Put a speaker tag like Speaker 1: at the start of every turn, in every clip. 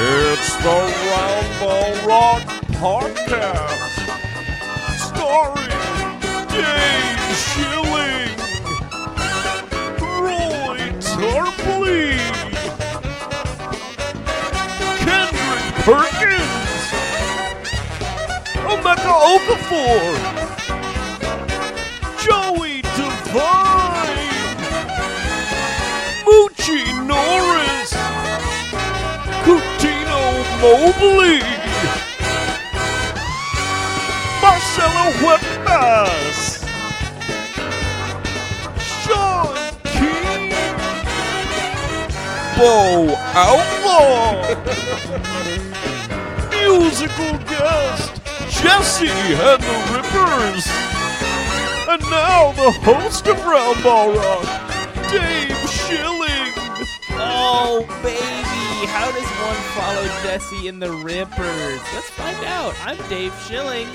Speaker 1: It's the Round Ball Rock Podcast, starring Dave Schilling, Roy Tarpley, Kendrick Perkins, Omega Okafor, Joey Devine, Moochie Norris. Coutinho Mobley, Marcelo Huertas, Sean King, Bo Outlaw, musical guest Jesse and the Rippers, and now the host of Round Ball Rock, Dave Schilling.
Speaker 2: Oh, baby. How does one follow Jesse and the Rippers? Let's find out. I'm Dave Schilling.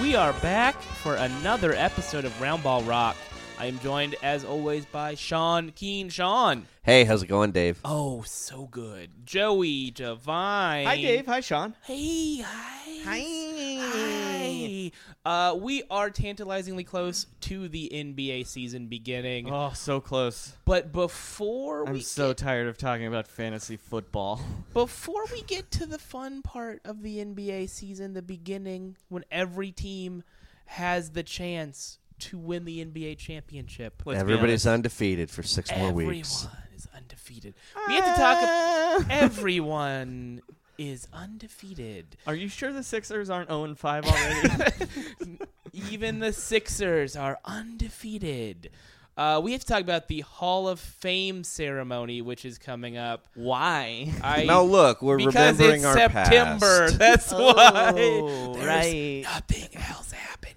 Speaker 2: We are back for another episode of Roundball Rock. I am joined, as always, by Sean Keen. Sean.
Speaker 3: Hey, how's it going, Dave?
Speaker 2: Oh, so good. Joey Devine.
Speaker 4: Hi, Dave. Hi, Sean.
Speaker 2: Hey, hi. Hi. Uh, we are tantalizingly close to the NBA season beginning.
Speaker 4: Oh, so close.
Speaker 2: But before
Speaker 4: I'm
Speaker 2: we
Speaker 4: so
Speaker 2: get-
Speaker 4: tired of talking about fantasy football.
Speaker 2: Before we get to the fun part of the NBA season, the beginning, when every team has the chance to win the NBA championship,
Speaker 4: Let's be
Speaker 3: Everybody's
Speaker 4: honest.
Speaker 3: undefeated for six more
Speaker 2: everyone
Speaker 3: weeks.
Speaker 2: is undefeated. We have to talk.
Speaker 4: Ah.
Speaker 2: Ab- everyone is undefeated.
Speaker 4: Are you sure the Sixers aren't 0 5 already?
Speaker 2: Even the Sixers are undefeated. Uh, we have to talk about the Hall of Fame ceremony, which is coming up.
Speaker 4: Why?
Speaker 2: I
Speaker 3: Now look, we're
Speaker 2: because
Speaker 3: remembering
Speaker 2: it's
Speaker 3: our
Speaker 2: September.
Speaker 3: past.
Speaker 2: That's why. There's
Speaker 4: right.
Speaker 2: Nothing else happening.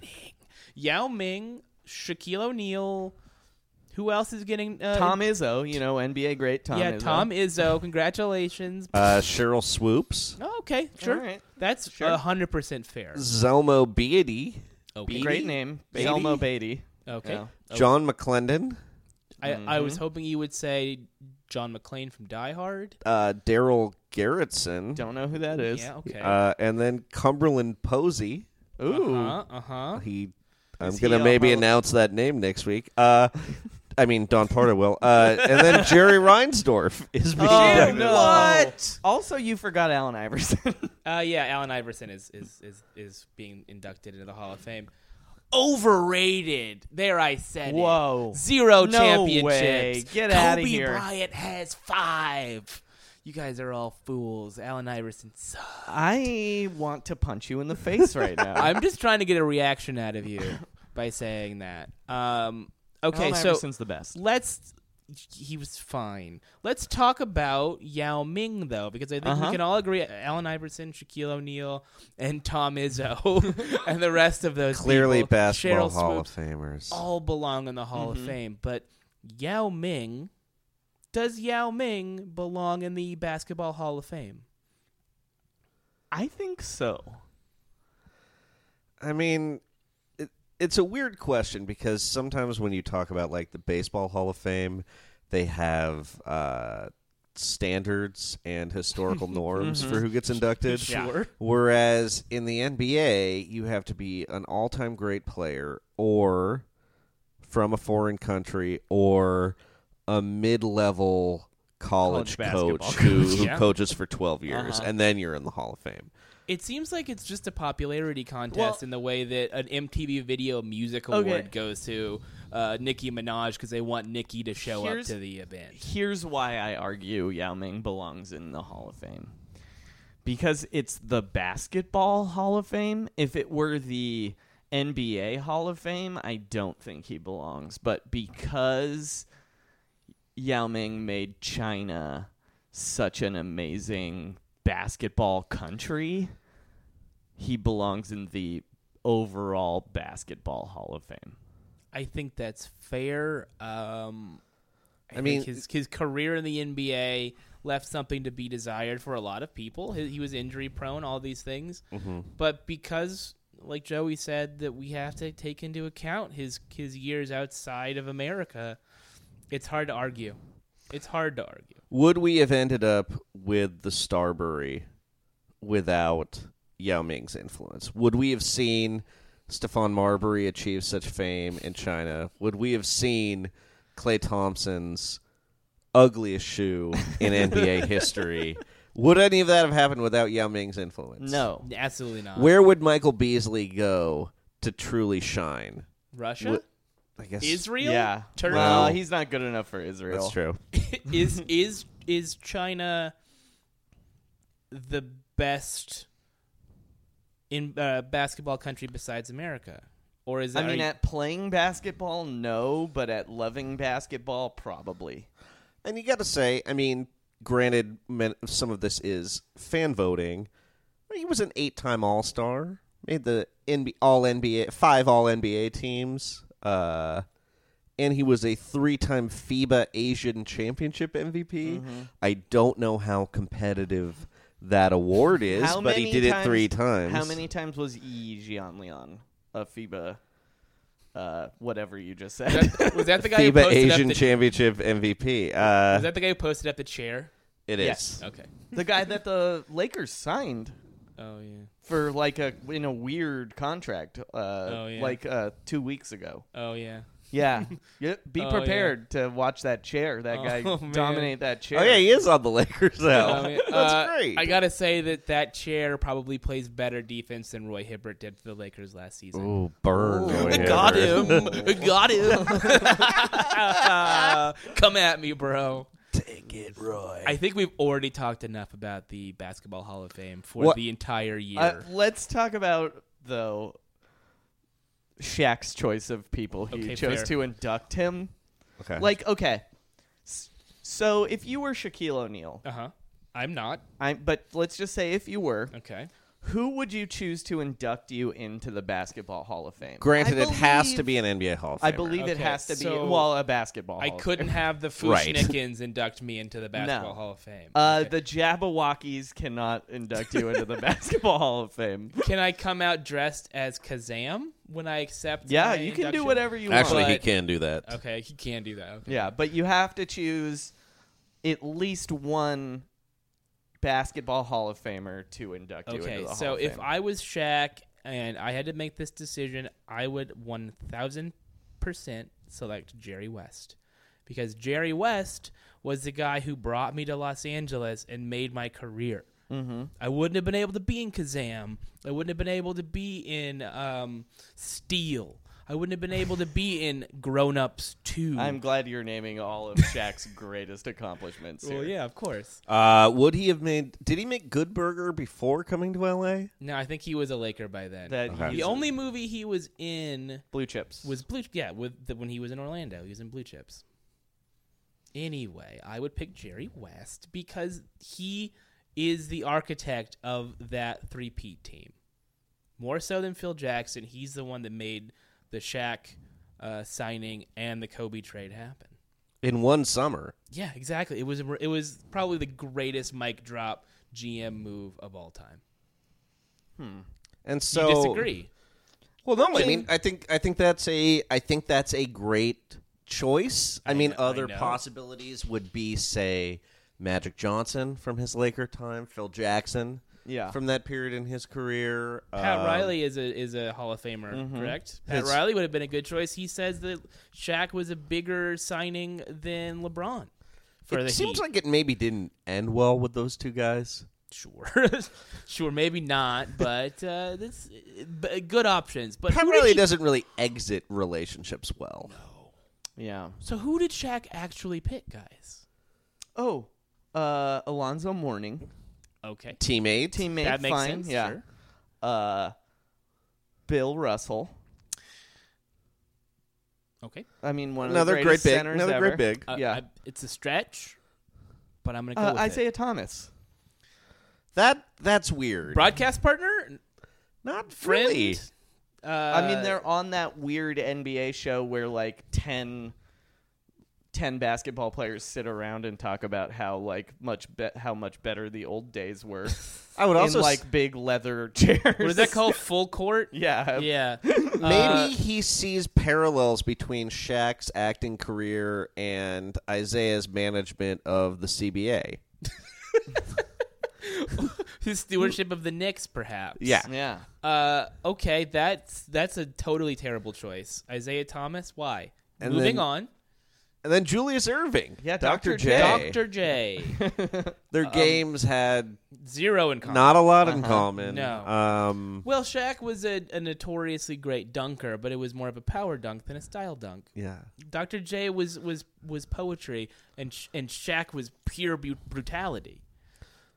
Speaker 2: Yao Ming, Shaquille O'Neal. Who else is getting uh,
Speaker 4: Tom Izzo, you know, NBA great Tom
Speaker 2: yeah,
Speaker 4: Izzo.
Speaker 2: Tom Izzo. Congratulations.
Speaker 3: Uh, Cheryl Swoops,
Speaker 2: Oh, okay, sure.
Speaker 4: right.
Speaker 2: That's
Speaker 4: Sure.
Speaker 2: hundred percent fair.
Speaker 3: Zelmo Beatty,
Speaker 2: Okay.
Speaker 4: Oh, Great name. Elmo Beatty.
Speaker 2: Okay.
Speaker 4: Yeah. Mm-hmm.
Speaker 3: John McClendon,
Speaker 2: I, I was hoping you would say John McClane from Die Hard.
Speaker 3: uh, Daryl Garrettson,
Speaker 4: Don't know who that is.
Speaker 2: Yeah. Okay.
Speaker 3: uh, and then Cumberland Posey. Uh-huh.
Speaker 4: Ooh.
Speaker 2: uh huh.
Speaker 3: He, I'm
Speaker 2: Is he
Speaker 3: gonna
Speaker 2: a
Speaker 3: maybe
Speaker 2: Hall-
Speaker 3: announce that name next week. Uh, I mean, Don Pardo will. Uh, and then Jerry Reinsdorf is being
Speaker 4: Oh,
Speaker 3: inducted.
Speaker 4: no.
Speaker 2: What?
Speaker 4: Also, you forgot Allen Iverson.
Speaker 2: Uh, yeah, Allen Iverson is, is is is being inducted into the Hall of Fame. Overrated. There, I said. it.
Speaker 4: Whoa.
Speaker 2: Zero
Speaker 4: No
Speaker 2: championships.
Speaker 4: way. Get
Speaker 2: Kobe
Speaker 4: outta here.
Speaker 2: Bryant has five. You guys are all fools. Allen Iverson sucks.
Speaker 4: I want to punch you in the face right now.
Speaker 2: I'm just trying to get a reaction out of you by saying that. Um, okay,
Speaker 4: Allen
Speaker 2: so
Speaker 4: Iverson's the best.
Speaker 2: let's he was fine. Let's talk about Yao Ming though, because I think
Speaker 3: Uh-huh.
Speaker 2: we can all agree Allen Iverson, Shaquille O'Neal, and Tom Izzo, and the rest of those
Speaker 3: Clearly,
Speaker 2: people,
Speaker 3: basketball
Speaker 2: Cheryl
Speaker 3: Hall
Speaker 2: Swoops, Oh,
Speaker 3: of Mm-hmm. Famers.
Speaker 2: all belong in the Hall of Fame. But Yao Ming, does Yao Ming belong in the Basketball Hall of Fame?
Speaker 4: I think so.
Speaker 3: I mean, it, it's a weird question because sometimes when you talk about like the baseball Hall of Fame, they have uh, standards and historical norms for who gets inducted.
Speaker 2: Mm-hmm. Sure.
Speaker 3: Whereas in the NBA, you have to be an all-time great player or from a foreign country or a mid-level college,
Speaker 2: College basketball
Speaker 3: coach who,
Speaker 2: coach,
Speaker 3: who
Speaker 2: yeah. Uh-huh.
Speaker 3: coaches for 12 years and then you're in the Hall of Fame.
Speaker 2: It seems like it's just a popularity contest
Speaker 4: Well-
Speaker 2: in the way that an MTV Video Music Award goes to uh, Nicki Minaj because they want Nicki to show
Speaker 4: Here's-
Speaker 2: up to the event.
Speaker 4: Here's why I argue Yao Ming belongs in the Hall of Fame. Because it's the basketball Hall of Fame. If it were the NBA Hall of Fame, I don't think he belongs. But because Yao Ming made China such an amazing basketball country, he belongs in the overall basketball Hall of Fame.
Speaker 2: I think that's fair. Um, I,
Speaker 3: mean-
Speaker 2: think his his career in the NBA left something to be desired for a lot of people. He, he was injury prone, all these things,
Speaker 3: Mm-hmm.
Speaker 2: but because. Like Joey said, that we have to take into account his his years outside of America. It's hard to argue. It's hard to argue.
Speaker 3: Would we have ended up with the Starbury without Yao Ming's influence? Would we have seen Stefan Marbury achieve such fame in China? Would we have seen Clay Thompson's ugliest shoe in NBA history? Would any of that have happened without Yao Ming's influence?
Speaker 4: No.
Speaker 2: Absolutely not.
Speaker 3: Where would Michael Beasley go to truly shine?
Speaker 2: Russia?
Speaker 3: Wh- I guess
Speaker 2: Israel?
Speaker 4: Yeah.
Speaker 2: Turkey?
Speaker 4: Well, he's not good enough for Israel.
Speaker 3: that's true.
Speaker 2: is is is China the best in uh, basketball country besides America? Or is
Speaker 4: I
Speaker 2: that,
Speaker 4: mean,
Speaker 2: are you-
Speaker 4: at playing basketball, no, but at loving basketball, probably.
Speaker 3: And you got to say, I mean, granted, men- some of this is fan voting. I mean, He was an eight-time All-Star, made the NB- All NBA, five All NBA teams, uh, and he was a three-time FIBA Asian Championship MVP. I don't know how competitive that award is,
Speaker 4: How
Speaker 3: but he
Speaker 4: many
Speaker 3: did it three times.
Speaker 4: How many times was Yi Jianlian a FIBA, uh, whatever you just said?
Speaker 2: was that the guy who
Speaker 3: FIBA
Speaker 2: posted
Speaker 3: Asian
Speaker 2: up the,
Speaker 3: Championship MVP? Uh,
Speaker 2: was that the guy who posted up the chair?
Speaker 3: it is.
Speaker 4: Yes.
Speaker 2: Okay.
Speaker 4: the guy that the Lakers signed
Speaker 2: Oh yeah.
Speaker 4: for like a in a weird contract, uh,
Speaker 2: Oh, yeah.
Speaker 4: like uh, two weeks ago.
Speaker 2: Oh yeah.
Speaker 4: Yeah, yep. Be
Speaker 2: Oh, yeah.
Speaker 4: prepared to watch that chair. That guy
Speaker 2: Oh, man.
Speaker 4: dominate that chair.
Speaker 3: Oh yeah, he is on the Lakers now.
Speaker 2: Oh, yeah.
Speaker 3: That's
Speaker 2: Uh,
Speaker 3: great.
Speaker 2: I gotta say that that chair probably plays better defense than Roy Hibbert did for the Lakers last season.
Speaker 3: Ooh, burn.
Speaker 2: Got him. Got him. Come at me, bro. Take it, Roy. I think we've already talked enough about the Basketball Hall of Fame for
Speaker 3: What-
Speaker 2: the entire year.
Speaker 4: Uh, let's talk about though Shaq's choice of people he
Speaker 2: Okay,
Speaker 4: chose
Speaker 2: fair.
Speaker 4: to induct him.
Speaker 3: Okay.
Speaker 4: Like, okay, S- so if you were Shaquille O'Neal,
Speaker 2: uh huh. I'm not.
Speaker 4: I but let's just say if you were,
Speaker 2: Okay.
Speaker 4: who would you choose to induct you into the Basketball Hall of Fame?
Speaker 3: Granted,
Speaker 4: I
Speaker 3: it has
Speaker 4: believe-
Speaker 3: to be an NBA Hall of Famer.
Speaker 4: I believe it
Speaker 2: Okay,
Speaker 4: has to be
Speaker 2: so-
Speaker 4: well a basketball.
Speaker 2: I
Speaker 4: Hall of
Speaker 2: couldn't
Speaker 4: Fame.
Speaker 2: have the
Speaker 3: Right.
Speaker 2: Fushnikins induct me into the Basketball
Speaker 4: No.
Speaker 2: Hall of Fame.
Speaker 4: Uh,
Speaker 2: Okay.
Speaker 4: The Jabberwockies cannot induct you into the Basketball Hall of Fame.
Speaker 2: can I come out dressed as Kazam when I accept?
Speaker 4: Yeah,
Speaker 2: my
Speaker 4: you can do
Speaker 2: induction?
Speaker 4: whatever you want.
Speaker 3: Actually, he
Speaker 2: But-
Speaker 3: can do that.
Speaker 2: Okay, he can do that. Okay.
Speaker 4: Yeah, but you have to choose at least one basketball Hall of Famer to induct you into
Speaker 2: Okay,
Speaker 4: the Hall
Speaker 2: so
Speaker 4: of
Speaker 2: if
Speaker 4: Fame.
Speaker 2: I was Shaq and I had to make this decision, I would one thousand percent select Jerry West because Jerry West was the guy who brought me to Los Angeles and made my career. Mm-hmm. I wouldn't have been able to be in Kazam. I wouldn't have been able to be in um, Steel. I wouldn't have been able to be in Grown Ups Two.
Speaker 4: I'm glad you're naming all of Shaq's greatest accomplishments.
Speaker 2: well,
Speaker 4: here.
Speaker 2: yeah, of course.
Speaker 3: Uh, would he have made? Did he make Good Burger before coming to LA?
Speaker 2: No, I think he was a Laker by then.
Speaker 4: That he's-
Speaker 2: the only movie he was in
Speaker 4: blue chips
Speaker 2: was blue yeah with the, when he was in Orlando he was in blue chips Anyway, I would pick Jerry West because he is the architect of that three-peat team. More so than Phil Jackson, he's the one that made the Shaq uh, signing and the Kobe trade happen.
Speaker 3: in one summer.
Speaker 2: Yeah, exactly. It was it was probably the greatest mic drop GM move of all time.
Speaker 3: And
Speaker 2: Do
Speaker 3: so
Speaker 2: you disagree?
Speaker 3: Well, no, I mean, I think I think that's a I think that's a great choice. I, mean,
Speaker 2: kn- I
Speaker 3: other
Speaker 2: know.
Speaker 3: possibilities would be say Magic Johnson from his Laker time, Phil Jackson,
Speaker 4: Yeah.
Speaker 3: from that period in his career.
Speaker 2: Pat
Speaker 3: um, Mm-hmm.
Speaker 2: Riley is a is a Hall of Famer, correct? Pat
Speaker 3: It's-
Speaker 2: Riley would have been a good choice. He says that Shaq was a bigger signing than LeBron for
Speaker 3: It
Speaker 2: the
Speaker 3: seems
Speaker 2: Heat.
Speaker 3: like it maybe didn't end well with those two guys.
Speaker 2: sure, sure, maybe not, but uh, this b- good options. But
Speaker 3: Pat
Speaker 2: who did
Speaker 3: Riley
Speaker 2: he-
Speaker 3: doesn't really exit relationships well.
Speaker 4: Yeah.
Speaker 2: So who did Shaq actually pick, guys?
Speaker 4: Oh, uh, Alonzo Mourning,
Speaker 2: Okay,
Speaker 3: Teammate,
Speaker 4: teammate,
Speaker 2: That makes
Speaker 4: fine,
Speaker 2: sense,
Speaker 4: Yeah.
Speaker 2: sure.
Speaker 4: Uh, Bill Russell.
Speaker 2: okay,
Speaker 4: I mean, one
Speaker 3: another
Speaker 4: of the
Speaker 3: great
Speaker 4: greatest
Speaker 3: big,
Speaker 4: centers
Speaker 3: another
Speaker 4: ever.
Speaker 3: great big.
Speaker 2: Uh,
Speaker 4: Yeah.
Speaker 2: I- it's a stretch, but I'm gonna go
Speaker 4: Uh,
Speaker 2: with it.
Speaker 4: Isaiah Thomas.
Speaker 3: that that's weird.
Speaker 2: broadcast partner,
Speaker 3: Not
Speaker 2: friend.
Speaker 3: really.
Speaker 2: Uh,
Speaker 4: I mean, they're on that weird NBA show where like 10, 10 basketball players sit around and talk about how like much be- how much better the old days were.
Speaker 3: I would
Speaker 4: in
Speaker 3: also s-
Speaker 4: like big leather chairs.
Speaker 2: what is that called? Full court.
Speaker 4: Yeah.
Speaker 2: Yeah.
Speaker 3: Maybe
Speaker 2: Uh,
Speaker 3: he sees parallels between Shaq's acting career and Isaiah's management of the CBA.
Speaker 2: his stewardship of the Knicks, perhaps.
Speaker 4: Yeah.
Speaker 2: Uh, okay, that's that's a totally terrible choice. Isaiah Thomas. Why?
Speaker 3: And
Speaker 2: Moving
Speaker 3: then-
Speaker 2: on.
Speaker 3: And then Julius Irving.
Speaker 4: Yeah, um,
Speaker 3: Dr.
Speaker 4: Dr.
Speaker 3: J.
Speaker 2: Doctor J.
Speaker 3: Their games had
Speaker 2: Zero in common.
Speaker 3: not a lot
Speaker 4: Uh-huh.
Speaker 3: in common.
Speaker 2: No.
Speaker 3: Um,
Speaker 2: well, Shaq was a, a notoriously great dunker, but it was more of a power dunk than a style dunk.
Speaker 3: yeah.
Speaker 2: Dr. J was was was poetry, and Sh- and Shaq was pure bu- brutality.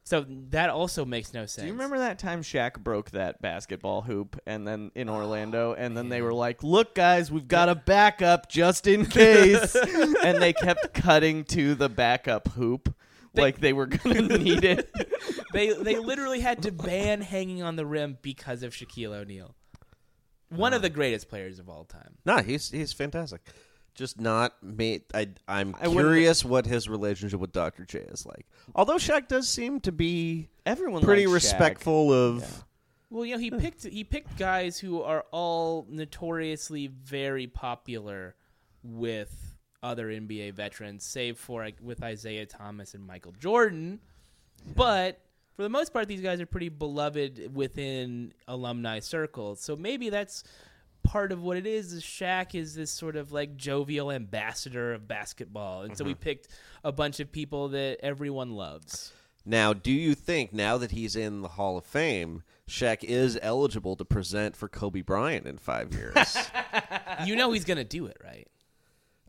Speaker 2: So that also makes no sense.
Speaker 4: Do you remember that time Shaq broke that basketball hoop and then in Orlando and then they were like, "Look guys, we've got a backup just in case." and they kept cutting to the backup hoop like they were going to need it.
Speaker 2: they they literally had to ban hanging on the rim because of Shaquille O'Neal, one of the greatest players of all time.
Speaker 3: No, he's he's fantastic. Just not made. I I'm
Speaker 4: I wouldn't-
Speaker 3: curious what his relationship with Dr. J is like. Although Shaq does seem to be
Speaker 4: Everyone
Speaker 3: pretty
Speaker 4: likes Shaq.
Speaker 3: respectful of.
Speaker 2: Well, you know, he picked he picked guys who are all notoriously very popular with other NBA veterans, save for like, with Isaiah Thomas and Michael Jordan. But for the most part, these guys are pretty beloved within alumni circles. So maybe that's part of what it is. Is Shaq is this sort of like jovial ambassador of basketball, and so we picked a bunch of people that everyone loves.
Speaker 3: Now, do you think now that he's in the Hall of Fame, Shaq is eligible to present for Kobe Bryant in five years?
Speaker 2: You know he's gonna do it, right?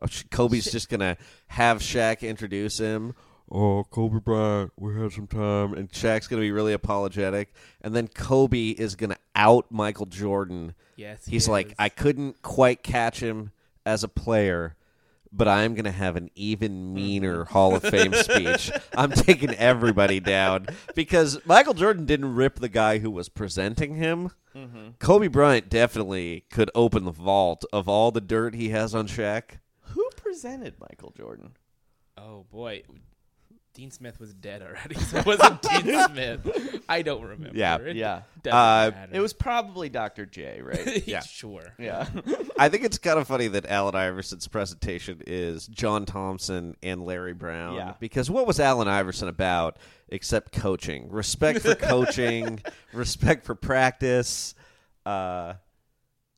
Speaker 3: Oh, sh- Kobe's just gonna have Shaq introduce him. Oh, Kobe Bryant, we had some time, and Shaq's gonna be really apologetic, and then Kobe is gonna out Michael Jordan.
Speaker 2: Yes, he
Speaker 3: he's like,
Speaker 2: is.
Speaker 3: I couldn't quite catch him as a player, but I'm gonna have an
Speaker 2: Mm-hmm.
Speaker 3: even meaner Hall of Fame speech. I'm taking everybody down because Michael Jordan didn't rip the guy who was presenting him.
Speaker 2: Mm-hmm.
Speaker 3: Kobe Bryant definitely could open the vault of all the dirt he has on Shaq.
Speaker 4: Who presented Michael Jordan?
Speaker 2: Oh boy, Dean Smith was dead already. So it wasn't Dean Smith. I don't remember.
Speaker 3: Yeah,
Speaker 2: It
Speaker 4: yeah.
Speaker 2: doesn't
Speaker 3: Uh,
Speaker 2: matter.
Speaker 4: It was probably Dr. J, right?
Speaker 2: yeah. Sure.
Speaker 4: yeah.
Speaker 3: I think it's kind of funny that Allen Iverson's presentation is John Thompson and Larry Brown.
Speaker 4: Yeah.
Speaker 3: Because what was Allen Iverson about except coaching? Respect for coaching, respect for practice. Uh,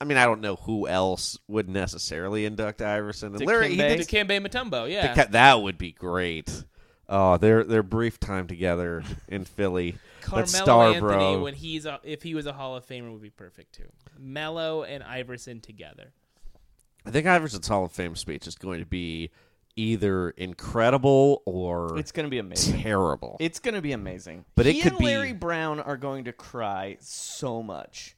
Speaker 3: I mean, I don't know who else would necessarily induct Iverson. And Larry, he
Speaker 4: Dikembe.
Speaker 3: did-
Speaker 2: Dikembe Mutombo. Yeah.
Speaker 3: Dika- that would be great. Oh, their their brief time together in Philly.
Speaker 2: Carmelo
Speaker 3: that star
Speaker 2: Anthony,
Speaker 3: bro.
Speaker 2: when he's a, if he was a Hall of Famer, would be perfect too. Mello and Iverson together.
Speaker 3: I think Iverson's Hall of Fame speech is going to be either incredible or
Speaker 4: It's going to be amazing.
Speaker 3: terrible.
Speaker 4: It's going to be amazing.
Speaker 3: But it
Speaker 4: He
Speaker 3: could
Speaker 4: and
Speaker 3: be-
Speaker 4: Larry Brown are going to cry so much.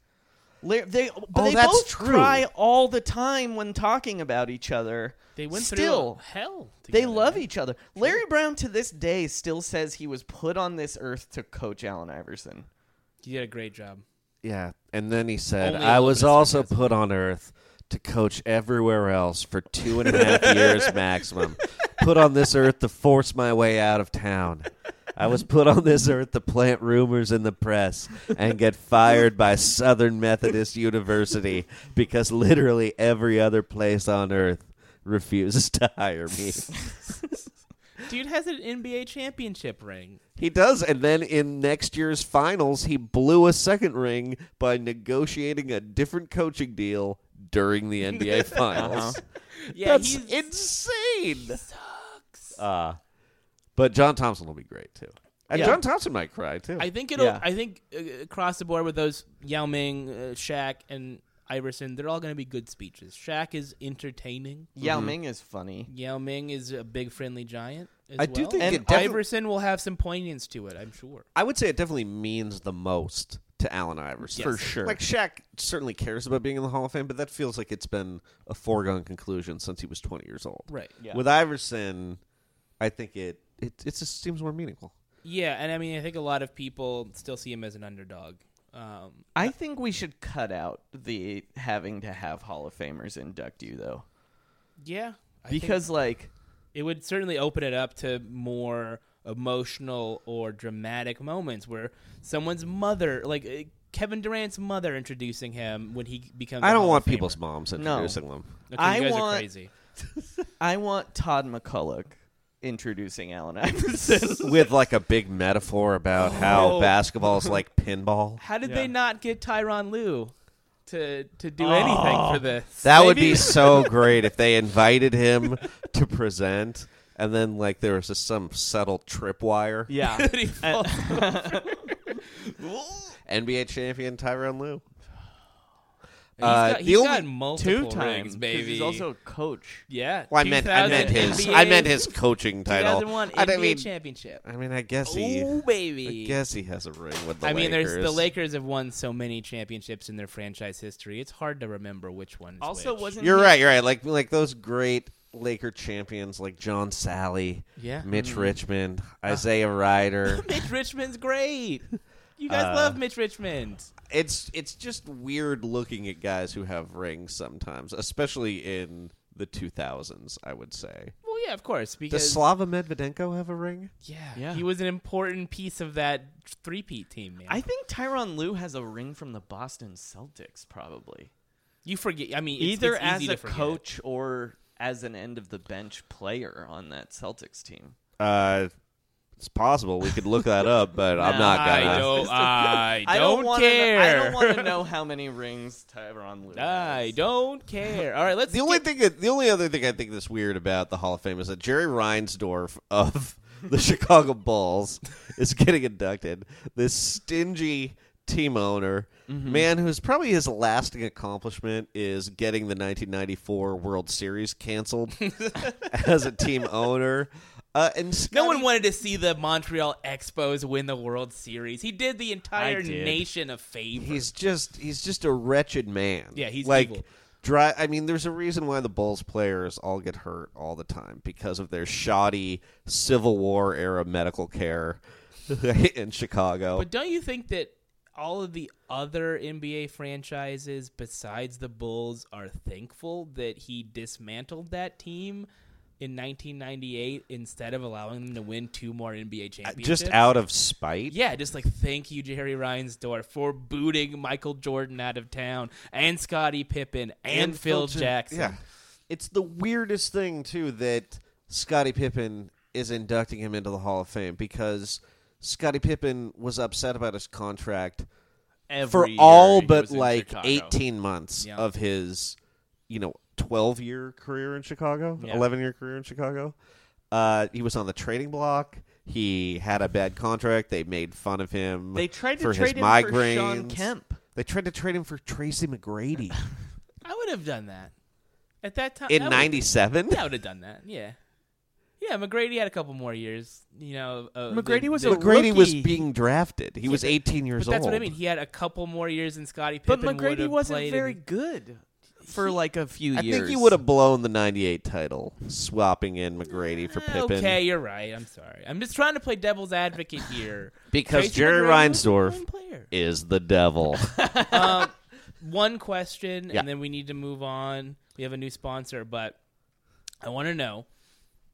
Speaker 4: Lar- They, but
Speaker 3: Oh,
Speaker 4: they
Speaker 3: that's
Speaker 4: both
Speaker 3: true.
Speaker 4: cry all the time when talking about each other.
Speaker 2: They went
Speaker 4: still,
Speaker 2: through hell.
Speaker 4: They
Speaker 2: together.
Speaker 4: love each other. Larry Brown to this day still says he was put on this earth to coach Allen Iverson.
Speaker 2: You did a great job.
Speaker 3: Yeah, and then he said,
Speaker 2: Only
Speaker 3: "I
Speaker 2: Olympic
Speaker 3: was also
Speaker 2: sarcasm.
Speaker 3: put on Earth to coach everywhere else for two and a half years maximum. Put on this Earth to force my way out of town. I was put on this Earth to plant rumors in the press and get fired by Southern Methodist University because literally every other place on Earth refuses to hire me."
Speaker 2: Dude has an NBA championship ring.
Speaker 3: He does, and then in next year's finals, he blew a second ring by negotiating a different coaching deal during the NBA finals.
Speaker 2: Uh-huh. Yeah,
Speaker 3: That's
Speaker 2: he's
Speaker 3: insane. Uh, but John Thompson will be great too, and John Thompson might cry too.
Speaker 2: I think it'll.
Speaker 4: Yeah.
Speaker 2: I think uh, across the board with those Yao Ming, uh, Shaq, and Iverson, they're all going to be good speeches. Shaq is entertaining.
Speaker 3: Mm-hmm.
Speaker 4: Yao Ming is funny.
Speaker 2: Yao Ming is a big friendly giant. As
Speaker 3: I do
Speaker 2: well.
Speaker 3: think
Speaker 4: And
Speaker 3: it defi-
Speaker 2: Iverson will have some poignance to it. I'm sure.
Speaker 3: I would say it definitely means the most to Allen Iverson
Speaker 4: For sure.
Speaker 3: Like Shaq certainly cares about being in the Hall of Fame, but that feels like it's been a foregone conclusion since he was 20 years old.
Speaker 2: Right.
Speaker 4: Yeah.
Speaker 3: With Iverson, I think it it, it just seems more meaningful.
Speaker 2: Yeah, and I mean, I think a lot of people still see him as an underdog. Um,
Speaker 4: I think we should cut out the having to have Hall of Famers induct you though.
Speaker 2: yeah, I think
Speaker 4: Because like
Speaker 2: it would certainly open it up to more emotional or dramatic moments where someone's mother, like uh, Kevin Durant's mother, introducing him when he becomes.
Speaker 3: I
Speaker 2: a
Speaker 3: don't
Speaker 2: Hall
Speaker 3: want
Speaker 2: of Famer.
Speaker 3: people's moms introducing them.
Speaker 2: Okay,
Speaker 4: I
Speaker 2: you guys
Speaker 4: want-
Speaker 2: are crazy.
Speaker 4: I want Todd McCulloch introducing Allen Iverson.
Speaker 3: With like a big metaphor about how basketball is like pinball.
Speaker 2: How did they not get Tyron Lue to to do anything for this?
Speaker 3: That would be so great if they invited him to present and then like there was just some subtle tripwire.
Speaker 4: yeah.
Speaker 3: NBA champion Tyron Lue.
Speaker 2: He's
Speaker 3: Uh,
Speaker 2: got,
Speaker 3: the
Speaker 2: he's
Speaker 3: only
Speaker 2: got multiple
Speaker 4: Two times
Speaker 2: rings,
Speaker 4: 'cause
Speaker 2: baby.
Speaker 4: He's also a coach.
Speaker 2: yeah.
Speaker 3: Well, I meant I meant
Speaker 2: 2000
Speaker 3: his
Speaker 2: NBA
Speaker 3: I meant his coaching title.
Speaker 2: 2001
Speaker 3: I
Speaker 2: NBA
Speaker 3: don't mean
Speaker 2: championship.
Speaker 3: I mean I guess he
Speaker 2: Ooh,
Speaker 3: I
Speaker 2: baby.
Speaker 3: guess he has a ring with the
Speaker 2: I mean,
Speaker 3: Lakers.
Speaker 2: there's the Lakers have won so many championships in their franchise history. It's hard to remember which one. Is
Speaker 4: Also
Speaker 2: which.
Speaker 4: wasn't
Speaker 3: You're
Speaker 4: he-
Speaker 3: right. You're right. Like like those great Laker champions like John Sally,
Speaker 2: Yeah. Mm. Ah.
Speaker 3: Mitch Richmond, Isaiah Ryder.
Speaker 2: Mitch Richmond's great. You guys
Speaker 3: Uh,
Speaker 2: love Mitch Richmond.
Speaker 3: it's it's just weird looking at guys who have rings sometimes, especially in the 2000s. I would say.
Speaker 2: Well, yeah, of course. Because
Speaker 3: Does Slava Medvedenko have a ring?
Speaker 2: yeah,
Speaker 4: Yeah.
Speaker 2: he was an important piece of that three-peat team. Man,
Speaker 4: I think Tyron Lue has a ring from the Boston Celtics probably.
Speaker 2: you forget. I mean, it's,
Speaker 4: Either
Speaker 2: it's
Speaker 4: as
Speaker 2: easy
Speaker 4: a
Speaker 2: to forget.
Speaker 4: coach or as an end of the bench player on that Celtics team.
Speaker 3: Uh, it's possible we could look that up, but I'm not
Speaker 2: I
Speaker 3: gonna.
Speaker 2: don't. I
Speaker 4: I don't,
Speaker 2: don't
Speaker 4: wanna
Speaker 2: care.
Speaker 4: Know, I don't want to know how many rings Tyron Lue
Speaker 2: I
Speaker 4: has.
Speaker 2: don't care. All right, let's.
Speaker 3: The only
Speaker 2: get-
Speaker 3: thing, that, the only other thing I think that's weird about the Hall of Fame is that Jerry Reinsdorf of the Chicago Bulls is getting inducted. This stingy team owner,
Speaker 2: Mm-hmm.
Speaker 3: man, who's probably his lasting accomplishment is getting the 1994 World Series canceled as a team owner. Uh, and
Speaker 2: No
Speaker 3: Scotty-
Speaker 2: one wanted to see the Montreal Expos win the World Series. He did the entire
Speaker 4: did.
Speaker 2: nation a favor.
Speaker 3: He's just he's just a wretched man.
Speaker 2: Yeah, he's
Speaker 3: like
Speaker 2: evil.
Speaker 3: dry. I mean, there's a reason why the Bulls players all get hurt all the time because of their shoddy Civil War era medical care in Chicago.
Speaker 2: But don't you think that all of the other NBA franchises besides the Bulls are thankful that he dismantled that team in 1998 instead of allowing them to win two more NBA championships?
Speaker 3: Uh, just out of spite.
Speaker 2: Yeah, just like thank you, Jerry Reinsdorf, for booting Michael Jordan out of town and Scottie Pippen and, Phil
Speaker 3: J-
Speaker 2: Jackson.
Speaker 3: Yeah, it's the weirdest thing too that Scottie Pippen is inducting him into the Hall of Fame because Scottie Pippen was upset about his contract.
Speaker 4: Every
Speaker 3: for
Speaker 4: year
Speaker 3: all
Speaker 4: he
Speaker 3: but
Speaker 4: was in
Speaker 3: like
Speaker 4: Chicago.
Speaker 3: 18 months
Speaker 2: Yeah.
Speaker 3: of his you know 12 year career in chicago 11 year career in chicago uh, he was on the trading block he had a bad contract they made fun of him
Speaker 4: They tried to
Speaker 3: for
Speaker 4: trade
Speaker 3: his
Speaker 4: him
Speaker 3: migraines.
Speaker 4: for Sean Kemp.
Speaker 3: they tried to trade him for tracy mcgrady
Speaker 2: I would have done that at that time
Speaker 3: in
Speaker 2: I would-
Speaker 3: 97
Speaker 2: Yeah, I would have done that. Yeah. Yeah, McGrady had a couple more years. You know, uh,
Speaker 4: McGrady
Speaker 2: the-
Speaker 4: was
Speaker 2: the-
Speaker 4: a
Speaker 3: McGrady was
Speaker 4: rookie.
Speaker 3: being drafted. He was 18 years
Speaker 2: But that's
Speaker 3: old.
Speaker 2: what I mean. He had a couple more years in Scotty
Speaker 4: But
Speaker 2: Pippen.
Speaker 4: McGrady
Speaker 2: would've
Speaker 4: wasn't
Speaker 2: played
Speaker 4: very
Speaker 2: in-
Speaker 4: good for like a few
Speaker 3: I
Speaker 4: years.
Speaker 3: think he would have blown the 98 title swapping in McGrady for
Speaker 2: Eh,
Speaker 3: Pippen.
Speaker 2: Okay, you're right. I'm sorry. I'm just trying to play devil's advocate here.
Speaker 3: Because
Speaker 2: Tracy
Speaker 3: Jerry
Speaker 2: McGrady was a
Speaker 3: Reinsdorf-
Speaker 2: fine player.
Speaker 3: Is the devil.
Speaker 2: one question
Speaker 3: Yeah.
Speaker 2: and then we need to move on. We have a new sponsor, but I want to know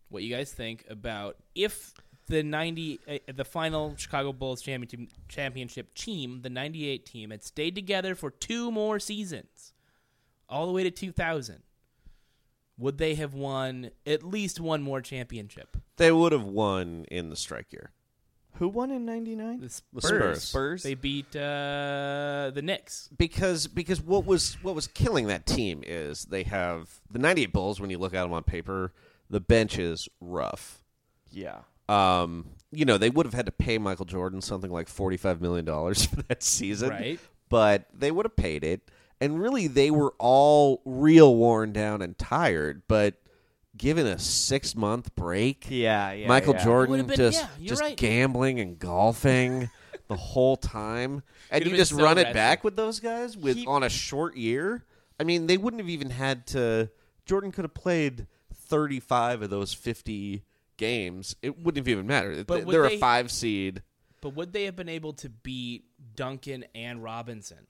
Speaker 2: what you guys think about if the 90 uh, the final Chicago Bulls championship championship team, the 98 team had stayed together for two more seasons all the way to 2000. Would they have won at least one more championship?
Speaker 3: they would have won in the strike year.
Speaker 4: Who won in '99?
Speaker 2: The Spurs.
Speaker 3: The Spurs.
Speaker 4: Spurs.
Speaker 2: They beat uh, the Knicks.
Speaker 3: because because what was what was killing that team is they have the 98 Bulls when you look at them on paper the bench is rough
Speaker 4: yeah.
Speaker 3: um you know they would have had to pay Michael Jordan something like 45 million dollars for that season
Speaker 2: Right.
Speaker 3: but they would have paid it and really they were all real worn down and tired but given a 6 month break
Speaker 4: Yeah. Yeah.
Speaker 3: Michael
Speaker 4: yeah.
Speaker 3: Jordan
Speaker 2: Would've been-
Speaker 3: just
Speaker 2: yeah, you're
Speaker 3: just
Speaker 2: right.
Speaker 3: gambling and golfing the whole time, and
Speaker 2: Could've
Speaker 3: you
Speaker 2: been
Speaker 3: just
Speaker 2: so
Speaker 3: run it
Speaker 2: ratchet.
Speaker 3: back with those guys with
Speaker 4: He-
Speaker 3: on a short year. I mean, they wouldn't have even had to. Jordan could have played thirty five of those fifty games. It wouldn't have even mattered.
Speaker 2: But would
Speaker 3: They're
Speaker 2: they-
Speaker 3: a five seed.
Speaker 2: But would they have been able to beat Duncan and Robinson?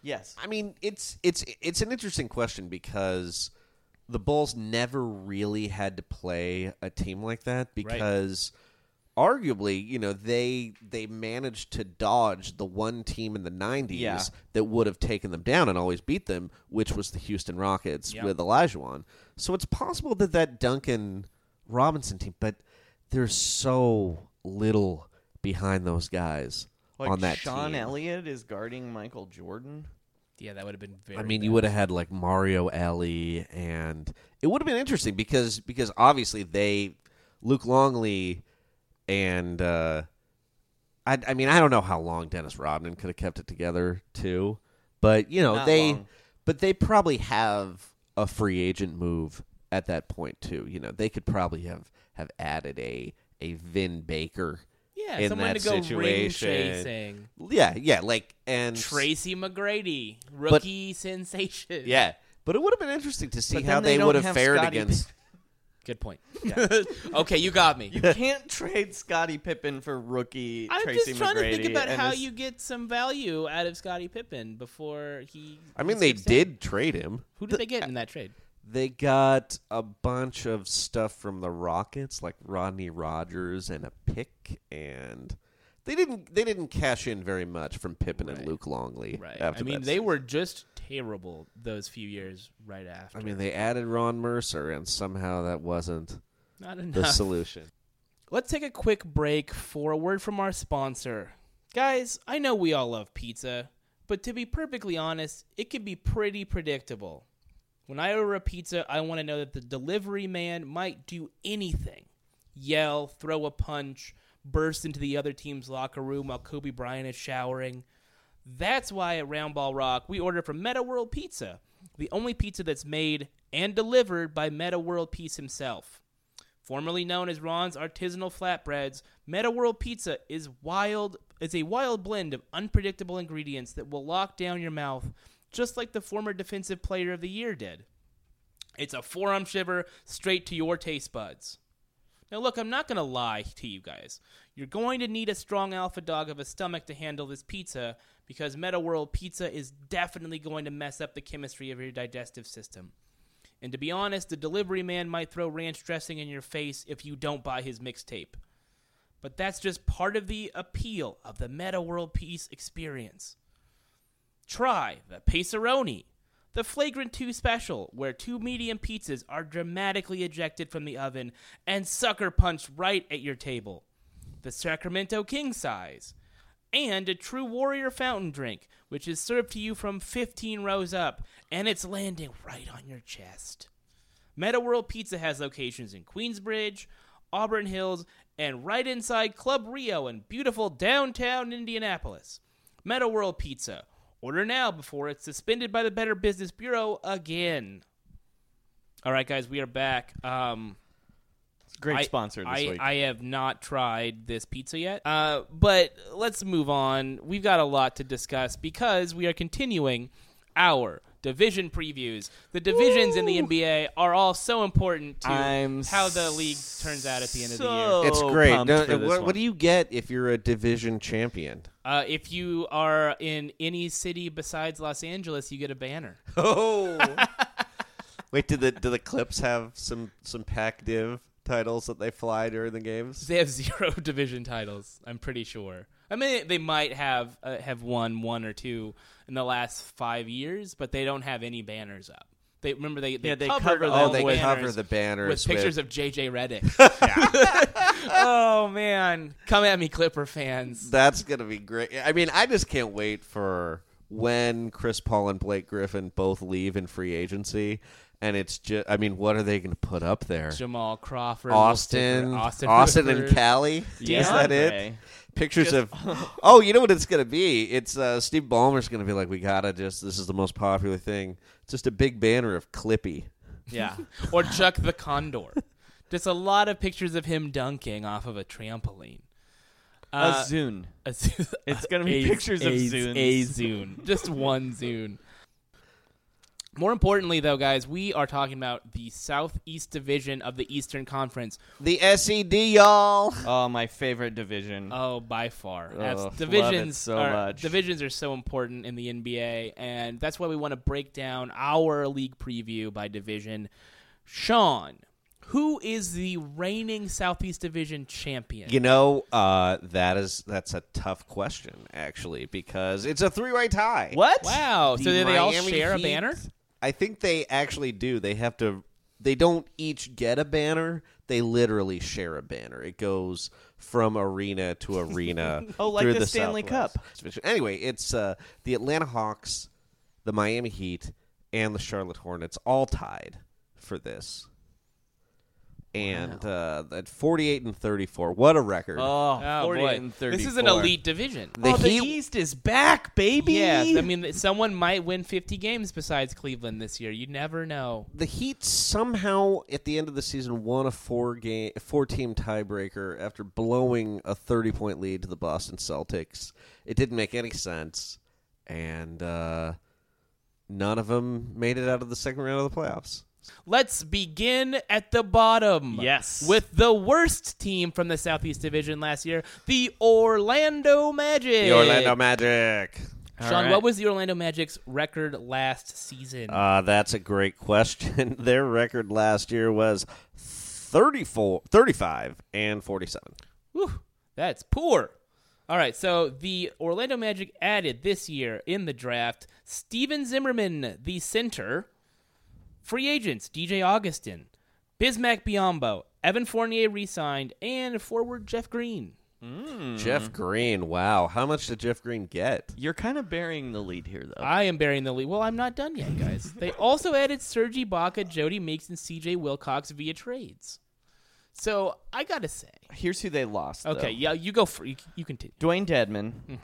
Speaker 4: Yes.
Speaker 3: I mean, it's it's it's an interesting question because the Bulls never really had to play a team like that because arguably, you know, they they managed to dodge the one team in the 90s
Speaker 4: Yeah.
Speaker 3: that would have taken them down and always beat them, which was the Houston Rockets
Speaker 2: Yep.
Speaker 3: with Olajuwon. So it's possible that that Duncan Robinson team, but there's so little behind those guys
Speaker 4: Like
Speaker 3: on that
Speaker 4: Sean
Speaker 3: team.
Speaker 4: Elliott is guarding Michael Jordan.
Speaker 2: Yeah, that would have been very.
Speaker 3: I mean, you
Speaker 2: bad.
Speaker 3: would have had like Mario Alley, and it would have been interesting because because obviously they Luke Longley and uh, I I mean I don't know how long Dennis Rodman could have kept it together too, but you know
Speaker 4: Not
Speaker 3: they
Speaker 4: long.
Speaker 3: but they probably have a free agent move at that point too. You know they could probably have have added a a Vin Baker.
Speaker 2: yeah,
Speaker 3: in
Speaker 2: someone
Speaker 3: that
Speaker 2: to go ring
Speaker 3: situation.
Speaker 2: chasing.
Speaker 3: Yeah, yeah, like and
Speaker 2: Tracy McGrady, rookie sensation.
Speaker 3: Yeah, but it would have been interesting to see
Speaker 4: But
Speaker 3: how
Speaker 4: then they
Speaker 3: they,
Speaker 4: don't
Speaker 3: would have
Speaker 4: have
Speaker 3: fared
Speaker 4: Scottie
Speaker 3: against.
Speaker 2: good point. okay, you got me.
Speaker 4: You can't trade Scottie Pippen for rookie
Speaker 2: I'm
Speaker 4: Tracy
Speaker 2: just trying to
Speaker 4: McGrady
Speaker 2: think about
Speaker 4: and
Speaker 2: how
Speaker 4: this-
Speaker 2: you get some value out of Scottie Pippen before he.
Speaker 3: I mean,
Speaker 2: he
Speaker 3: they
Speaker 2: skips out.
Speaker 3: did trade him.
Speaker 2: Who did they get in that trade?
Speaker 3: They got a bunch of stuff from the Rockets, like Rodney Rogers and a pick, and they didn't they didn't cash in very much from Pippen and Luke Longley.
Speaker 2: Right.
Speaker 3: After
Speaker 2: I mean,
Speaker 3: that
Speaker 2: they
Speaker 3: season.
Speaker 2: were just terrible those few years right after.
Speaker 3: I mean, they added Ron Mercer, and somehow that wasn't
Speaker 2: not
Speaker 3: the
Speaker 2: enough.
Speaker 3: solution.
Speaker 2: Let's take a quick break for a word from our sponsor. Guys, I know we all love pizza, but to be perfectly honest, it can be pretty predictable. When I order a pizza, I want to know that the delivery man might do anything yell, throw a punch, burst into the other team's locker room while Kobe Bryant is showering. That's why at Round Ball Rock, we order from Meta World Pizza, the only pizza that's made and delivered by Meta World Peace himself. Formerly known as Ron's Artisanal Flatbreads, Meta World Pizza is wild. It's a wild blend of unpredictable ingredients that will lock down your mouth, just like the former Defensive Player of the Year did. It's a forearm shiver straight to your taste buds. Now, look, I'm not going to lie to you guys. You're going to need a strong alpha dog of a stomach to handle this pizza because Meta World Pizza is definitely going to mess up the chemistry of your digestive system. And to be honest, the delivery man might throw ranch dressing in your face if you don't buy his mixtape. But that's just part of the appeal of the Meta World Peace experience. Try the Peceroni, the Flagrant 2 special, where two medium pizzas are dramatically ejected from the oven and sucker punched right at your table. The Sacramento King size, and a True Warrior fountain drink, which is served to you from 15 rows up, and it's landing right on your chest. Meta World Pizza has locations in Queensbridge, Auburn Hills, and right inside Club Rio in beautiful downtown Indianapolis. Meta World Pizza. Order now before it's suspended by the Better Business Bureau again. All right, guys, we are back. Um,
Speaker 4: Great
Speaker 2: I-
Speaker 4: sponsor this
Speaker 2: I,
Speaker 4: week.
Speaker 2: I have not tried this pizza yet. Uh, but let's move on. We've got a lot to discuss because we are continuing our division previews. The divisions in the NBA are all so important to
Speaker 4: I'm
Speaker 2: how the league turns out at the end of the
Speaker 4: so
Speaker 2: year.
Speaker 3: It's great.
Speaker 4: pumped
Speaker 3: No,
Speaker 4: for this
Speaker 3: what,
Speaker 4: one.
Speaker 3: what do you get if you're a division champion?
Speaker 2: Uh, if you are in any city besides Los Angeles, you get a banner.
Speaker 3: Oh. Wait, do the do the clips have some some pack div titles that they fly during the games?
Speaker 2: They have zero division titles. I'm pretty sure. I mean, they might have uh, have won one or two in the last five years, but they don't have any banners up. They remember they they,
Speaker 4: Yeah, they
Speaker 2: cover,
Speaker 4: cover
Speaker 2: them
Speaker 4: them
Speaker 3: Oh, they
Speaker 2: with
Speaker 3: cover the banners
Speaker 2: with pictures
Speaker 3: with-
Speaker 2: of JJ Reddick. oh man, come at me, Clipper fans.
Speaker 3: That's gonna be great. I mean, I just can't wait for when Chris Paul and Blake Griffin both leave in free agency, and it's just. I mean, what are they gonna put up there?
Speaker 2: Jamal Crawford,
Speaker 3: Austin,
Speaker 2: Will Sticker,
Speaker 3: Austin, and
Speaker 2: Rivers.
Speaker 3: Cali. Is that it?
Speaker 4: DeAndre.
Speaker 3: Pictures of. Oh, you know what it's gonna be? It's uh, Steve Ballmer's gonna be like, we gotta just. This is the most popular thing. It's just a big banner of Clippy.
Speaker 2: Yeah. Or Chuck the Condor. Just a lot of pictures of him dunking off of a trampoline.
Speaker 4: a
Speaker 2: uh,
Speaker 4: Zune. It's gonna be pictures of
Speaker 2: Zoom.
Speaker 4: Zunes.
Speaker 2: A Zune. Just one Zune. More importantly, though, guys, we are talking about the Southeast Division of the Eastern Conference.
Speaker 3: The SED, y'all.
Speaker 4: Oh, my favorite division.
Speaker 2: Oh, by far, Abs-
Speaker 4: love it
Speaker 2: divisions
Speaker 4: so
Speaker 2: are
Speaker 4: much.
Speaker 2: divisions are so important in the NBA, and that's why we want to break down our league preview by division. Sean, who is the reigning Southeast Division champion?
Speaker 3: You know, uh, that is that's a tough question actually because it's a three-way tie.
Speaker 4: what?
Speaker 2: Wow! so
Speaker 3: The
Speaker 2: do they all
Speaker 3: Miami
Speaker 2: share a
Speaker 3: Heat-
Speaker 2: banner?
Speaker 3: I think they actually do. They have to. They don't each get a banner. They literally share a banner. It goes from arena to arena.
Speaker 4: Oh, like
Speaker 3: through
Speaker 4: the Stanley
Speaker 3: Southwest.
Speaker 4: Cup.
Speaker 3: It's- Anyway, it's uh, the Atlanta Hawks, the Miami Heat, and the Charlotte Hornets all tied for this. And uh, at forty-eight and thirty-four, what a record!
Speaker 4: Oh,
Speaker 2: Oh
Speaker 4: 48
Speaker 2: boy,
Speaker 4: and 34.
Speaker 2: this is an elite division.
Speaker 3: The
Speaker 4: oh, the
Speaker 3: Heat-
Speaker 4: East is back, baby.
Speaker 2: Yes, I mean someone might win 50 games besides Cleveland this year. You never know.
Speaker 3: the Heat somehow at the end of the season won a four game four team tiebreaker after blowing a thirty point lead to the Boston Celtics. It didn't make any sense, and uh, none of them made it out of the second round of the playoffs.
Speaker 2: Let's begin at the bottom.
Speaker 4: Yes.
Speaker 2: With the worst team from the Southeast Division last year, the Orlando Magic.
Speaker 3: The Orlando Magic.
Speaker 2: Sean,
Speaker 4: All right.
Speaker 2: what was the Orlando Magic's record last season?
Speaker 3: Uh, that's a great question. Their record last year was 34, 35 and 47.
Speaker 2: Whew, that's poor. All right, so the Orlando Magic added this year in the draft Steven Zimmerman, the center, free agents DJ Augustin, Bismack Biombo, Evan Fournier re signed, and forward Jeff Green.
Speaker 3: Jeff Green, wow. How much did Jeff Green get?
Speaker 4: You're kind of burying the lead here, though.
Speaker 2: I am burying the lead. Well, I'm not done yet, guys. they also added Sergi Baca, Jody Meeks, and CJ Wilcox via trades. So I got to say,
Speaker 4: Here's who they lost.
Speaker 2: okay,
Speaker 4: though.
Speaker 2: yeah, you go for You, you continue. Mm-hmm.
Speaker 4: Dwayne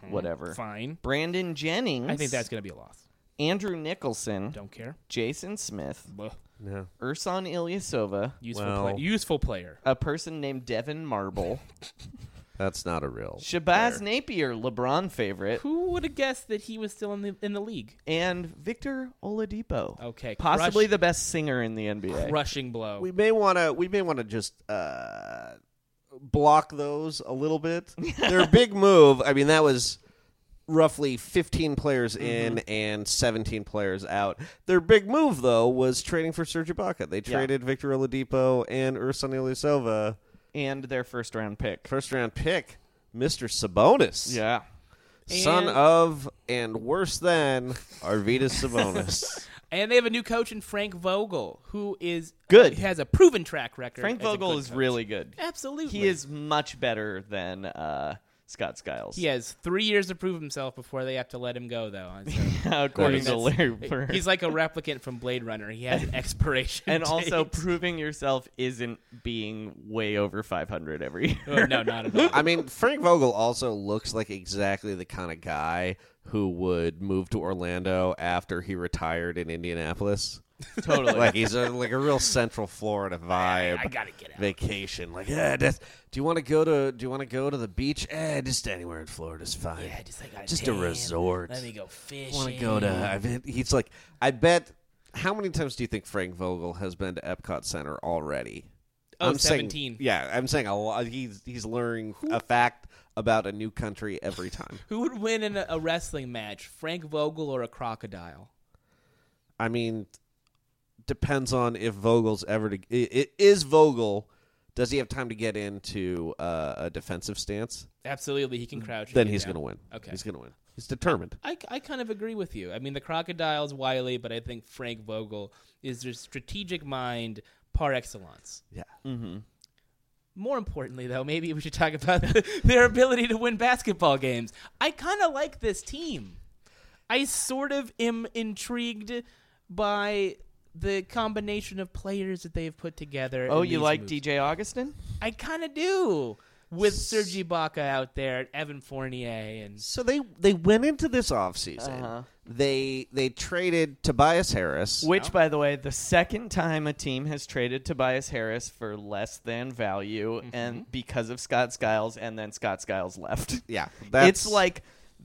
Speaker 4: Dedman, whatever. Mm-hmm.
Speaker 2: Fine.
Speaker 4: Brandon Jennings.
Speaker 2: I think that's going to be a loss.
Speaker 4: Andrew Nicholson.
Speaker 2: Don't care.
Speaker 4: Jason Smith.
Speaker 2: Blech.
Speaker 4: Ursan Ilyasova.
Speaker 2: Useful,
Speaker 3: Well-
Speaker 2: play- useful player.
Speaker 4: A person named Devin Marble.
Speaker 3: That's not a real.
Speaker 4: Shabazz Napier, LeBron favorite.
Speaker 2: Who would have guessed that he was still in the in the league?
Speaker 4: And Victor Oladipo.
Speaker 2: Okay,
Speaker 4: Possibly
Speaker 2: crush-
Speaker 4: the best singer in the NBA.
Speaker 2: Rushing blow.
Speaker 3: we may want to we may want to just uh, block those a little bit. Their big move. I mean, that was roughly 15 players in and 17 players out. Their big move though was trading for Serge Ibaka. They traded Victor Oladipo and Ursan Ilyasova,
Speaker 4: And their first round pick.
Speaker 3: first round pick, Mr. Sabonis.
Speaker 4: Yeah.
Speaker 3: Son
Speaker 2: And-
Speaker 3: of and worse than Arvidas Sabonis.
Speaker 2: and they have a new coach in Frank Vogel, who is
Speaker 4: Good.
Speaker 2: He has a proven track record.
Speaker 4: Frank
Speaker 2: as a
Speaker 4: Vogel
Speaker 2: good
Speaker 4: is
Speaker 2: coach.
Speaker 4: really good.
Speaker 2: Absolutely.
Speaker 4: He is much better than uh, Scott Skiles.
Speaker 2: He has three years to prove himself before they have to let him go, though. And so-
Speaker 4: According to
Speaker 2: That's-
Speaker 4: Larry Bird.
Speaker 2: He's like a replicant from Blade Runner. He has an expiration.
Speaker 4: and also
Speaker 2: date.
Speaker 4: proving yourself isn't being way over 500 every year.
Speaker 2: Oh, no, not at all.
Speaker 3: I mean, Frank Vogel also looks like exactly the kind of guy who would move to Orlando after he retired in Indianapolis.
Speaker 4: Totally.
Speaker 3: like he's a, like a real Central Florida vibe. I gotta get out. Vacation. Like, yeah, that's, do you want to go to? Do you want to go to the beach? Eh, just anywhere in Florida's fine. Yeah, just like just a resort. Let me go fishing. Want to go to? I bet, he's like, I bet. How many times do you think Frank Vogel has been to Epcot Center already?
Speaker 2: Oh,
Speaker 3: I'm saying-
Speaker 2: 17.
Speaker 3: yeah, I'm saying a lot. He's he's learning a fact about a new country every time.
Speaker 2: Who would win in a, a wrestling match, Frank Vogel or a crocodile?
Speaker 3: I mean, depends on if Vogel's ever to. It, it is Vogel. Does he have time to get into uh, a defensive stance?
Speaker 2: Absolutely, he can crouch. and
Speaker 3: Then
Speaker 2: get
Speaker 3: he's
Speaker 2: down.
Speaker 3: going to win.
Speaker 2: Okay.
Speaker 3: he's going to win. He's determined.
Speaker 2: I, I kind of agree with you. I mean, the crocodile's wily, but I think Frank Vogel is their strategic mind par excellence.
Speaker 3: Yeah.
Speaker 2: More importantly, though, maybe we should talk about their ability to win basketball games. I kind of like this team. I sort of am intrigued by the combination of players that they've put together.
Speaker 4: oh,
Speaker 2: in
Speaker 4: you
Speaker 2: these
Speaker 4: like
Speaker 2: moves.
Speaker 4: DJ Augustin?
Speaker 2: I kind of do. With Serge Ibaka out there, Evan Fournier, and
Speaker 3: So they they went into this offseason.
Speaker 2: Uh-huh.
Speaker 3: They they traded Tobias Harris.
Speaker 4: Which, by the way, the second time a team has traded Tobias Harris for less than value,
Speaker 3: Mm-hmm.
Speaker 4: and because of Scott Skiles, and then Scott Skiles left.
Speaker 3: Yeah, that's-
Speaker 4: it's like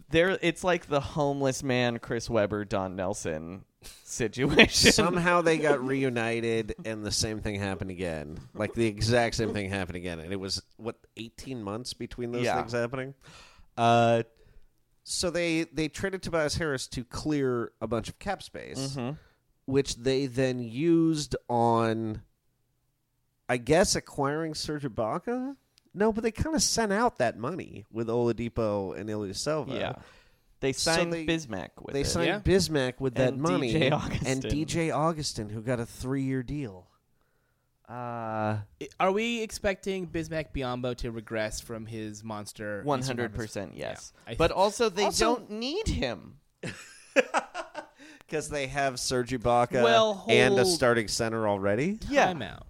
Speaker 4: there. It's like the homeless man Chris Webber, Don Nelson situation.
Speaker 3: Somehow they got reunited, and the same thing happened again. Like the exact same thing happened again, and it was what eighteen months between those
Speaker 4: Yeah.
Speaker 3: things happening. Uh, so they they traded Tobias Harris to clear a bunch of cap
Speaker 4: Mm-hmm.
Speaker 3: space, which they then used on, I guess, acquiring Serge Ibaka. No, but they kind of sent out that money with Oladipo and Ilya Selva.
Speaker 4: yeah, they
Speaker 3: So
Speaker 4: signed
Speaker 3: they-
Speaker 4: Bismack with
Speaker 3: They
Speaker 4: it.
Speaker 3: signed
Speaker 2: Yeah.
Speaker 3: Bismack with that
Speaker 4: And
Speaker 3: money
Speaker 4: DJ
Speaker 3: and
Speaker 4: Augustin.
Speaker 3: DJ Augustin, who got a three-year deal. Uh,
Speaker 2: Are we expecting Bismack Biombo to regress from his monster?
Speaker 4: One hundred percent, yes.
Speaker 2: Yeah, I
Speaker 4: but
Speaker 2: think-
Speaker 4: also, they
Speaker 3: Also-
Speaker 4: don't need him.
Speaker 3: because they have Serge Ibaka
Speaker 2: Well,
Speaker 3: and a
Speaker 2: hold-
Speaker 3: starting center already.
Speaker 4: Yeah.
Speaker 2: Timeout.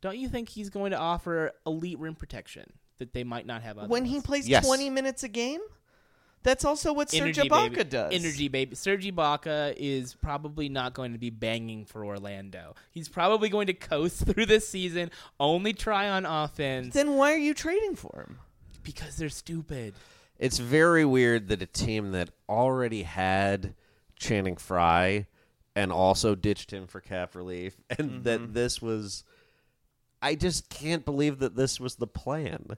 Speaker 2: Don't you think he's going to offer elite rim protection that they might not have otherwise?
Speaker 4: When he plays
Speaker 3: Yes.
Speaker 4: twenty minutes a game, that's also what Serge
Speaker 2: Energy
Speaker 4: Ibaka
Speaker 2: baby.
Speaker 4: does.
Speaker 2: Energy baby. Serge Ibaka is probably not going to be banging for Orlando. He's probably going to coast through this season, only try on offense
Speaker 4: Then why are you trading for him?
Speaker 2: because they're stupid.
Speaker 3: It's very weird that a team that already had Channing Frye and also ditched him for cap relief, and
Speaker 4: Mm-hmm.
Speaker 3: that this was. I just can't believe that this was the plan.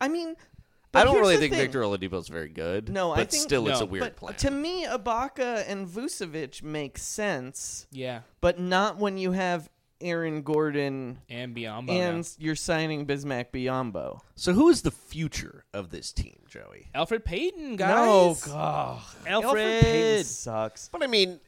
Speaker 4: I mean,
Speaker 3: I
Speaker 4: but
Speaker 3: don't
Speaker 4: here's
Speaker 3: really
Speaker 4: the
Speaker 3: think
Speaker 4: thing.
Speaker 3: Victor Oladipo is very good.
Speaker 4: No, I
Speaker 3: but
Speaker 4: think-
Speaker 3: still, it's
Speaker 2: no,
Speaker 3: a weird
Speaker 4: but
Speaker 3: plan.
Speaker 4: To me, Ibaka and Vucevic make sense,
Speaker 2: Yeah,
Speaker 4: but not when you have Aaron Gordon
Speaker 2: and Biombo.
Speaker 4: and
Speaker 2: now.
Speaker 4: you're signing Bismack Biombo.
Speaker 3: so, who is the future of this team, Joey?
Speaker 2: Alfred Payton, guys.
Speaker 4: God,
Speaker 2: Alfred Payton
Speaker 4: sucks.
Speaker 3: But I mean,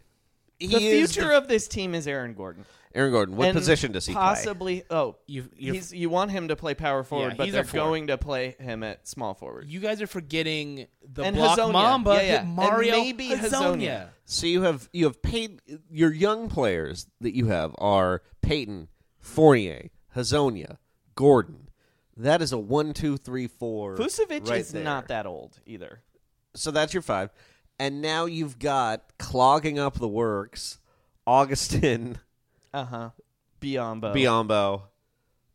Speaker 3: he
Speaker 4: The
Speaker 3: is
Speaker 4: future of this team is Aaron Gordon.
Speaker 3: Aaron Gordon. What
Speaker 4: And
Speaker 3: position does he
Speaker 4: possibly, Oh,
Speaker 2: You-
Speaker 4: you
Speaker 2: you're-
Speaker 4: he's, you want him to play power forward,
Speaker 2: Yeah,
Speaker 4: but
Speaker 2: he's a
Speaker 4: they're
Speaker 2: four.
Speaker 4: going to play him at small forward.
Speaker 2: You guys are forgetting the
Speaker 4: And
Speaker 2: block
Speaker 4: Hazonia.
Speaker 2: Mamba
Speaker 4: Yeah,
Speaker 2: hit
Speaker 4: yeah. And
Speaker 2: Mario
Speaker 4: maybe
Speaker 2: Hazonia.
Speaker 4: Hazonia.
Speaker 3: play? So you have you have paid your young players that you have are Peyton, Fournier, Hazonia, Gordon. That is a one, two, three, four.
Speaker 4: Vucevic
Speaker 3: right
Speaker 4: is
Speaker 3: there.
Speaker 4: not that old either.
Speaker 3: So that's your five, and now you've got clogging up the works. Augustin,
Speaker 4: Uh huh. Biombo.
Speaker 3: Biombo.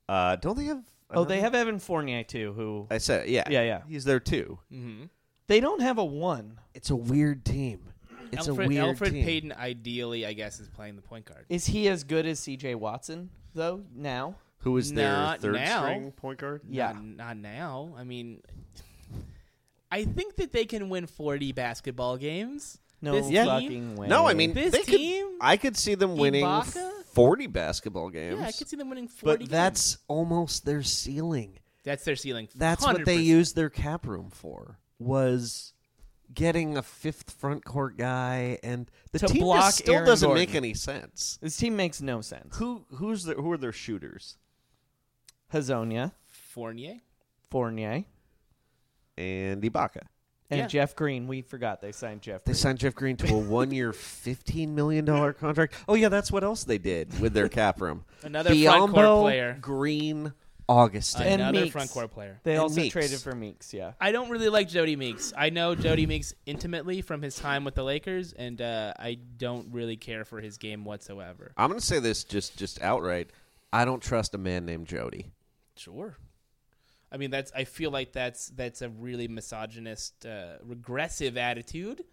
Speaker 3: Uh, don't they have?
Speaker 4: Oh, they have Evan Fournier too, who
Speaker 3: I said, yeah,
Speaker 4: Yeah, yeah.
Speaker 3: He's there too.
Speaker 2: Mm-hmm.
Speaker 4: they don't have a one.
Speaker 3: It's a weird team. It's a
Speaker 2: Alfred,
Speaker 3: weird
Speaker 2: Alfred
Speaker 3: team.
Speaker 2: Payton, ideally, I guess, is playing the point guard.
Speaker 4: Is he as good as C.J. Watson though? Now,
Speaker 3: Who is their
Speaker 2: Not
Speaker 3: third
Speaker 2: now.
Speaker 3: string point guard?
Speaker 4: yeah.
Speaker 2: Not, not now. I mean, I think that they can win 40 basketball games.
Speaker 4: No
Speaker 2: This
Speaker 4: Yeah.
Speaker 2: team,
Speaker 4: fucking way.
Speaker 3: No, I mean
Speaker 2: This
Speaker 3: they
Speaker 2: team,
Speaker 3: Could, I could see them winning
Speaker 2: Ibaka?
Speaker 3: forty basketball games.
Speaker 2: Yeah, I could see them winning 40
Speaker 3: but
Speaker 2: games.
Speaker 3: that's almost their ceiling.
Speaker 2: That's their ceiling.
Speaker 3: That's what they
Speaker 2: 100%.
Speaker 3: used their cap room for was getting a fifth front court guy, and the
Speaker 4: To
Speaker 3: team
Speaker 4: block
Speaker 3: just still
Speaker 4: Aaron
Speaker 3: doesn't
Speaker 4: Gordon.
Speaker 3: make any sense.
Speaker 4: This team makes no sense.
Speaker 3: Who who's the, who are their shooters?
Speaker 4: Hazonia,
Speaker 2: Fournier.
Speaker 4: Fournier,
Speaker 3: And Ibaka.
Speaker 4: and
Speaker 2: Yeah.
Speaker 4: Jeff Green. We forgot they signed Jeff.
Speaker 3: They
Speaker 4: Green.
Speaker 3: signed Jeff Green to a one-year, fifteen million dollar contract. Oh yeah, that's what else they did with their cap room.
Speaker 2: Another front court
Speaker 3: Biombo,
Speaker 2: player.
Speaker 3: Green, Augustin.
Speaker 4: And
Speaker 2: Another
Speaker 4: Meeks.
Speaker 2: front court player.
Speaker 4: They
Speaker 3: And
Speaker 4: also
Speaker 3: Meeks.
Speaker 4: traded for Meeks, yeah.
Speaker 2: I don't really like Jody Meeks. I know Jody Meeks intimately from his time with the Lakers, and uh, I don't really care for his game whatsoever.
Speaker 3: I'm going to say this just just outright. I don't trust a man named Jody.
Speaker 2: Sure. I mean, that's. I feel like that's that's a really misogynist, uh, regressive attitude.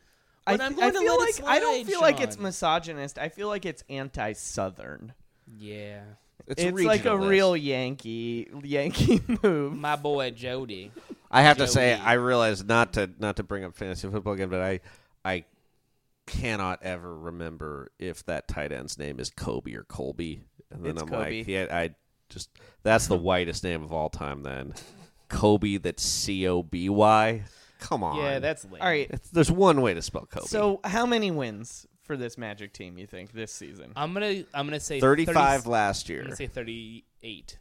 Speaker 4: I,
Speaker 2: But I'm
Speaker 4: f- I
Speaker 2: gonna
Speaker 4: feel
Speaker 2: let
Speaker 4: like
Speaker 2: it
Speaker 4: I don't
Speaker 2: slide,
Speaker 4: feel like it's
Speaker 2: Sean.
Speaker 4: misogynist. I feel like it's anti-Southern.
Speaker 2: Yeah,
Speaker 3: It's,
Speaker 4: It's, like a
Speaker 3: regionalist.
Speaker 4: real Yankee Yankee move.
Speaker 2: my boy Jody.
Speaker 3: I have to say,
Speaker 2: Jody.
Speaker 3: I realize not to not to bring up fantasy football again, but I I cannot ever remember if that tight end's name is Kobe or Colby. And then
Speaker 4: It's
Speaker 3: I'm
Speaker 4: Kobe.
Speaker 3: like, yeah, I just that's the whitest name of all time. Then Kobe, that's C O B Y. Come on,
Speaker 2: Yeah, that's lame.
Speaker 4: All right.
Speaker 3: It's- there's one way to spell Kobe.
Speaker 4: So how many wins for this Magic team you think this season?
Speaker 2: I'm gonna I'm gonna say
Speaker 3: 35
Speaker 2: 30
Speaker 3: last
Speaker 2: I'm
Speaker 3: year.
Speaker 2: gonna say 38.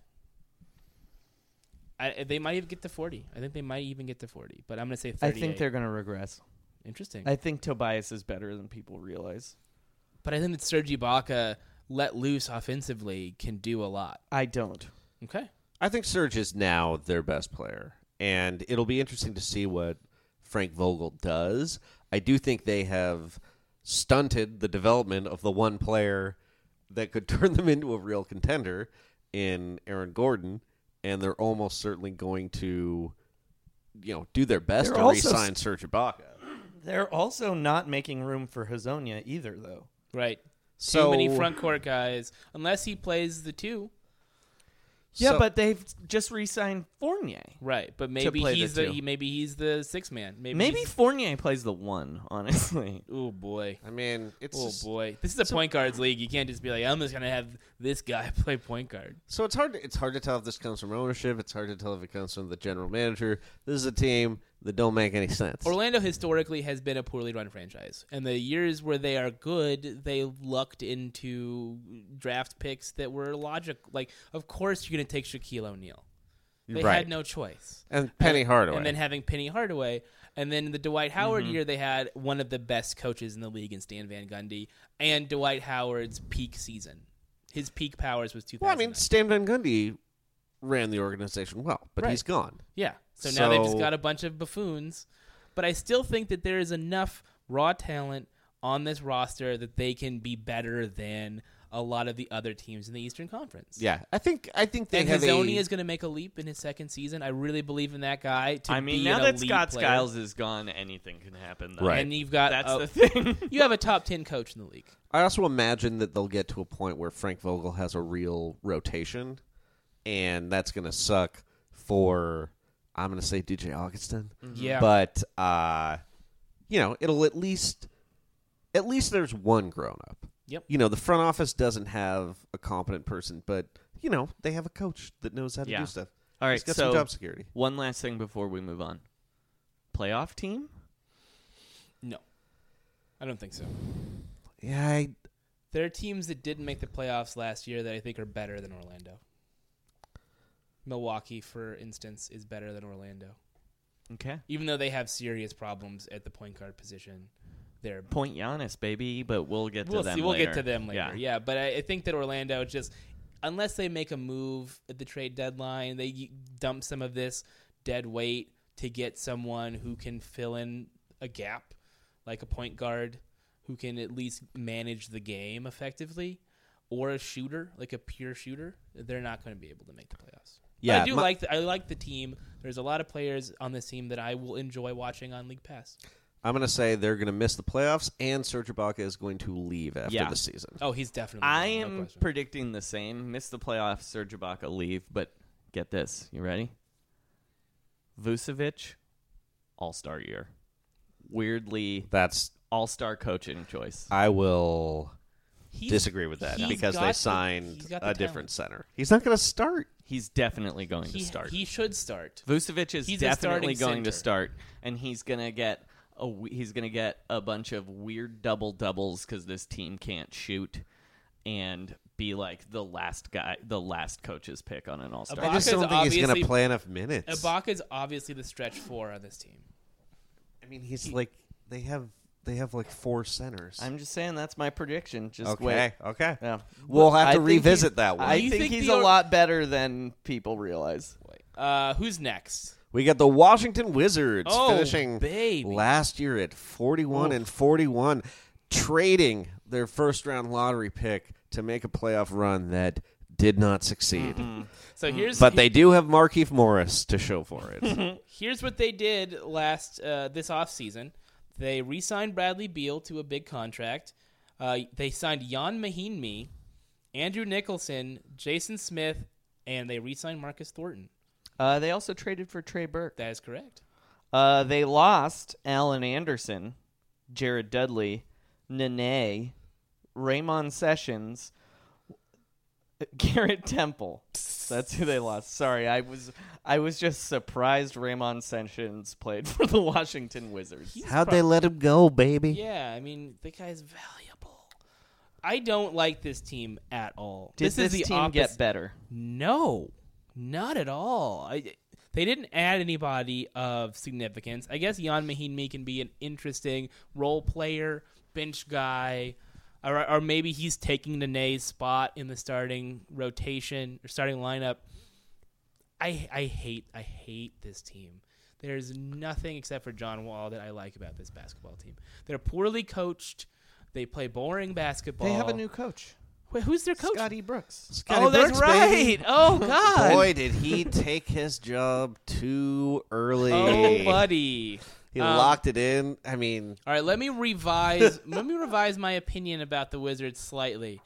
Speaker 2: I, they might even get to 40. I think they might even get to 40, but I'm gonna say 38.
Speaker 4: I think they're going to regress.
Speaker 2: interesting.
Speaker 4: I think Tobias is better than people realize.
Speaker 2: but I think that Serge Ibaka let loose offensively can do a lot.
Speaker 4: I don't.
Speaker 2: Okay.
Speaker 3: I think Serge is now their best player, and it'll be interesting to see what Frank Vogel does. I do think they have stunted the development of the one player that could turn them into a real contender in Aaron Gordon, and they're almost certainly going to, you know, do their best
Speaker 4: They're
Speaker 3: to
Speaker 4: also-
Speaker 3: re-sign Serge Ibaka.
Speaker 4: They're also not making room for Hazonia either, though.
Speaker 2: Right.
Speaker 3: So
Speaker 2: Too many front court guys, unless he plays the two.
Speaker 4: Yeah,
Speaker 3: So-
Speaker 4: but they've just re-signed Fournier.
Speaker 2: Right, but maybe
Speaker 4: play the
Speaker 2: he's the,
Speaker 4: two.
Speaker 2: he- maybe he's the six man. Maybe,
Speaker 4: Maybe
Speaker 2: he's-
Speaker 4: Fournier plays the one. Honestly,
Speaker 2: oh boy,
Speaker 3: I mean, it's
Speaker 2: oh
Speaker 3: just-
Speaker 2: boy, this is a point guards league. You can't just be like, I'm just gonna have this guy play point guard.
Speaker 3: So it's hard. To, it's hard to tell if this comes from ownership. It's hard to tell if it comes from the general manager. This is a team that don't make any sense.
Speaker 2: Orlando historically has been a poorly run franchise, and the years where they are good, they lucked into draft picks that were logic. Like, of course, you're going to take Shaquille O'Neal. They
Speaker 3: Right.
Speaker 2: had no choice.
Speaker 3: and Penny Hardaway. Mm-hmm.
Speaker 2: And then having Penny Hardaway, and then the Dwight Howard year, they had one of the best coaches in the league in Stan Van Gundy, and Dwight Howard's peak season. His peak powers was 2000.
Speaker 3: well, I mean, Stan Van Gundy ran the organization well, but
Speaker 2: Right.
Speaker 3: he's gone.
Speaker 2: Yeah. So, now they've just
Speaker 3: So-
Speaker 2: got a bunch of buffoons. But I still think that there is enough raw talent on this roster that they can be better than a lot of the other teams in the Eastern Conference.
Speaker 3: Yeah, I think I think they
Speaker 2: And
Speaker 3: have a,
Speaker 2: Hazonia is going to make a leap in his second season. I really believe in that guy. To
Speaker 4: I mean,
Speaker 2: be
Speaker 4: now
Speaker 2: an
Speaker 4: that
Speaker 2: elite
Speaker 4: Scott
Speaker 2: player.
Speaker 4: Skiles is gone, anything can happen. Though.
Speaker 3: Right.
Speaker 2: and you've got
Speaker 4: That's
Speaker 2: a-
Speaker 4: the thing.
Speaker 2: you have a top ten coach in the league.
Speaker 3: I also imagine that they'll get to a point where Frank Vogel has a real rotation, and that's going to suck for I'm going to say DJ Augustin.
Speaker 2: Yeah.
Speaker 3: but uh, you know, it'll at least at least there's one grown up.
Speaker 2: Yep.
Speaker 3: You know, the front office doesn't have a competent person, but you know they have a coach that knows how to
Speaker 4: Yeah.
Speaker 3: do stuff.
Speaker 4: All right,
Speaker 3: He's got
Speaker 4: so
Speaker 3: some job security.
Speaker 4: one last thing before we move on. Playoff team?
Speaker 2: No, I don't think so.
Speaker 3: Yeah, I,
Speaker 2: There are teams that didn't make the playoffs last year that I think are better than Orlando. Milwaukee, for instance, is better than Orlando,
Speaker 4: Okay.
Speaker 2: even though they have serious problems at the point guard position. They're
Speaker 4: Point Giannis, baby, but we'll get
Speaker 2: we'll
Speaker 4: to them
Speaker 2: see. We'll
Speaker 4: later.
Speaker 2: get to them later. Yeah,
Speaker 4: Yeah.
Speaker 2: but I, I think that Orlando just, unless they make a move at the trade deadline, they y- dump some of this dead weight to get someone who can fill in a gap, like a point guard who can at least manage the game effectively, or a shooter, like a pure shooter. They're not going to be able to make the playoffs. But
Speaker 3: yeah.
Speaker 2: I do
Speaker 3: my-
Speaker 2: like the, I like the team. There's a lot of players on this team that I will enjoy watching on League Pass.
Speaker 3: I'm going to say they're going to miss the playoffs, and Serge Ibaka is going to leave after
Speaker 4: Yeah.
Speaker 3: the season.
Speaker 2: Oh, he's definitely.
Speaker 4: I
Speaker 2: no
Speaker 4: am
Speaker 2: question.
Speaker 4: predicting the same. Miss the playoffs, Serge Ibaka leave, but get this. You ready? Vucevic, All Star year. Weirdly,
Speaker 3: That's
Speaker 4: All Star coaching choice.
Speaker 3: I will
Speaker 2: He's-
Speaker 3: disagree with that
Speaker 2: he's
Speaker 3: because
Speaker 2: got
Speaker 3: they
Speaker 2: the-
Speaker 3: signed
Speaker 2: he's
Speaker 3: a
Speaker 2: got the
Speaker 3: different
Speaker 2: talent.
Speaker 3: center. He's not going to start.
Speaker 4: He's definitely going
Speaker 2: He,
Speaker 4: to start.
Speaker 2: he should start.
Speaker 4: Vucevic is
Speaker 2: He's a
Speaker 4: definitely
Speaker 2: starting
Speaker 4: going to
Speaker 2: center.
Speaker 4: start, and he's gonna get a w- he's gonna get a bunch of weird double doubles because this team can't shoot, and be like the last guy, the last coach's pick on an All Star.
Speaker 3: I just
Speaker 2: Ibaka's
Speaker 3: don't think he's going
Speaker 2: obviously-
Speaker 3: to play enough minutes.
Speaker 2: Ibaka's obviously the stretch four on this team.
Speaker 3: I mean, he's like they have They have like four centers.
Speaker 4: I'm just saying that's my prediction. Just
Speaker 3: okay.
Speaker 4: wait.
Speaker 3: Okay.
Speaker 4: Yeah.
Speaker 3: We'll
Speaker 4: But
Speaker 3: have
Speaker 4: I
Speaker 3: to
Speaker 4: think
Speaker 3: revisit
Speaker 4: he's-
Speaker 3: that one.
Speaker 4: I
Speaker 2: you
Speaker 4: think,
Speaker 2: think
Speaker 4: he's
Speaker 2: the
Speaker 4: a
Speaker 2: or-
Speaker 4: lot better than people realize.
Speaker 2: Uh, who's next?
Speaker 3: We got the Washington Wizards
Speaker 2: Oh,
Speaker 3: finishing
Speaker 2: baby.
Speaker 3: last year at 41 and 41, trading their first round lottery pick to make a playoff run that did not succeed.
Speaker 2: So here's
Speaker 3: But they do have Markeith Morris to show for it.
Speaker 2: here's what they did last uh, this offseason. They re-signed Bradley Beal to a big contract. Uh, they signed Jan Mahinmi, Andrew Nicholson, Jason Smith, and they re-signed Marcus Thornton.
Speaker 4: Uh, they also traded for Trey Burke.
Speaker 2: That is correct.
Speaker 4: Uh, they lost Alan Anderson, Jared Dudley, Nene, Raymond Sessions, Garrett Temple. That's who they lost. Sorry, I was I was just surprised Raymond Sessions played for the Washington Wizards.
Speaker 3: How'd they let him go, baby?
Speaker 2: Yeah, I mean the guy's valuable. I don't like this team at all.
Speaker 4: Did this,
Speaker 2: is the
Speaker 4: team get
Speaker 2: opposite-
Speaker 4: better?
Speaker 2: No, not at all. I, they didn't add anybody of significance. I guess Jan Mahinmi can be an interesting role player, bench guy, or, or maybe he's taking Nene's spot in the starting rotation or starting lineup. I I hate I hate this team. There's nothing except for John Wall that I like about this basketball team. They're poorly coached. They play boring basketball.
Speaker 4: They have a new coach,
Speaker 2: Wait, who's their coach?
Speaker 4: Scotty Brooks.
Speaker 3: Scotty
Speaker 2: oh, that's
Speaker 3: Brooks,
Speaker 2: right.
Speaker 3: baby.
Speaker 2: Oh God.
Speaker 3: Boy, did he take his job too early.
Speaker 2: Oh, buddy.
Speaker 3: He
Speaker 2: Um,
Speaker 3: locked it in. I mean,
Speaker 2: All right, let me revise. let me revise my opinion about the Wizards slightly.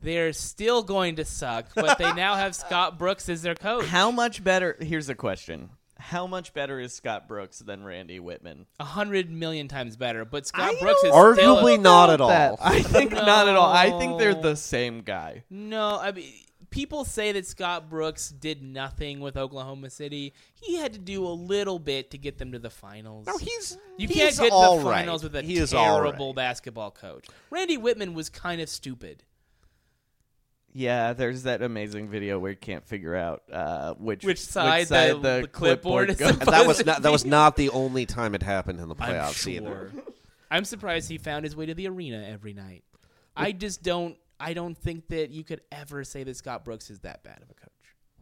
Speaker 2: They're still going to suck, but they now have Scott Brooks as their coach.
Speaker 4: How much better? Here's a question: How much better is Scott Brooks than Randy Whitman?
Speaker 2: A hundred million times better, but Scott Brooks is still
Speaker 3: arguably not at all.
Speaker 4: That- I think not at all. I think they're the same guy.
Speaker 2: no. I mean, people say that Scott Brooks did nothing with Oklahoma City. He had to do a little bit to get them to the finals.
Speaker 3: No, he's
Speaker 2: You
Speaker 3: he's
Speaker 2: can't get
Speaker 3: all
Speaker 2: the
Speaker 3: right.
Speaker 2: finals with a
Speaker 3: he is all
Speaker 2: terrible
Speaker 3: right.
Speaker 2: basketball coach. Randy Whitman was kind of stupid.
Speaker 4: Yeah, there's that amazing video where you can't figure out uh, which
Speaker 2: Which side the- the clipboard is
Speaker 4: goes.
Speaker 2: on.
Speaker 3: And that was not that was not the only time it happened in the
Speaker 2: I'm
Speaker 3: playoffs
Speaker 2: sure.
Speaker 3: either.
Speaker 2: I'm surprised he found his way to the arena every night. I just don't. I don't think that you could ever say that Scott Brooks is that bad of a coach.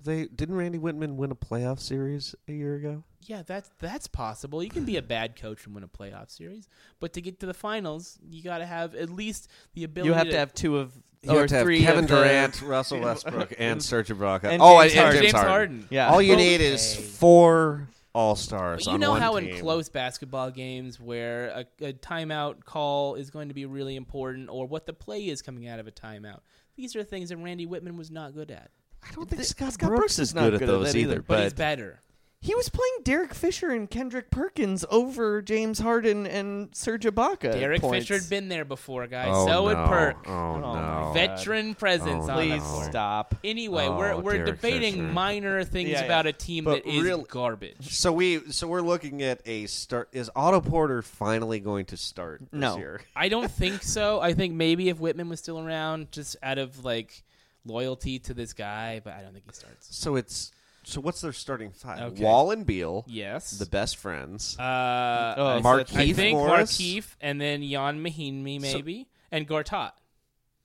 Speaker 3: They didn't Randy Whitman win a playoff series a year ago?
Speaker 2: Yeah, that's that's possible. You can be a bad coach and win a playoff series, but to get to the finals, you got to have at least the ability.
Speaker 4: You have to have two of
Speaker 3: You
Speaker 4: or
Speaker 3: have to have
Speaker 4: three
Speaker 3: Kevin
Speaker 4: of the-
Speaker 3: Durant, Russell Westbrook, and Serge Ibaka.
Speaker 4: and
Speaker 3: oh,
Speaker 4: James
Speaker 3: and, and
Speaker 4: Harden.
Speaker 3: James,
Speaker 2: James
Speaker 3: Harden.
Speaker 2: Harden.
Speaker 4: Yeah.
Speaker 3: All you need is four All Stars.
Speaker 2: But you know how in close basketball games where a, a timeout call is going to be really important, or what the play is coming out of a timeout. These are things that Randy Whitman was not good at,
Speaker 3: I don't think Scott,
Speaker 4: Brooks
Speaker 3: Brooks
Speaker 4: is
Speaker 3: is
Speaker 4: not
Speaker 3: good at
Speaker 4: good at
Speaker 3: those
Speaker 4: that either,
Speaker 3: either.
Speaker 2: but he's
Speaker 3: But
Speaker 2: better.
Speaker 4: He was playing Derek Fisher and Kendrick Perkins over James Harden and Serge Ibaka. at
Speaker 2: Derek
Speaker 4: points.
Speaker 2: Fisher had been there before, guys.
Speaker 3: oh, no.
Speaker 2: so had Perk.
Speaker 3: Oh no!
Speaker 2: Veteran presence
Speaker 3: Oh,
Speaker 2: on the
Speaker 4: Please
Speaker 2: court.
Speaker 4: stop.
Speaker 2: Anyway,
Speaker 3: Oh,
Speaker 2: we're we're
Speaker 3: Derek
Speaker 2: debating
Speaker 3: Fisher.
Speaker 2: minor things
Speaker 4: Yeah, yeah.
Speaker 2: about a team
Speaker 3: But
Speaker 2: that is
Speaker 3: real-
Speaker 2: garbage.
Speaker 3: So we so we're looking at a start. Is Otto Porter finally going to start this
Speaker 4: No.
Speaker 3: year?
Speaker 2: I don't think so. I think maybe if Whitman was still around, just out of like loyalty to this guy, but I don't think he starts.
Speaker 3: So it's so what's their starting five?
Speaker 2: Okay.
Speaker 3: Wall and Beal,
Speaker 2: Yes.
Speaker 3: the best friends.
Speaker 2: uh, I-
Speaker 3: Markeith
Speaker 2: I think
Speaker 3: Morris?
Speaker 2: Markeith and then Jan Mahinmi maybe and Gortat.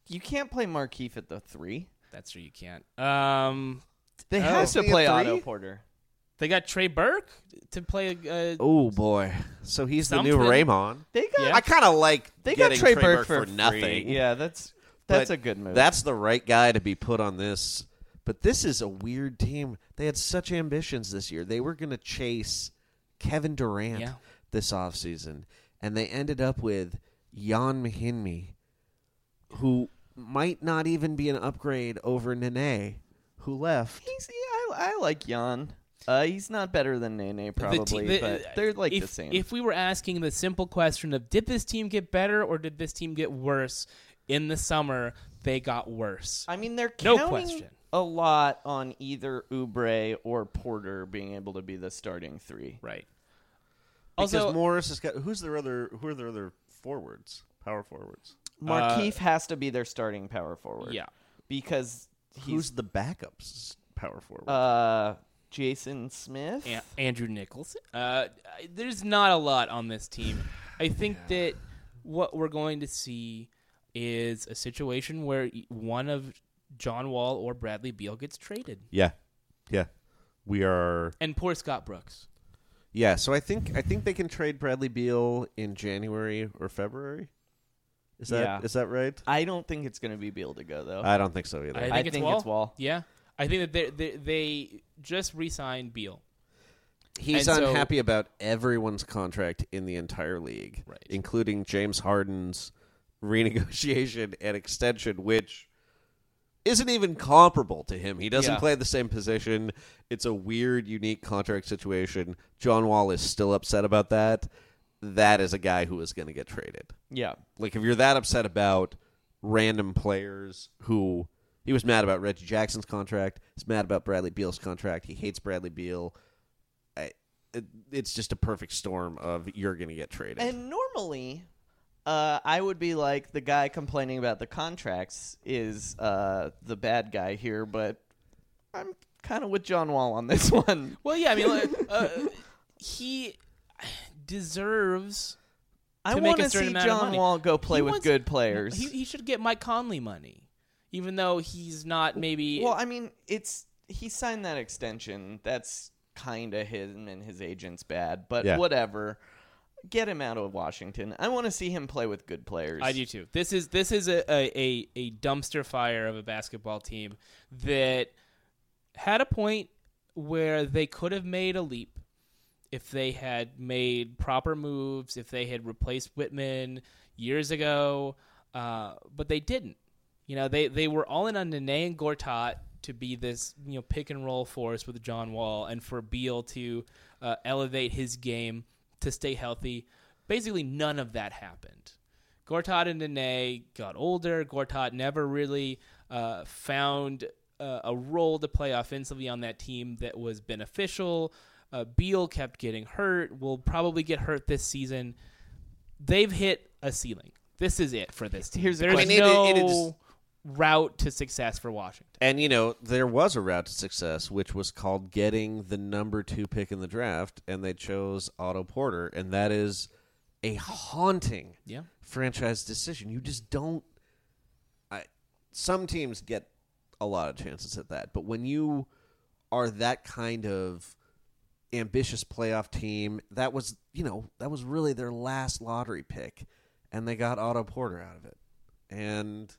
Speaker 4: You can't play Markeef at the three.
Speaker 2: That's true. You can't. Um,
Speaker 4: They
Speaker 3: Oh.
Speaker 4: have to
Speaker 3: Only a
Speaker 4: play
Speaker 3: three?
Speaker 4: Otto Porter.
Speaker 2: they got Trey Burke to play. Uh,
Speaker 3: oh boy! So he's the new
Speaker 2: Something.
Speaker 3: Raymond.
Speaker 4: They got
Speaker 3: I kind of like
Speaker 4: they got
Speaker 3: getting
Speaker 4: Trey,
Speaker 3: Burke, for,
Speaker 4: free.
Speaker 3: nothing.
Speaker 4: Yeah, that's
Speaker 3: but
Speaker 4: that's a good move.
Speaker 3: That's the right guy to be put on this. But this is a weird team. They had such ambitions this year. They were going to chase Kevin Durant
Speaker 2: Yeah.
Speaker 3: this offseason, and they ended up with Jan Mahinmi, who might not even be an upgrade over Nene, who left.
Speaker 4: He's, yeah, I, I like Jan. Uh, he's not better than Nene
Speaker 2: the te-
Speaker 4: probably,
Speaker 2: the-
Speaker 4: but they're like
Speaker 2: if,
Speaker 4: the same.
Speaker 2: If we were asking the simple question of did this team get better or did this team get worse in the summer, they got worse.
Speaker 4: I mean, they're
Speaker 2: No
Speaker 4: counting
Speaker 2: question.
Speaker 4: a lot on either Ubre or Porter being able to be the starting three.
Speaker 2: right.
Speaker 3: Because
Speaker 2: Also,
Speaker 3: Morris has got who's their other who are their other forwards? Power forwards.
Speaker 4: Markeef has to be their starting power forward.
Speaker 2: Uh, yeah.
Speaker 4: because
Speaker 3: who's
Speaker 4: he's
Speaker 3: the backups power forward?
Speaker 4: uh, Jason Smith.
Speaker 2: An- Andrew Nicholson. Uh, there's not a lot on this team. I think that what we're going to see is a situation where e- one of John Wall or Bradley Beal gets traded,
Speaker 3: Yeah, yeah. We are.
Speaker 2: and poor Scott Brooks.
Speaker 3: Yeah, so I think I think they can trade Bradley Beal in January or February. Is that is
Speaker 4: Yeah.
Speaker 3: that right?
Speaker 4: I don't think it's going to be Beal to go though.
Speaker 3: I don't think so either.
Speaker 2: I think, it's,
Speaker 4: think
Speaker 2: Wall.
Speaker 4: it's Wall.
Speaker 2: Yeah, I think that they they, they just re-signed Beal.
Speaker 3: He's
Speaker 2: And so-
Speaker 3: unhappy about everyone's contract in the entire league,
Speaker 2: Right.
Speaker 3: including James Harden's renegotiation and extension, which isn't even comparable to him. He doesn't
Speaker 2: Yeah.
Speaker 3: play the same position. It's a weird, unique contract situation. John Wall is still upset about that. That is a guy who is going to get traded.
Speaker 4: yeah.
Speaker 3: Like if you're that upset about random players who he was mad about Reggie Jackson's contract, he's mad about Bradley Beal's contract. He hates Bradley Beal. I, it, it's just a perfect storm of you're going to get traded.
Speaker 4: And normally, uh, I would be like the guy complaining about the contracts is uh, the bad guy here, but I'm kind of with John Wall on this one.
Speaker 2: Well, yeah, I mean, like, uh, he deserves.
Speaker 4: I
Speaker 2: to make
Speaker 4: want
Speaker 2: a
Speaker 4: to
Speaker 2: certain
Speaker 4: see
Speaker 2: amount of
Speaker 4: John
Speaker 2: money.
Speaker 4: Wall go play
Speaker 2: He
Speaker 4: with
Speaker 2: wants-
Speaker 4: good players.
Speaker 2: He, he should get Mike Conley money, even though he's not maybe.
Speaker 4: well, I mean, it's he signed that extension. That's kind of him and his agent's bad, but
Speaker 3: Yeah.
Speaker 4: whatever. Get him out of Washington. I want to see him play with good players.
Speaker 2: I do too. This is this is a, a, a, a dumpster fire of a basketball team that had a point where they could have made a leap if they had made proper moves, if they had replaced Whitman years ago, uh, but they didn't. You know, they, they were all in on Nene and Gortat to be this you know pick and roll force with John Wall, and for Beal to uh, elevate his game to stay healthy. Basically, none of that happened. Gortat and Nene got older. Gortat never really uh, found uh, a role to play offensively on that team that was beneficial. Uh, Beal kept getting hurt. Will probably get hurt this season. They've hit a ceiling. This is it for this team.
Speaker 4: Here's the
Speaker 2: There's
Speaker 4: question.
Speaker 2: no
Speaker 3: I mean, it- it is-
Speaker 2: route to success for Washington.
Speaker 3: And you know, there was a route to success, which was called getting the number two pick in the draft, and they chose Otto Porter, and that is a haunting
Speaker 2: Yeah.
Speaker 3: franchise decision. You just don't. I some teams get a lot of chances at that, but when you are that kind of ambitious playoff team, that was you know that was really their last lottery pick, and they got Otto Porter out of it, and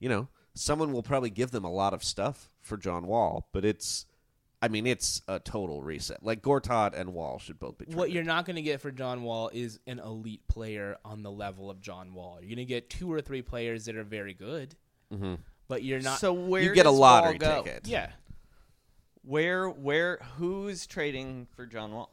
Speaker 3: you know, someone will probably give them a lot of stuff for John Wall, but it's, I mean, it's a total reset. Like Gortat and Wall should both be.
Speaker 2: What
Speaker 3: traded.
Speaker 2: you're not going to get for John Wall is an elite player on the level of John Wall. You're going to get two or three players that are very good,
Speaker 3: Mm-hmm.
Speaker 2: but you're not.
Speaker 4: so where
Speaker 3: you get a
Speaker 4: does Wall
Speaker 3: lottery
Speaker 4: go?
Speaker 3: ticket.
Speaker 2: yeah,
Speaker 4: Where where who's trading for John Wall?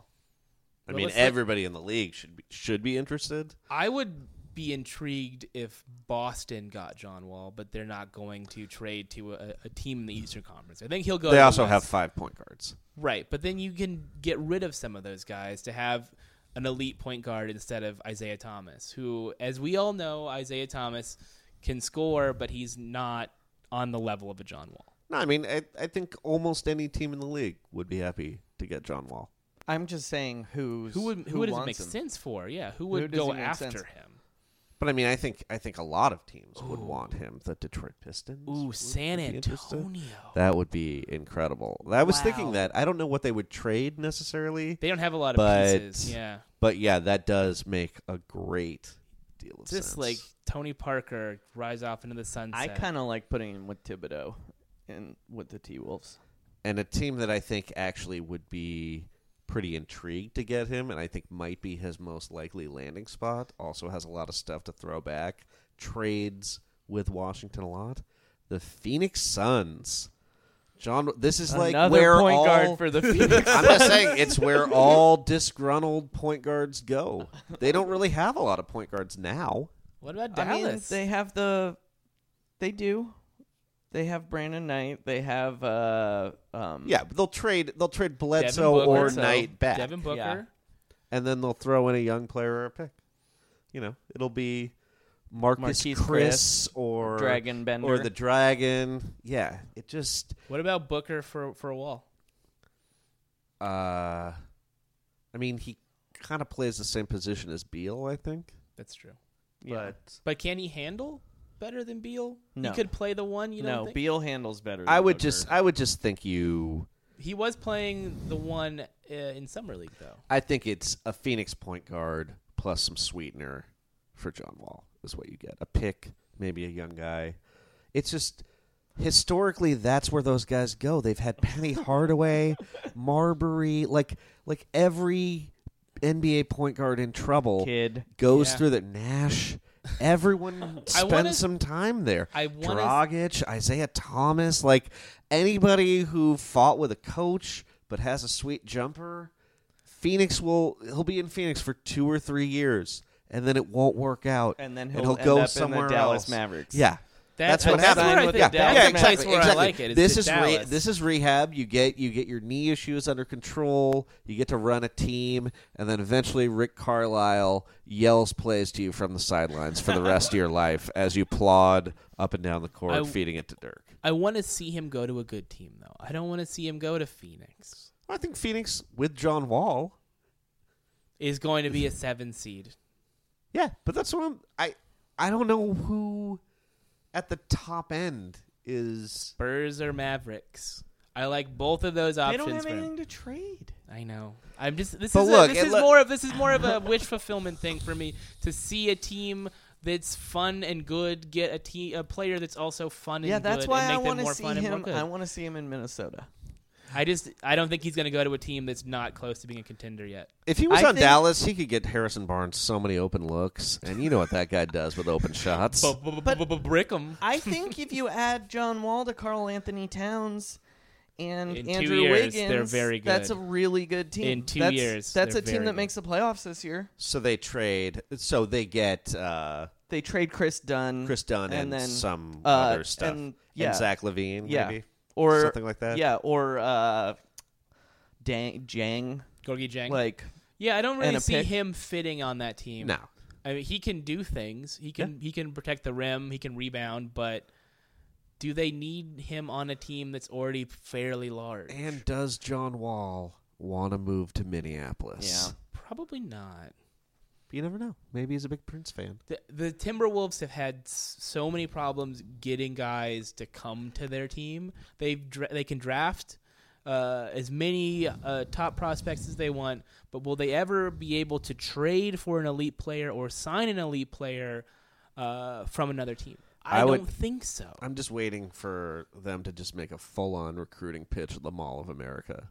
Speaker 3: I
Speaker 2: Well,
Speaker 3: mean,
Speaker 2: let's look-
Speaker 3: everybody in the league should be, should be interested.
Speaker 2: I would be intrigued if Boston got John Wall, but they're not going to trade to a, a team in the Eastern Conference. I think he'll go. to
Speaker 3: they
Speaker 2: the
Speaker 3: also
Speaker 2: West.
Speaker 3: have five point guards.
Speaker 2: right, but then you can get rid of some of those guys to have an elite point guard instead of Isaiah Thomas, who, as we all know, Isaiah Thomas can score, but he's not on the level of a John Wall.
Speaker 3: No, I mean, I, I think almost any team in the league would be happy to get John Wall.
Speaker 4: I'm just saying who's
Speaker 2: Who would who, does it
Speaker 4: wants
Speaker 2: make
Speaker 4: him.
Speaker 2: sense for? Yeah, who would
Speaker 4: Who does
Speaker 2: go
Speaker 4: it make
Speaker 2: after
Speaker 4: sense?
Speaker 2: him?
Speaker 3: But I mean, I think I think a lot of teams would want him. The Detroit Pistons.
Speaker 2: Ooh,
Speaker 3: would-
Speaker 2: San
Speaker 3: would be interested.
Speaker 2: Antonio.
Speaker 3: That would be incredible. I was thinking
Speaker 2: Wow.
Speaker 3: that. I don't know what they would trade necessarily.
Speaker 2: They don't have a lot of
Speaker 3: but
Speaker 2: pieces. Yeah.
Speaker 3: but yeah, that does make a great deal of
Speaker 2: Just
Speaker 3: sense.
Speaker 2: like Tony Parker rise off into the sunset.
Speaker 4: I kind of like putting him with Thibodeau and with the T Wolves.
Speaker 3: and a team that I think actually would be pretty intrigued to get him, and I think might be his most likely landing spot. Also has a lot of stuff to throw back. Trades with Washington a lot. The Phoenix Suns. John, this is like
Speaker 4: Another
Speaker 3: where
Speaker 4: point
Speaker 3: all,
Speaker 4: guard for the Phoenix.
Speaker 3: I'm just saying it's where all disgruntled point guards go. They don't really have a lot of point guards now.
Speaker 2: What about
Speaker 4: I mean,
Speaker 2: Dallas?
Speaker 4: they have the, they do, they have Brandon Knight. They have uh um
Speaker 3: Yeah, but they'll trade they'll trade
Speaker 2: Devin
Speaker 3: Bledsoe
Speaker 2: Booker.
Speaker 3: or
Speaker 4: Bledsoe.
Speaker 3: Knight back.
Speaker 2: Devin Booker.
Speaker 4: Yeah.
Speaker 3: and then they'll throw in a young player or a pick. You know, it'll be Marcus
Speaker 4: Marquise
Speaker 3: Chris,
Speaker 4: Chris,
Speaker 3: or
Speaker 4: Dragon Bender.
Speaker 3: or the Dragon. Yeah, it just
Speaker 2: What about Booker for for a wall?
Speaker 3: uh I mean, he kind of plays the same position as Beal, I think.
Speaker 2: That's true.
Speaker 4: Yeah.
Speaker 5: But
Speaker 2: But can he handle better than Beal?
Speaker 4: No.
Speaker 2: He could play the one. You
Speaker 4: no,
Speaker 2: know,
Speaker 4: Beal handles better.
Speaker 3: I
Speaker 4: than
Speaker 3: would
Speaker 4: Booker.
Speaker 3: just I would just think you
Speaker 2: he was playing the one uh, in summer league though.
Speaker 3: I think it's a Phoenix point guard plus some sweetener for John Wall is what you get. A pick, maybe a young guy. It's just historically that's where those guys go. They've had Penny Hardaway, Marbury, like like every NBA point guard in trouble
Speaker 4: Kid.
Speaker 3: goes
Speaker 2: Yeah.
Speaker 3: through the Nash. Everyone spends
Speaker 2: wanna-
Speaker 3: some time there.
Speaker 2: I wanna-
Speaker 3: Dragic, Isaiah Thomas, like anybody who fought with a coach but has a sweet jumper. Phoenix will he'll be in Phoenix for two or three years, and then it won't work out,
Speaker 4: And then
Speaker 3: and
Speaker 4: he'll
Speaker 3: he'll
Speaker 4: end
Speaker 3: go
Speaker 4: up in the
Speaker 3: somewhere
Speaker 4: Dallas
Speaker 3: else.
Speaker 4: Mavericks.
Speaker 3: Yeah,
Speaker 2: That-
Speaker 3: that's what
Speaker 2: that's
Speaker 3: happened.
Speaker 2: where I
Speaker 3: yeah,
Speaker 2: think
Speaker 3: yeah,
Speaker 2: Dallas- that's the
Speaker 3: exactly.
Speaker 2: place where I
Speaker 3: exactly.
Speaker 2: like it, is
Speaker 3: This
Speaker 2: the
Speaker 3: is
Speaker 2: Dallas.
Speaker 3: this is rehab. You get you get your knee issues under control. You get to run a team, and then eventually Rick Carlisle yells plays to you from the sidelines for the rest of your life as you plod up and down the court,
Speaker 2: I-
Speaker 3: feeding it to Dirk.
Speaker 2: I want to see him go to a good team though. I don't want to see him go to Phoenix.
Speaker 3: I think Phoenix with John Wall
Speaker 2: Is going to be a seven seed.
Speaker 3: Yeah, but that's what I'm. I I don't know who at the top end is.
Speaker 2: Spurs or Mavericks. I like both of those
Speaker 4: They
Speaker 2: options.
Speaker 4: don't have
Speaker 2: for him.
Speaker 4: anything to trade.
Speaker 2: I know. I'm just this
Speaker 3: But
Speaker 2: is
Speaker 3: look,
Speaker 2: a,
Speaker 3: it
Speaker 2: this is
Speaker 3: look-
Speaker 2: more of this is more of a wish fulfillment thing for me to see a team that's fun and good get a team a player that's also fun and
Speaker 4: Yeah, that's
Speaker 2: good
Speaker 4: why
Speaker 2: and
Speaker 4: I
Speaker 2: make them
Speaker 4: want
Speaker 2: more
Speaker 4: to see
Speaker 2: fun and
Speaker 4: him.
Speaker 2: more good.
Speaker 4: I want to see him in Minnesota.
Speaker 2: I just I don't think he's going to go to a team that's not close to being a contender yet.
Speaker 3: If he was
Speaker 4: I
Speaker 3: on
Speaker 4: think-
Speaker 3: Dallas, he could get Harrison Barnes so many open looks, and you know what that guy does with open shots.
Speaker 2: Brickham.
Speaker 4: I think if you add John Wall to Carl Anthony Towns and
Speaker 2: In two
Speaker 4: Andrew
Speaker 2: years,
Speaker 4: Wiggins,
Speaker 2: they're very good.
Speaker 4: That's a really good team.
Speaker 2: In two
Speaker 4: that's,
Speaker 2: years,
Speaker 4: that's
Speaker 2: they're
Speaker 4: a team
Speaker 2: very
Speaker 4: that
Speaker 2: good.
Speaker 4: makes the playoffs this year.
Speaker 3: So they trade. So they get uh,
Speaker 4: They trade Chris Dunn,
Speaker 3: Chris Dunn and,
Speaker 4: Mm-hmm. then
Speaker 3: some
Speaker 4: uh,
Speaker 3: other stuff,
Speaker 4: and, yeah,
Speaker 3: Zach Levine,
Speaker 4: yeah,
Speaker 3: maybe
Speaker 4: or
Speaker 3: something like that.
Speaker 4: Yeah, or uh, Dang, Jang,
Speaker 2: Gorgie Jang.
Speaker 4: like
Speaker 2: yeah, I don't really
Speaker 4: and a
Speaker 2: see
Speaker 4: pick.
Speaker 2: him fitting on that team.
Speaker 3: no,
Speaker 2: I mean, he can do things. He can he can protect the rim. He can rebound. But do they need him on a team that's already fairly large?
Speaker 3: and does John Wall want to move to Minneapolis?
Speaker 4: Yeah.
Speaker 2: Probably not.
Speaker 3: you never know. Maybe he's a big Prince fan.
Speaker 2: The, the Timberwolves have had s- so many problems getting guys to come to their team. They dra- they can draft uh, as many uh, top prospects as they want, but will they ever be able to trade for an elite player or sign an elite player uh, from another team? I,
Speaker 3: I
Speaker 2: don't
Speaker 3: would-
Speaker 2: think so.
Speaker 3: I'm just waiting for them to just make a full on recruiting pitch at the Mall of America.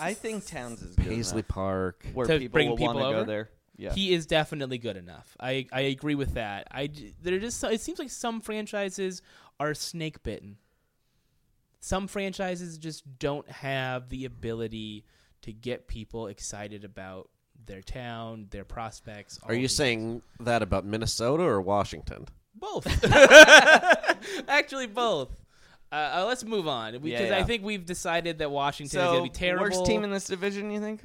Speaker 4: I think Towns is good
Speaker 3: Paisley
Speaker 4: enough
Speaker 3: Park.
Speaker 4: where
Speaker 2: To
Speaker 4: people
Speaker 2: bring
Speaker 4: will
Speaker 2: people
Speaker 4: want to go
Speaker 2: over?
Speaker 4: there. Yeah,
Speaker 2: He is definitely good enough. I, I agree with that. I j- there just so- it seems like some franchises are snake bitten. Some franchises just don't have the ability to get people excited about their town, their prospects. all
Speaker 3: Are you
Speaker 2: these-
Speaker 3: saying that about Minnesota or Washington?
Speaker 2: both? Actually, both. Uh, uh, let's move on because
Speaker 4: Yeah,
Speaker 2: I
Speaker 4: yeah.
Speaker 2: think we've decided that Washington is
Speaker 4: so
Speaker 2: going to be terrible.
Speaker 4: worst team in this division. You think?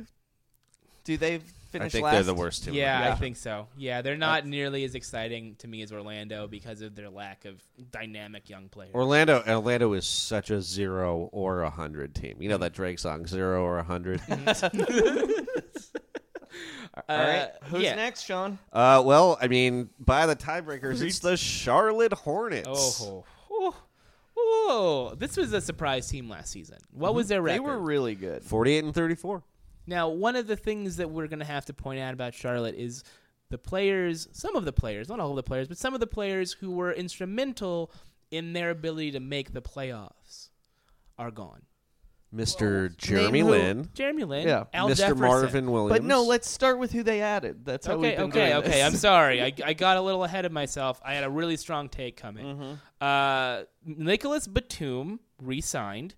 Speaker 4: Do they finish?
Speaker 3: I think
Speaker 4: last?
Speaker 3: they're the worst team.
Speaker 2: Yeah,
Speaker 4: Yeah.
Speaker 2: I think so. Yeah, they're not nearly as exciting to me as Orlando because of their lack of dynamic young players.
Speaker 3: Orlando. Orlando is such a zero or a hundred team. You know that Drake song, zero or a hundred.
Speaker 4: All right.
Speaker 2: Uh,
Speaker 4: Who's
Speaker 2: yeah.
Speaker 4: next, Sean?
Speaker 3: uh, well, I mean, by the tiebreakers, it's the Charlotte Hornets.
Speaker 2: Oh, oh, oh. this was a surprise team last season. What was their record?
Speaker 4: Mm-hmm. They were really good.
Speaker 3: Forty-eight and thirty-four.
Speaker 2: now, one of the things that we're going to have to point out about Charlotte is the players, some of the players, not all of the players, but some of the players who were instrumental in their ability to make the playoffs are gone.
Speaker 3: Mister Jeremy
Speaker 4: Name who-
Speaker 3: Lin,
Speaker 2: Jeremy Lin,
Speaker 4: Hmm. Yeah.
Speaker 2: Al
Speaker 3: Mister
Speaker 2: Jefferson.
Speaker 3: Marvin Williams.
Speaker 4: But no, let's start with who they added. That's how we've
Speaker 2: Okay,
Speaker 4: been
Speaker 2: okay,
Speaker 4: doing
Speaker 2: okay. I'm
Speaker 4: this.
Speaker 2: sorry. I, I got a little ahead of myself. I had a really strong take coming.
Speaker 4: Mm-hmm.
Speaker 2: Uh, Nicholas Batum re-signed.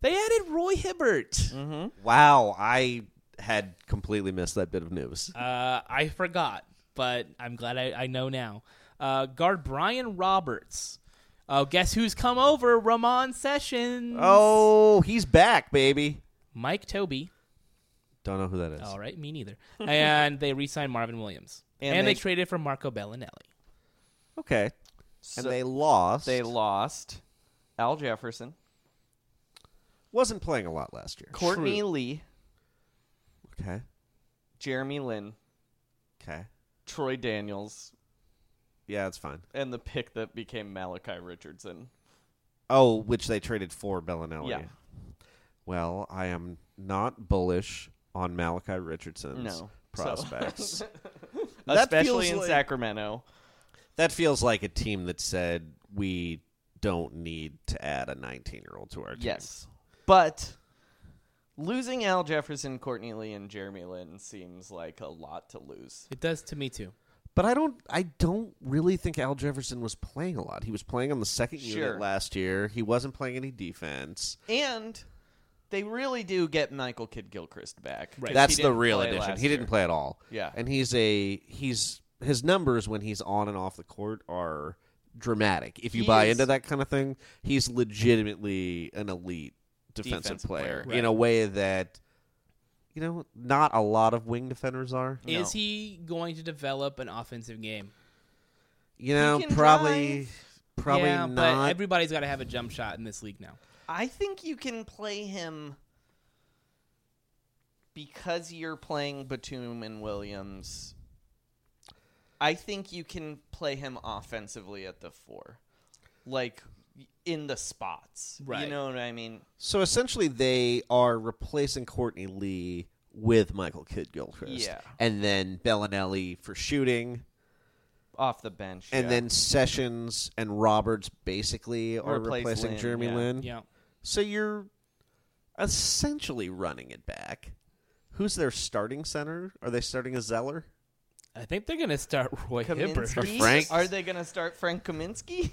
Speaker 2: They added Roy Hibbert.
Speaker 4: Mm-hmm.
Speaker 3: Hmm? Wow, I had completely missed that bit of news.
Speaker 2: Uh, I forgot, but I'm glad I, I know now. Uh, guard Brian Roberts. Oh, guess who's come over? Ramon Sessions.
Speaker 3: Oh, he's back, baby.
Speaker 2: Mike Toby.
Speaker 3: Don't know who that is.
Speaker 2: All right, me neither. and they re-signed Marvin Williams.
Speaker 4: And
Speaker 2: And, they,
Speaker 4: they-
Speaker 2: traded for Marco Bellinelli.
Speaker 3: Okay. and they lost.
Speaker 4: They lost Al Jefferson,
Speaker 3: wasn't playing a lot last year.
Speaker 4: Courtney Lee,
Speaker 3: Okay.
Speaker 4: Jeremy Lin,
Speaker 3: Okay.
Speaker 4: Troy Daniels.
Speaker 3: Yeah, it's fine.
Speaker 4: and the pick that became Malachi Richardson.
Speaker 3: Oh, which they traded for Bellinelli.
Speaker 4: Oh, Yeah.
Speaker 3: Well, I am not bullish on Malachi Richardson's
Speaker 4: No.
Speaker 3: prospects. That
Speaker 4: Especially
Speaker 3: feels
Speaker 4: in
Speaker 3: like-
Speaker 4: Sacramento.
Speaker 3: that feels like a team that said we don't need to add a 19 year old to our team.
Speaker 4: Yes. But losing Al Jefferson, Courtney Lee, and Jeremy Lin seems like a lot to lose.
Speaker 2: It does to me too.
Speaker 3: But I don't I don't really think Al Jefferson was playing a lot. He was playing on the second
Speaker 4: Sure.
Speaker 3: unit last year. He wasn't playing any defense.
Speaker 4: And they really do get Michael Kidd Gilchrist back. 'cause
Speaker 3: That's
Speaker 4: he
Speaker 3: the
Speaker 4: didn't
Speaker 3: real
Speaker 4: play
Speaker 3: addition.
Speaker 4: last
Speaker 3: He didn't
Speaker 4: year.
Speaker 3: play at all.
Speaker 4: Yeah.
Speaker 3: And he's a he's his numbers when he's on and off the court are dramatic. If you
Speaker 4: He
Speaker 3: buy
Speaker 4: is-
Speaker 3: into that kind of thing, he's legitimately an elite defensive,
Speaker 4: Defensive
Speaker 3: player,
Speaker 4: player.
Speaker 3: in a way that you know, not a lot of wing defenders are.
Speaker 2: Is he going to develop an offensive game?
Speaker 3: You know,
Speaker 4: can
Speaker 3: probably probably
Speaker 2: yeah, but
Speaker 3: not.
Speaker 2: everybody's got to have a jump shot in this league now.
Speaker 4: I think you can play him because you're playing Batum and Williams. I think you can play him offensively at the four, like in the spots. You
Speaker 2: Right.
Speaker 4: know what I mean?
Speaker 3: So essentially, they are replacing Courtney Lee with Michael Kidd Gilchrist.
Speaker 4: Yeah.
Speaker 3: And then Bellinelli for shooting.
Speaker 4: Off the bench.
Speaker 3: And
Speaker 4: yeah.
Speaker 3: then Sessions and Roberts basically are
Speaker 4: Replace
Speaker 3: replacing
Speaker 4: Lin,
Speaker 3: Jeremy
Speaker 4: yeah.
Speaker 3: Lin.
Speaker 2: Yeah.
Speaker 3: So you're essentially running it back. Who's their starting center? Are they starting a Zeller?
Speaker 2: I think they're going to start Roy Hibbert.
Speaker 4: Kaminsky?
Speaker 3: Frank?
Speaker 4: Are they going to start Frank Kaminsky?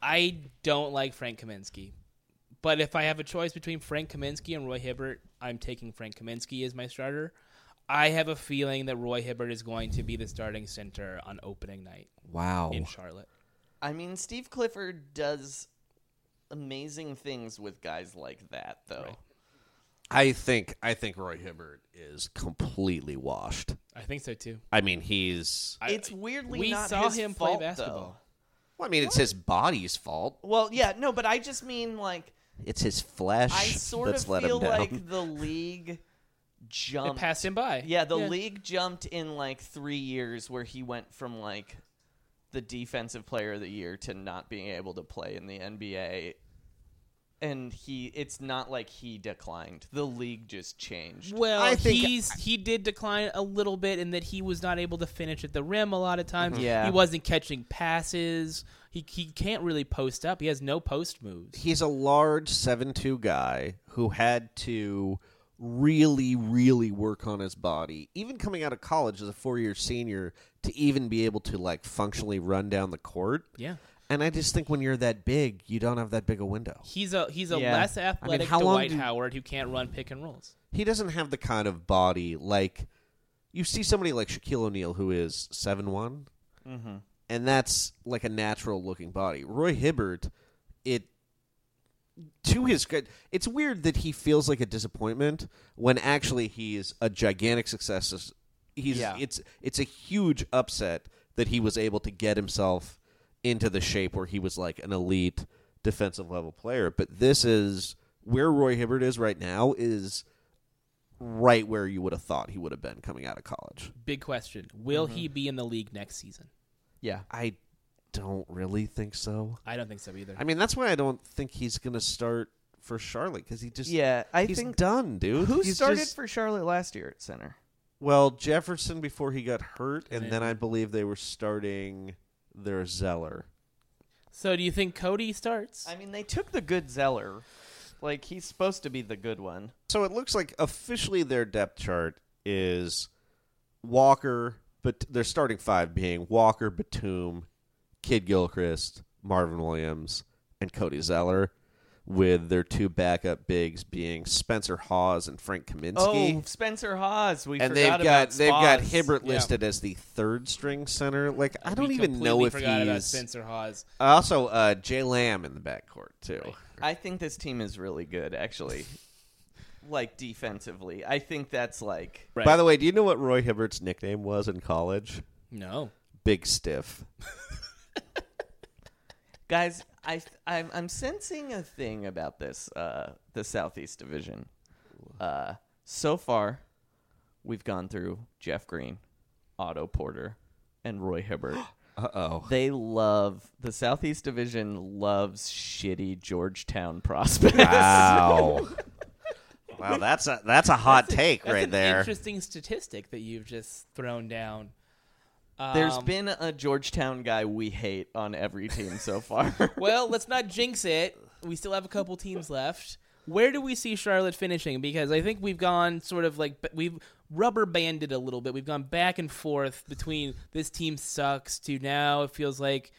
Speaker 2: I don't like Frank Kaminsky. But if I have a choice between Frank Kaminsky and Roy Hibbert, I'm taking Frank Kaminsky as my starter. I have a feeling that Roy Hibbert is going to be the starting center on opening night
Speaker 3: Wow.
Speaker 4: Oh.
Speaker 2: in Charlotte.
Speaker 4: I mean, Steve Clifford does amazing things with guys like that, though.
Speaker 3: I think I think Roy Hibbert is completely washed.
Speaker 2: I think so too.
Speaker 3: I mean, he's.
Speaker 2: I-
Speaker 4: It's weirdly
Speaker 2: we
Speaker 4: not
Speaker 2: saw
Speaker 4: his
Speaker 2: him
Speaker 4: fault,
Speaker 2: play basketball.
Speaker 3: Well, I mean, it's his body's fault.
Speaker 4: though. Well, yeah, no, but I just mean like
Speaker 3: It's his flesh
Speaker 4: I sort
Speaker 3: that's
Speaker 4: of
Speaker 3: let
Speaker 4: feel
Speaker 3: him down.
Speaker 4: like the league
Speaker 2: It
Speaker 4: jumped.
Speaker 2: passed him by.
Speaker 4: Um, Yeah, the league jumped in like three years, where he went from like the defensive player of the year to not being able to play in the NBA. And he, it's not like he declined. The league just changed.
Speaker 2: Well,
Speaker 3: I think-
Speaker 2: he's he did decline a little bit in that he was not able to finish at the rim a lot of times.
Speaker 4: Yeah.
Speaker 2: he wasn't catching passes. He he can't really post up. He has no post moves.
Speaker 3: he's a large seven-two guy who had to really really work on his body even coming out of college as a four-year senior to even be able to like functionally run down the court
Speaker 2: Yeah,
Speaker 3: and i just think when you're that big you don't have that big a window
Speaker 2: he's a he's a
Speaker 4: Yeah.
Speaker 2: less
Speaker 4: I
Speaker 2: athletic
Speaker 3: how long
Speaker 2: Dwight
Speaker 3: do-
Speaker 2: Howard who can't run pick and rolls.
Speaker 3: he doesn't have the kind of body like you see somebody like Shaquille O'Neal who is seven one, and that's like a natural looking body. Roy Hibbert, it to his cred- it's weird that he feels like a disappointment when actually he is a gigantic success. He's
Speaker 4: Yeah.
Speaker 3: it's it's a huge upset that he was able to get himself into the shape where he was like an elite defensive level player. But this is where Roy Hibbert is right now is right where you would have thought he would have been coming out of college.
Speaker 2: Big question:
Speaker 3: Mm-hmm.
Speaker 2: Will he be in the league next season?
Speaker 4: yeah.
Speaker 3: I don't really think so.
Speaker 2: I don't think so either.
Speaker 3: I mean, that's why I don't think he's going to start for Charlotte because he just
Speaker 4: Yeah, I
Speaker 3: he's
Speaker 4: think-
Speaker 3: done, dude.
Speaker 4: Who
Speaker 3: He's
Speaker 4: started
Speaker 3: just-
Speaker 4: for Charlotte last year at center?
Speaker 3: well Jefferson before he got hurt, and then I believe they were starting their Zeller.
Speaker 2: so do you think Cody starts?
Speaker 4: I mean, they took the good Zeller. Like he's supposed to be the good one.
Speaker 3: So it looks like officially their depth chart is Walker, but their starting five being Walker, Batum, Kid Gilchrist, Marvin Williams, and Cody Zeller, with their two backup bigs being Spencer Hawes and Frank Kaminsky.
Speaker 4: Oh, Spencer Hawes. We
Speaker 3: and they've
Speaker 4: forgot
Speaker 3: got
Speaker 4: about
Speaker 3: they've got
Speaker 4: Spas.
Speaker 3: Hibbert
Speaker 2: Yeah.
Speaker 3: listed as the third string center. Like I
Speaker 2: We
Speaker 3: don't even know
Speaker 2: completely
Speaker 3: if
Speaker 2: forgot about
Speaker 3: he's
Speaker 2: Spencer Hawes.
Speaker 3: also uh, Jay Lamb in the backcourt too.
Speaker 4: I think this team is really good, actually. like defensively, I think that's like
Speaker 2: Right.
Speaker 3: By the way, do you know what Roy Hibbert's nickname was in college?
Speaker 2: No,
Speaker 3: Big stiff.
Speaker 4: guys. I I'm, I'm sensing a thing about this uh, the Southeast Division. Uh, so far, we've gone through Jeff Green, Otto Porter, and Roy Hibbert. Uh oh. They love the Southeast Division loves shitty Georgetown prospects.
Speaker 3: Wow. wow, that's a that's a hot take
Speaker 2: That's
Speaker 3: right
Speaker 2: an
Speaker 3: there.
Speaker 2: Interesting statistic that you've just thrown down.
Speaker 4: There's
Speaker 2: Um,
Speaker 4: been a Georgetown guy we hate on every team so far.
Speaker 2: Well, let's not jinx it. We still have a couple teams left. Where do we see Charlotte finishing? Because I think we've gone sort of like b- we've rubber banded a little bit. We've gone back and forth between this team sucks to now it feels like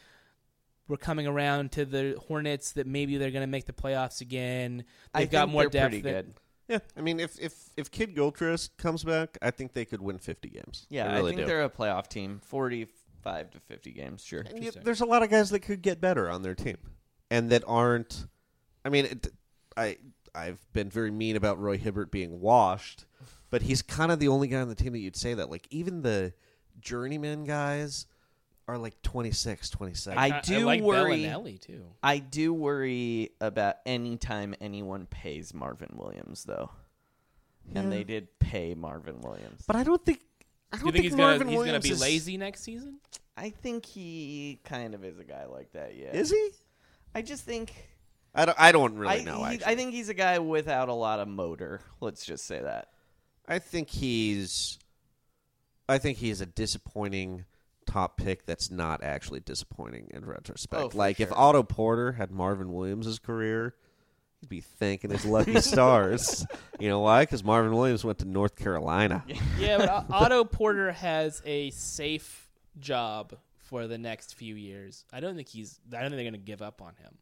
Speaker 2: we're coming around to the Hornets that maybe they're going to make the playoffs again.
Speaker 4: I
Speaker 2: They've got
Speaker 4: think
Speaker 2: more
Speaker 4: they're
Speaker 2: depth.
Speaker 4: Pretty
Speaker 2: than-
Speaker 4: good.
Speaker 3: yeah, I mean, if if if Kid Gilchrist comes back, I think they could win 50 games.
Speaker 4: Yeah,
Speaker 3: They really
Speaker 4: I think
Speaker 3: do.
Speaker 4: they're a playoff team. Forty-five to fifty games, sure.
Speaker 3: And yet there's a lot of guys that could get better on their team, and that aren't. I mean, it, I I've been very mean about Roy Hibbert being washed, but he's kind of the only guy on the team that you'd say that. Like even the journeyman guys are like 26, 27.
Speaker 4: I
Speaker 2: like Bell
Speaker 4: do
Speaker 2: and
Speaker 4: worry.
Speaker 2: Ellie, too.
Speaker 4: I do worry about any time anyone pays Marvin Williams, though. And they did pay Marvin Williams.
Speaker 3: but I don't think. I don't
Speaker 2: Do you think, he's gonna
Speaker 3: Marvin
Speaker 2: he's gonna
Speaker 3: Williams
Speaker 2: be
Speaker 3: is-
Speaker 2: lazy next season?
Speaker 4: I think he kind of is a guy like that. Yeah,
Speaker 3: Is he?
Speaker 4: I just think
Speaker 3: I don't. I don't really know.
Speaker 4: I, he-
Speaker 3: actually.
Speaker 4: I think he's a guy without a lot of motor. Let's just say that.
Speaker 3: I think he's I think he's a disappointing top pick that's not actually disappointing in retrospect.
Speaker 4: Oh, for
Speaker 3: like if
Speaker 4: sure.
Speaker 3: Otto Porter had Marvin Williams' career, he'd be thanking his lucky stars. You know why? Because Marvin Williams went to North Carolina.
Speaker 2: Yeah, but Otto Porter has a safe job for the next few years. I don't think he's. I don't think they're going to give up on him.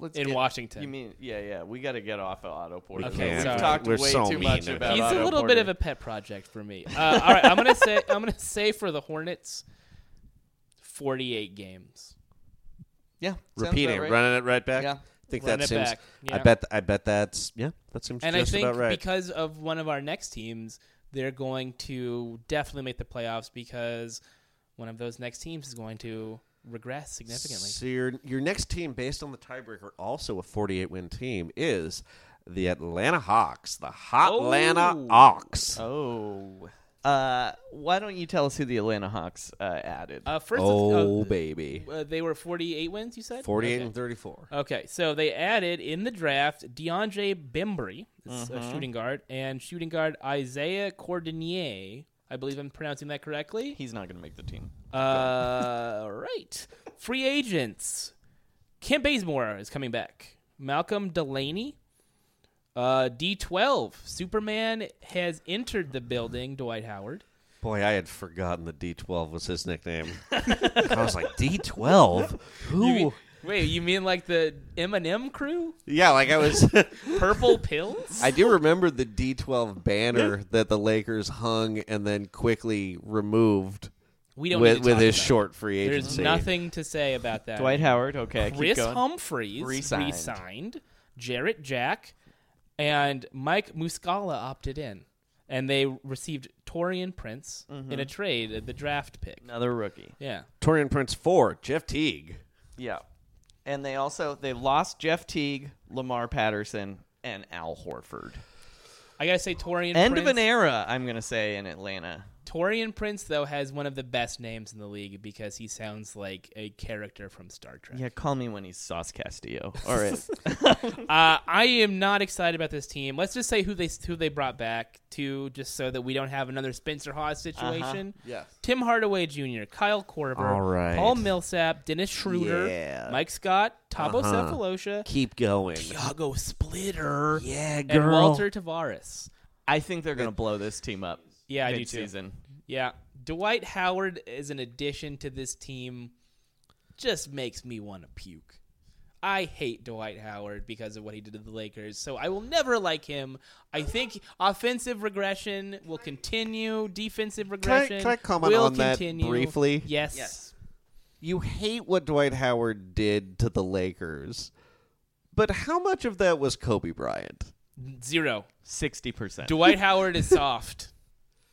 Speaker 4: Let's
Speaker 2: In
Speaker 4: get-
Speaker 2: Washington.
Speaker 4: You mean yeah, yeah. We got to get off of Otto Porter.
Speaker 2: Okay,
Speaker 4: We've
Speaker 2: sorry.
Speaker 4: talked
Speaker 3: We're
Speaker 4: way
Speaker 3: so
Speaker 4: too
Speaker 3: mean
Speaker 4: much
Speaker 3: to
Speaker 4: about.
Speaker 2: He's
Speaker 4: Otto
Speaker 2: a little
Speaker 4: Porter.
Speaker 2: bit of a pet project for me. Uh, all right, I'm gonna say I'm gonna say for the Hornets, 48 games.
Speaker 4: yeah. sounds about
Speaker 3: Repeating,
Speaker 4: right.
Speaker 3: running it right back.
Speaker 4: Yeah.
Speaker 3: I think
Speaker 2: Run
Speaker 3: that
Speaker 2: it
Speaker 3: seems
Speaker 2: back,
Speaker 3: I
Speaker 2: yeah.
Speaker 3: bet I bet that's yeah, that seems
Speaker 2: And
Speaker 3: just
Speaker 2: I think
Speaker 3: about right.
Speaker 2: because of one of our next teams, they're going to definitely make the playoffs because one of those next teams is going to regress significantly.
Speaker 3: So your your next team, based on the tiebreaker, also a 48 win team, is the Atlanta Hawks, the Hot Atlanta Hawks.
Speaker 4: Oh. Uh, why don't you tell us who the Atlanta Hawks uh, added?
Speaker 2: Uh, first,
Speaker 3: Oh,
Speaker 2: uh,
Speaker 3: baby,
Speaker 2: uh, they were 48 wins. You said
Speaker 3: 48
Speaker 2: Okay. Uh,
Speaker 3: and 34.
Speaker 2: Okay, so they added in the draft DeAndre Bembry, is
Speaker 3: Mm-hmm.
Speaker 2: a shooting guard, and shooting guard Isaiah Cordonnier. I believe I'm pronouncing that correctly.
Speaker 4: He's not going to make the team.
Speaker 2: Uh, right. Free agents. Kim Bazemore is coming back. Malcolm Delaney. Uh, D12. Superman has entered the building, Dwight Howard.
Speaker 3: Boy, I had forgotten the D12 was his nickname. I was like D12. Who?
Speaker 2: You- wait, you mean like the Eminem crew?
Speaker 3: Yeah, like I was.
Speaker 2: Purple Pills?
Speaker 3: I do remember the D12 banner that the Lakers hung and then quickly removed
Speaker 2: We don't
Speaker 3: with,
Speaker 2: need to
Speaker 3: with
Speaker 2: talk
Speaker 3: his
Speaker 2: about it.
Speaker 3: short free
Speaker 2: There's
Speaker 3: agency.
Speaker 2: nothing to say about that.
Speaker 4: Dwight Howard. Okay. keep
Speaker 2: uh, Chris
Speaker 4: going.
Speaker 2: Humphreys
Speaker 4: Resigned.
Speaker 2: resigned. Jarrett Jack and Mike Muscala opted in, and they received Torian Prince
Speaker 4: Mm-hmm.
Speaker 2: in a trade at the draft pick.
Speaker 4: Another rookie.
Speaker 2: Yeah,
Speaker 3: Torian Prince four, Jeff Teague.
Speaker 4: Yeah. And they also they lost Jeff Teague, Lamar Patterson, and Al Horford.
Speaker 2: I gotta say Torian.
Speaker 4: End
Speaker 2: Prince,
Speaker 4: of an era, I'm gonna say in Atlanta.
Speaker 2: Torian Prince though has one of the best names in the league because he sounds like a character from Star Trek.
Speaker 4: Yeah, call me when he's Sauce Castillo. All right.
Speaker 2: Uh, I am not excited about this team. Let's just say who they who they brought back to, just so that we don't have another Spencer Hawes situation.
Speaker 3: Uh-huh. Yes.
Speaker 2: Tim Hardaway Jr., Kyle Korver,
Speaker 3: All right.
Speaker 2: Paul Millsap, Dennis Schroeder,
Speaker 3: Yeah.
Speaker 2: Mike Scott, Tabo
Speaker 3: Uh-huh.
Speaker 2: Cephalosha,
Speaker 3: Keep going.
Speaker 2: Iago Splitter,
Speaker 3: Yeah,
Speaker 2: and Walter Tavares.
Speaker 4: I think they're gonna blow this team up.
Speaker 2: Yeah, I do too.
Speaker 4: season.
Speaker 2: Yeah, Dwight Howard is an addition to this team. Just makes me want to puke. I hate Dwight Howard because of what he did to the Lakers, so I will never like him. I think offensive regression will continue. Defensive
Speaker 3: Can I-
Speaker 2: regression
Speaker 3: can I comment
Speaker 2: will
Speaker 3: on that
Speaker 2: continue.
Speaker 3: briefly?
Speaker 2: Yes.
Speaker 3: You hate what Dwight Howard did to the Lakers, but how much of that was Kobe Bryant?
Speaker 2: Zero.
Speaker 4: Sixty percent.
Speaker 2: Dwight Howard is soft.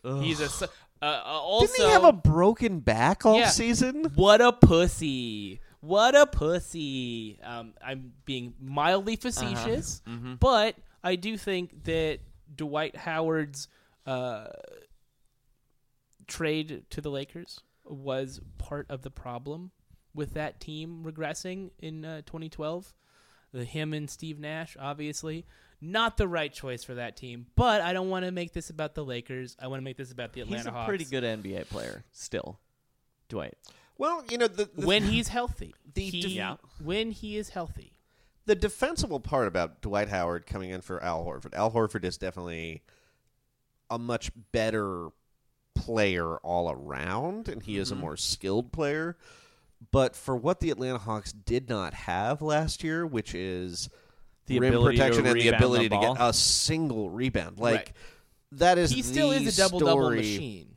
Speaker 2: He's a. so- Uh, uh, also,
Speaker 3: Didn't he have a broken back all
Speaker 2: Yeah.
Speaker 3: season?
Speaker 2: What a pussy. What a pussy. Um, I'm being
Speaker 4: Uh-huh.
Speaker 2: mildly facetious,
Speaker 4: Mm-hmm.
Speaker 2: but I do think that Dwight Howard's uh, trade to the Lakers was part of the problem with that team regressing in uh, 2012. The him and Steve Nash, obviously, not the right choice for that team. But I don't want to make this about the Lakers. I want to make this about the Atlanta
Speaker 4: He's a
Speaker 2: Hawks.
Speaker 4: pretty good NBA player still, Dwight.
Speaker 3: Well, you know the the,
Speaker 2: when he's healthy.
Speaker 3: The
Speaker 2: He-
Speaker 3: def-
Speaker 4: Yeah.
Speaker 2: When he is healthy.
Speaker 3: the defensible part about Dwight Howard coming in for Al Horford. Al Horford is definitely a much better player all around, and he is a more skilled player. But for what the Atlanta Hawks did not have last year, which is
Speaker 4: The
Speaker 3: rim
Speaker 4: ability to
Speaker 3: protection and the
Speaker 4: rebound the
Speaker 3: ability to get
Speaker 4: ball.
Speaker 3: a single rebound, like
Speaker 2: Right.
Speaker 3: that is
Speaker 2: He still
Speaker 3: the
Speaker 2: is a double double
Speaker 3: story
Speaker 2: machine.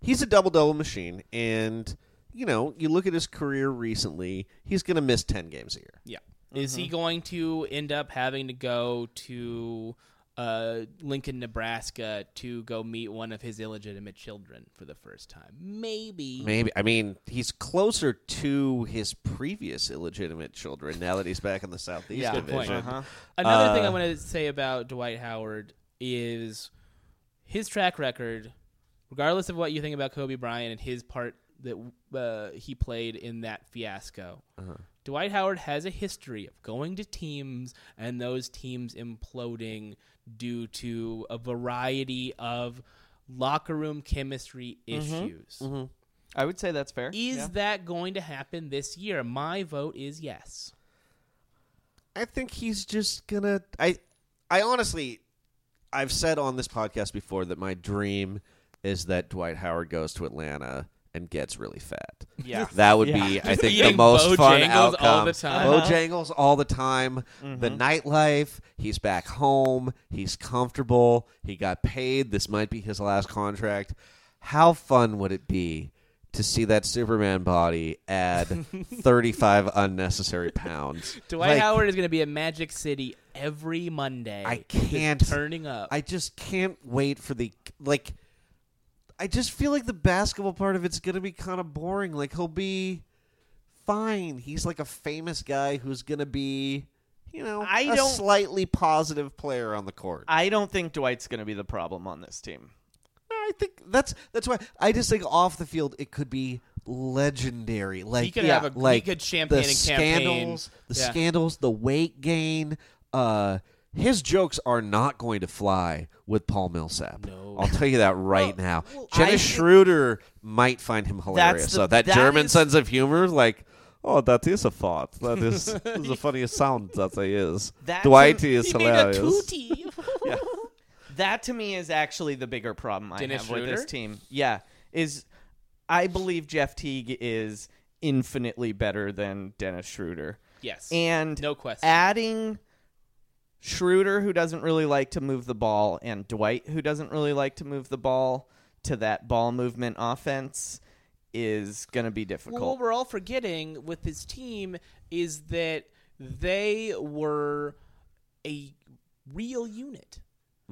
Speaker 3: he's a double double machine, and you know, you look at his career recently, he's going to miss ten games a year.
Speaker 2: Yeah. Is he going to end up having to go to uh, Lincoln, Nebraska to go meet one of his illegitimate children for the first time? Maybe.
Speaker 3: Maybe I mean he's closer to his previous illegitimate children now that he's back in the southeast
Speaker 4: Yeah. Uh-huh. Good
Speaker 2: point.
Speaker 3: division.
Speaker 2: Another thing I want to say about Dwight Howard is his track record, regardless of what you think about Kobe Bryant and his part that uh, he played in that fiasco. Dwight Howard has a history of going to teams and those teams imploding due to a variety of locker room chemistry issues.
Speaker 4: I would say that's fair.
Speaker 2: Is that going to happen this year? My vote is yes.
Speaker 3: I think he's just gonna. I, I honestly, I've said on this podcast before that my dream is that Dwight Howard goes to Atlanta and gets really fat.
Speaker 4: Yeah.
Speaker 3: that would
Speaker 4: Yeah.
Speaker 3: be I think
Speaker 2: Just
Speaker 3: the
Speaker 2: eating
Speaker 3: most fun
Speaker 2: Bojangles all the
Speaker 3: outcome.
Speaker 2: time.
Speaker 3: Bojangles all the time. The nightlife. He's back home. He's comfortable. He got paid. This might be his last contract. How fun would it be? To see that Superman body add 35 unnecessary pounds.
Speaker 2: Dwight
Speaker 3: Like,
Speaker 2: Howard is going to be at Magic City every Monday.
Speaker 3: I
Speaker 2: Just
Speaker 3: can't-
Speaker 2: turning up.
Speaker 3: I just can't wait for the like. I just feel like the basketball part of it's gonna be kind of boring. Like he'll be fine. He's like a famous guy who's gonna be, you know,
Speaker 4: I
Speaker 3: a
Speaker 4: don't-
Speaker 3: slightly positive player on the court. I,
Speaker 4: I don't think Dwight's going to be the problem on this team.
Speaker 3: think that's that's why I just think off the field it could be legendary. Like
Speaker 2: could
Speaker 3: yeah,
Speaker 2: have a- he
Speaker 3: like
Speaker 2: could champagne
Speaker 3: the
Speaker 2: and campaign.
Speaker 3: scandals, the
Speaker 2: Yeah.
Speaker 3: scandals, the weight gain. Uh, his jokes are not going to fly with Paul Millsap. No. I'll tell you that right now. Dennis Schroeder might find him hilarious.
Speaker 4: the-
Speaker 3: so that,
Speaker 4: that
Speaker 3: German
Speaker 4: is-
Speaker 3: sense of humor, like, oh, that is a thought. That is, is the funniest sound that there is.
Speaker 4: That's
Speaker 3: Dwight
Speaker 4: a-
Speaker 3: is
Speaker 2: he
Speaker 3: hilarious.
Speaker 2: made a tootie.
Speaker 4: That to me is actually the bigger problem I
Speaker 2: Dennis
Speaker 4: have with this
Speaker 2: Schroeder?
Speaker 4: team. Yeah, is I believe Jeff Teague is infinitely better than Dennis Schroeder.
Speaker 2: yes.
Speaker 4: And
Speaker 2: No question.
Speaker 4: adding Schroeder, who doesn't really like to move the ball, and Dwight, who doesn't really like to move the ball, to that ball movement offense is going to be difficult.
Speaker 2: Well, what we're all forgetting with this team is that they were a real unit.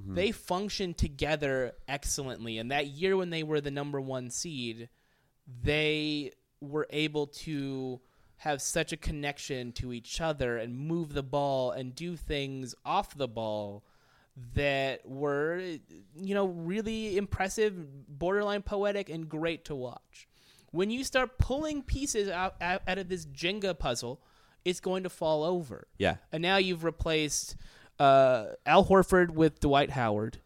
Speaker 3: Mm-hmm.
Speaker 2: They functioned together excellently. And that year when they were the number one seed, they were able to have such a connection to each other and move the ball and do things off the ball that were, you know, really impressive, borderline poetic, and great to watch. When you start pulling pieces out, out, out of this Jenga puzzle, it's going to fall over.
Speaker 3: Yeah.
Speaker 2: And now you've replaced uh, Al Horford with Dwight Howard,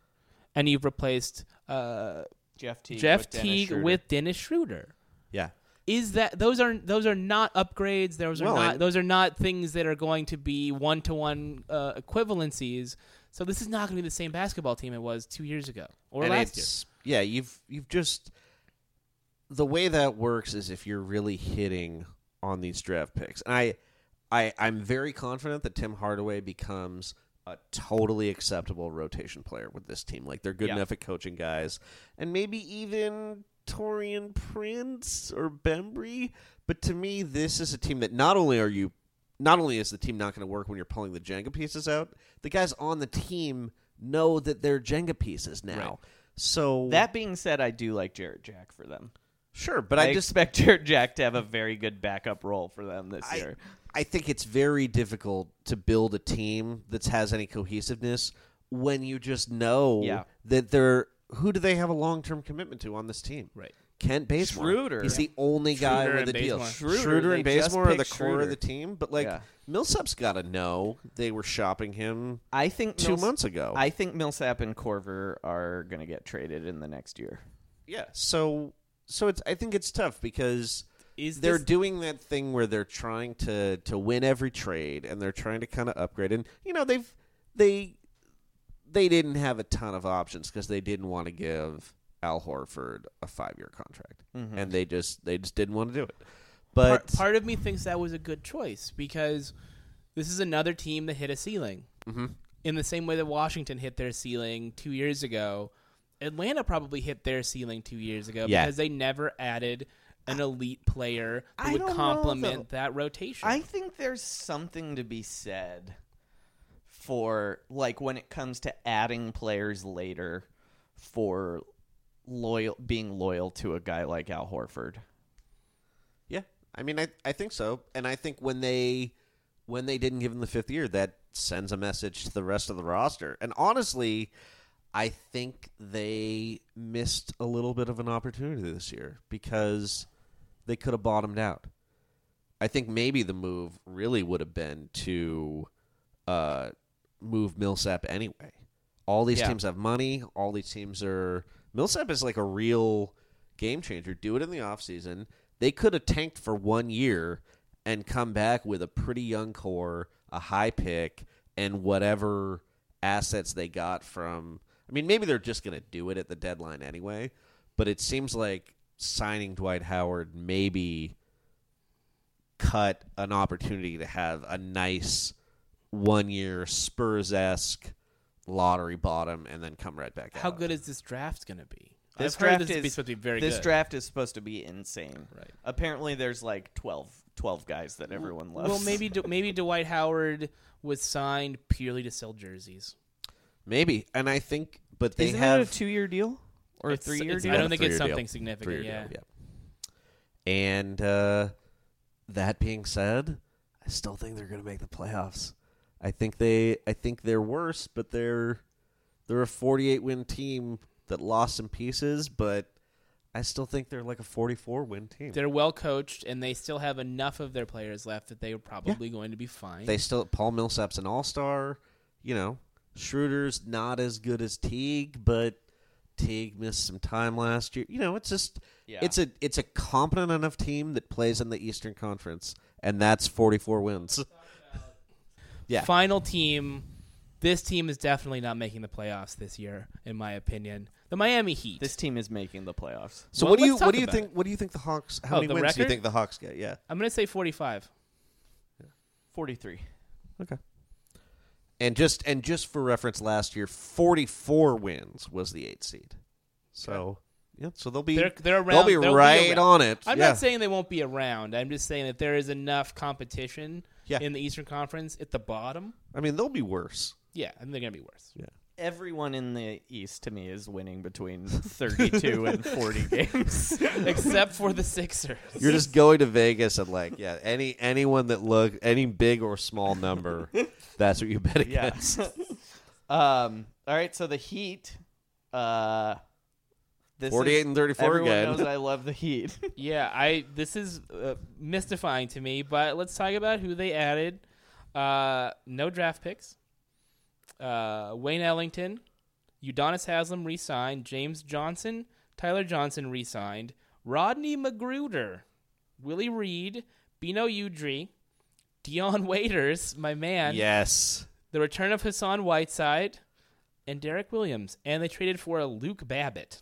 Speaker 2: and you've replaced uh,
Speaker 4: Jeff Teague,
Speaker 2: Jeff
Speaker 4: with Dennis
Speaker 2: Teague
Speaker 4: Schroeder.
Speaker 2: with Dennis Schroeder.
Speaker 3: Yeah.
Speaker 2: Is that those are those are not upgrades? Those are
Speaker 3: Well,
Speaker 2: not
Speaker 3: and-
Speaker 2: those are not things that are going to be one to one equivalencies. So this is not going to be the same basketball team it was two years ago or
Speaker 3: And
Speaker 2: last year.
Speaker 3: it's- Yeah, you've you've just the way that works is if you're really hitting on these draft picks. And I I I'm very confident that Tim Hardaway becomes a totally acceptable rotation player with this team. Like they're good
Speaker 2: Yeah.
Speaker 3: enough at coaching guys. And maybe even Torian Prince or Bembry. But to me, this is a team that not only are you not only is the team not going to work when you're pulling the Jenga pieces out, the guys on the team know that they're Jenga pieces now. So
Speaker 4: That being said, I do like Jared Jack for them.
Speaker 3: sure, but
Speaker 4: I,
Speaker 3: I just
Speaker 4: expect Jared Jack to have a very good backup role for them this
Speaker 3: I,
Speaker 4: year.
Speaker 3: I think it's very difficult to build a team that has any cohesiveness when you just know
Speaker 4: Yeah.
Speaker 3: that they're who do they have a long term commitment to on this team?
Speaker 2: Right.
Speaker 3: Kent Bazemore.
Speaker 4: Schroeder.
Speaker 3: He's the only guy
Speaker 2: Schroeder
Speaker 3: with
Speaker 2: and
Speaker 3: a deal.
Speaker 2: Bazemore.
Speaker 4: Schroeder,
Speaker 3: and
Speaker 4: they just
Speaker 3: Bazemore are the
Speaker 4: picked
Speaker 3: core
Speaker 4: Schroeder.
Speaker 3: of the team, but like
Speaker 4: Yeah.
Speaker 3: Millsap's got to know they were shopping him.
Speaker 4: I think
Speaker 3: two
Speaker 4: Mils-
Speaker 3: months ago.
Speaker 4: I think Millsap and Corver are going to get traded in the next year.
Speaker 3: Yeah. So so it's I think it's tough because
Speaker 2: Is
Speaker 3: they're
Speaker 2: this-
Speaker 3: doing that thing where they're trying to to win every trade and they're trying to kind of upgrade and you know they've they they didn't have a ton of options because they didn't want to give Al Horford a five year contract
Speaker 2: Mm-hmm.
Speaker 3: and they just they just didn't want to do it. But
Speaker 2: part, part of me thinks that was a good choice because this is another team that hit a ceiling. Mm-hmm. In the same way that Washington hit their ceiling two years ago, Atlanta probably hit their ceiling two years ago
Speaker 3: Yeah.
Speaker 2: because they never added an elite player that
Speaker 4: I
Speaker 2: would
Speaker 4: don't know,
Speaker 2: complement
Speaker 4: though.
Speaker 2: that rotation.
Speaker 4: I think there's something to be said for like when it comes to adding players later for loyal being loyal to a guy like Al Horford.
Speaker 3: yeah, I mean I I think so and I think when they when they didn't give him the fifth year that sends a message to the rest of the roster and honestly. I think they missed a little bit of an opportunity this year because they could have bottomed out. I think maybe the move really would have been to uh, move Millsap anyway. All these
Speaker 4: Yeah.
Speaker 3: teams have money. All these teams are Millsap is like a real game changer. Do it in the offseason. They could have tanked for one year and come back with a pretty young core, a high pick, and whatever assets they got from. I mean, maybe they're just going to do it at the deadline anyway. But it seems like signing Dwight Howard maybe cut an opportunity to have a nice one year Spurs esque lottery bottom and then come right back
Speaker 2: How
Speaker 3: out.
Speaker 2: good is this draft going to be?
Speaker 4: This
Speaker 2: I've heard
Speaker 4: draft
Speaker 2: this
Speaker 4: is
Speaker 2: be supposed to be very
Speaker 4: This
Speaker 2: good.
Speaker 4: draft is supposed to be insane.
Speaker 2: Right.
Speaker 4: Apparently there's like 12, 12 guys that everyone loves.
Speaker 2: Well, maybe Du- maybe Dwight Howard was signed purely to sell jerseys.
Speaker 3: Maybe. And I think, but they
Speaker 4: Isn't
Speaker 3: have.
Speaker 4: that a 2-year deal or a
Speaker 2: It's-
Speaker 4: 3-year
Speaker 2: it's-
Speaker 4: deal?
Speaker 2: I don't think
Speaker 3: Three-year
Speaker 2: it's
Speaker 3: deal.
Speaker 2: something significant.
Speaker 3: Three-year
Speaker 2: Yeah.
Speaker 3: deal, yeah. And uh, that being said, I still think they're going to make the playoffs. I think they, I think they're worse, but they're they're a 48 win team that lost some pieces, but I still think they're like a 44 win
Speaker 4: Hmm.
Speaker 3: team.
Speaker 2: They're well coached, and they still have enough of their players left that they are probably going to be fine.
Speaker 3: They still Paul Millsap's an all star. You know, Schroeder's not as good as Teague, but Teague missed some time last year. You know, it's just
Speaker 4: Yeah.
Speaker 3: it's a it's a competent enough team that plays in the Eastern Conference, and that's forty four wins. Yeah.
Speaker 2: Final team. This team is definitely not making the playoffs this year, in my opinion. The Miami Heat.
Speaker 4: This team is making the playoffs.
Speaker 3: So
Speaker 2: Well,
Speaker 3: what do
Speaker 2: let's
Speaker 3: you
Speaker 2: talk
Speaker 3: what do you
Speaker 2: about
Speaker 3: think
Speaker 2: it.
Speaker 3: what do you think the Hawks how
Speaker 2: Oh,
Speaker 3: many
Speaker 2: the
Speaker 3: wins do you
Speaker 2: record?
Speaker 3: think the Hawks get? Yeah.
Speaker 2: I'm going to say 45.
Speaker 4: 43.
Speaker 3: Okay. And just and just for reference last year, forty four wins was the eight seed. So yeah, so they'll be
Speaker 2: They're, they're around.
Speaker 3: they'll be
Speaker 2: they'll
Speaker 3: right
Speaker 2: around.
Speaker 3: on it.
Speaker 2: I'm
Speaker 3: Yeah.
Speaker 2: not saying they won't be around. I'm just saying that there is enough competition
Speaker 3: Yeah.
Speaker 2: in the Eastern Conference at the bottom.
Speaker 3: I mean they'll be worse.
Speaker 2: Yeah, and they're going to be worse.
Speaker 4: Everyone in the East to me is winning between 32 and 40 games.
Speaker 2: Except for the Sixers.
Speaker 3: You're just going to Vegas and like, yeah, any anyone that look any big or small number, that's what you bet against.
Speaker 4: Um, all right, so the Heat. Uh, this is-
Speaker 3: 48 and 34
Speaker 4: everyone
Speaker 3: again.
Speaker 4: knows I love the Heat.
Speaker 2: Yeah, I this is uh, mystifying to me, but let's talk about who they added. Uh, no draft picks. Uh, Wayne Ellington, Udonis Haslam re-signed. James Johnson, Tyler Johnson re-signed. Rodney Magruder, Willie Reed, Bino Udry, Dion Waiters, my man.
Speaker 3: Yes.
Speaker 2: The return of Hassan Whiteside, and Derek Williams, and they traded for a Luke Babbitt.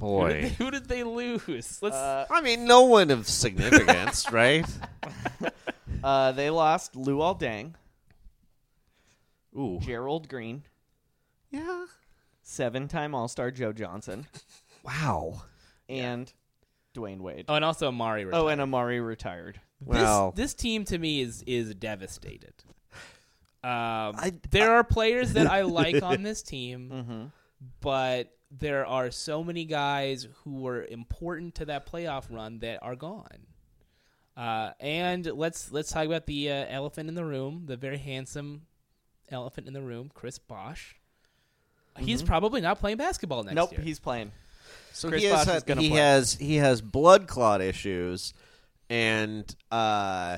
Speaker 2: Who did
Speaker 3: Boy.
Speaker 2: they, who did they lose? Let's.
Speaker 3: I mean, no one of significance, right?
Speaker 4: Uh, they lost Lou Aldang,
Speaker 3: Ooh.
Speaker 4: Gerald Green,
Speaker 3: Yeah.
Speaker 4: seven-time All-Star Joe Johnson,
Speaker 3: Wow.
Speaker 4: and Dwayne Wade.
Speaker 2: Oh, and also Amari. Retired.
Speaker 4: Oh, and Amari retired.
Speaker 3: Well,
Speaker 2: this, this team to me is is devastated. Um,
Speaker 3: I- Mm-hmm.
Speaker 2: there are players that I like on this team, but there are so many guys who were important to that playoff run that are gone. Uh, and let's let's talk about the uh, elephant in the room, the very handsome
Speaker 3: Mm-hmm.
Speaker 2: elephant in the room, Chris Bosch. He's probably not playing basketball next
Speaker 4: nope,
Speaker 2: year.
Speaker 4: he's playing.
Speaker 3: So
Speaker 2: Chris
Speaker 3: he has
Speaker 2: Bosh
Speaker 3: had-
Speaker 2: is gonna
Speaker 3: he
Speaker 2: play.
Speaker 3: has he has blood clot issues, and uh,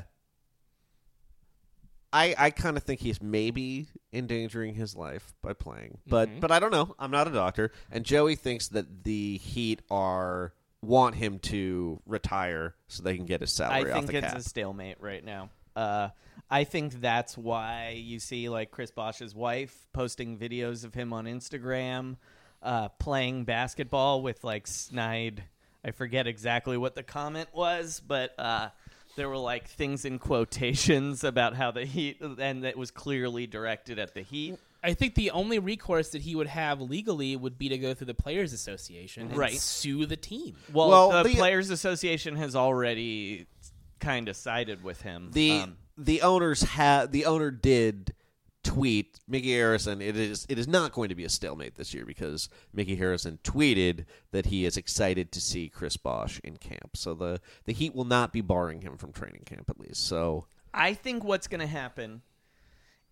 Speaker 3: I I kind of think he's maybe endangering his life by playing, but
Speaker 2: Mm-hmm.
Speaker 3: but I don't know. I'm not a doctor, and Joey thinks that the Heat are want him to retire so they can get his
Speaker 4: I
Speaker 3: salary off
Speaker 4: think
Speaker 3: the
Speaker 4: it's
Speaker 3: cap.
Speaker 4: a stalemate right now. Uh, I think that's why you see like Chris Bosch's wife posting videos of him on Instagram uh, playing basketball with like snide. I forget exactly what the comment was, but uh, there were like things in quotations about how the Heat, and that was clearly directed at the Heat.
Speaker 2: I think the only recourse that he would have legally would be to go through the Players Association and
Speaker 4: Right.
Speaker 2: sue the team.
Speaker 4: Well,
Speaker 3: Well,
Speaker 4: the,
Speaker 3: the-
Speaker 4: Players Association has already kind of sided with him.
Speaker 3: the
Speaker 4: Um,
Speaker 3: the owners had the owner did tweet Mickey Harrison. It is it is not going to be a stalemate this year because Mickey Harrison tweeted that he is excited to see Chris Bosch in camp. So the the Heat will not be barring him from training camp at least. So
Speaker 4: I think what's going to happen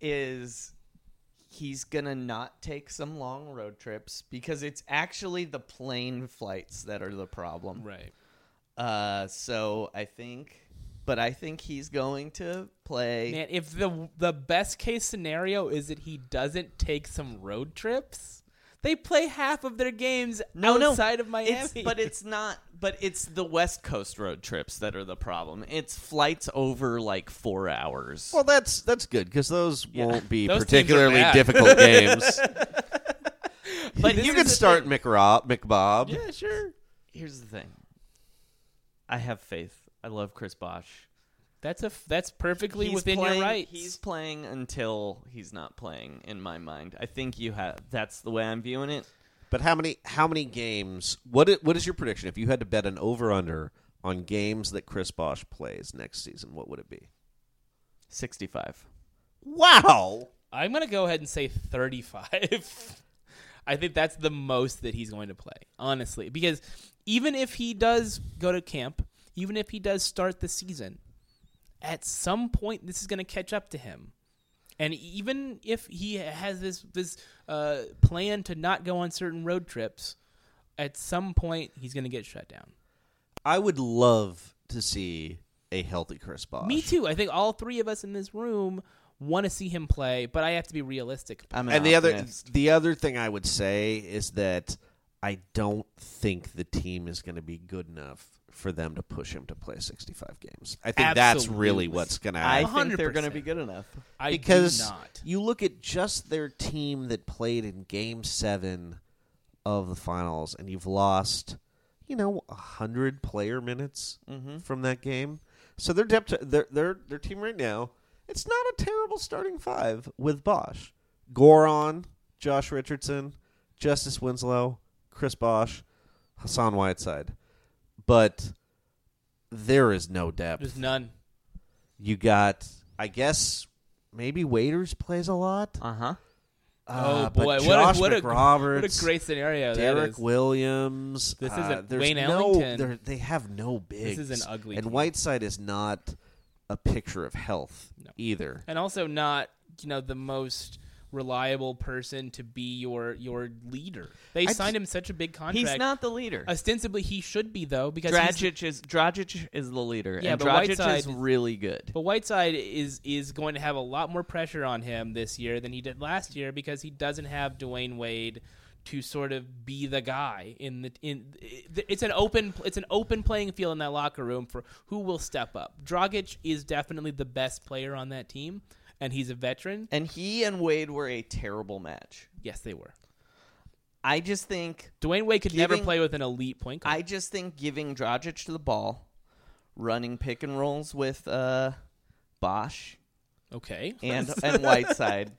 Speaker 4: is he's going to not take some long road trips because it's actually the plane flights that are the problem.
Speaker 2: Right.
Speaker 4: Uh, so I think, but I think he's going to play.
Speaker 2: Man, if the the best case scenario is that he doesn't take some road trips, they play half of their games outside of Miami.
Speaker 4: It's- but it's not. But it's the West Coast road trips that are the problem. It's flights over like four hours.
Speaker 3: well, that's that's good because those won't be
Speaker 2: Those teams are
Speaker 3: particularly
Speaker 2: bad.
Speaker 3: difficult games.
Speaker 4: but
Speaker 3: you
Speaker 4: here's
Speaker 3: can
Speaker 4: the
Speaker 3: start
Speaker 4: thing.
Speaker 3: McRob, McBob.
Speaker 4: Yeah, sure. Here's the thing. I have faith. I love Chris Bosch.
Speaker 2: that's a f- that's perfectly
Speaker 4: He's
Speaker 2: within
Speaker 4: playing,
Speaker 2: your rights.
Speaker 4: He's playing until he's not playing. In my mind, I think you have. That's the way I'm viewing it.
Speaker 3: But how many how many games? What is, what is your prediction if you had to bet an over under on games that Chris Bosch plays next season? What would it be?
Speaker 4: 65.
Speaker 3: Wow.
Speaker 2: I'm gonna go ahead and say 35. I think that's the most that he's going to play, honestly, because even if he does go to camp, even if he does start the season, at some point this is going to catch up to him. And even if he has this this uh, plan to not go on certain road trips, at some point he's going to get shut down.
Speaker 3: I would love to see a healthy Chris Bosh.
Speaker 2: Me too. I think all three of us in this room want to see him play, but I have to be realistic.
Speaker 4: I'm an
Speaker 3: And the other
Speaker 4: optimist.
Speaker 3: the other thing I would say is that I don't think the team is going to be good enough for them to push him to play 65 games. I think that's really
Speaker 2: Absolutely.
Speaker 3: what's going to
Speaker 4: I
Speaker 3: happen.
Speaker 4: think they're going to
Speaker 2: 100%.
Speaker 4: be good enough.
Speaker 2: I
Speaker 3: because
Speaker 2: do not.
Speaker 3: you look at just their team that played in game 7 of the finals and you've lost you know 100 player minutes
Speaker 4: Mm-hmm.
Speaker 2: Mm-hmm.
Speaker 3: from that game. So their depth their their their team right now, it's not a terrible starting five with Bosch. Goron, Josh Richardson, Justice Winslow, Chris Bosch, Hassan Whiteside. But there is no depth.
Speaker 2: There's none.
Speaker 3: You got, I guess, maybe Waiters plays a lot.
Speaker 4: Uh huh.
Speaker 3: Uh,
Speaker 2: oh
Speaker 3: but
Speaker 2: boy,
Speaker 3: Josh
Speaker 2: what a what a
Speaker 3: McRoberts,
Speaker 2: what a great scenario. that
Speaker 3: Derek
Speaker 2: is.
Speaker 3: Williams.
Speaker 2: This
Speaker 3: uh,
Speaker 2: isn't
Speaker 3: there's
Speaker 2: Wayne
Speaker 3: no,
Speaker 2: Ellington.
Speaker 3: there- They have no bigs.
Speaker 2: This is an ugly
Speaker 3: And
Speaker 2: team.
Speaker 3: Whiteside is not a picture of health either.
Speaker 2: and also not you know the most reliable person to be your your leader. They
Speaker 3: I
Speaker 2: signed
Speaker 3: ju-
Speaker 2: him such a big contract.
Speaker 4: He's not the leader.
Speaker 2: Ostensibly, he should be though because he's-
Speaker 4: Dragic is Dragic is the leader.
Speaker 2: Yeah,
Speaker 4: and
Speaker 2: but
Speaker 4: Dragic
Speaker 2: Whiteside-
Speaker 4: is really good.
Speaker 2: But Whiteside is is going to have a lot more pressure on him this year than he did last year because he doesn't have Dwayne Wade to sort of be the guy in the in it's an open it's an open playing field in that locker room for who will step up. Dragic is definitely the best player on that team and he's a veteran.
Speaker 4: And he and Wade were a terrible match.
Speaker 2: Yes, they were.
Speaker 4: I just think
Speaker 2: Dwayne Wade could never
Speaker 4: Giving-
Speaker 2: play with an elite point guard.
Speaker 4: I just think giving Dragic to the ball, running pick and rolls with uh, Bosch
Speaker 2: okay.
Speaker 4: and and Whiteside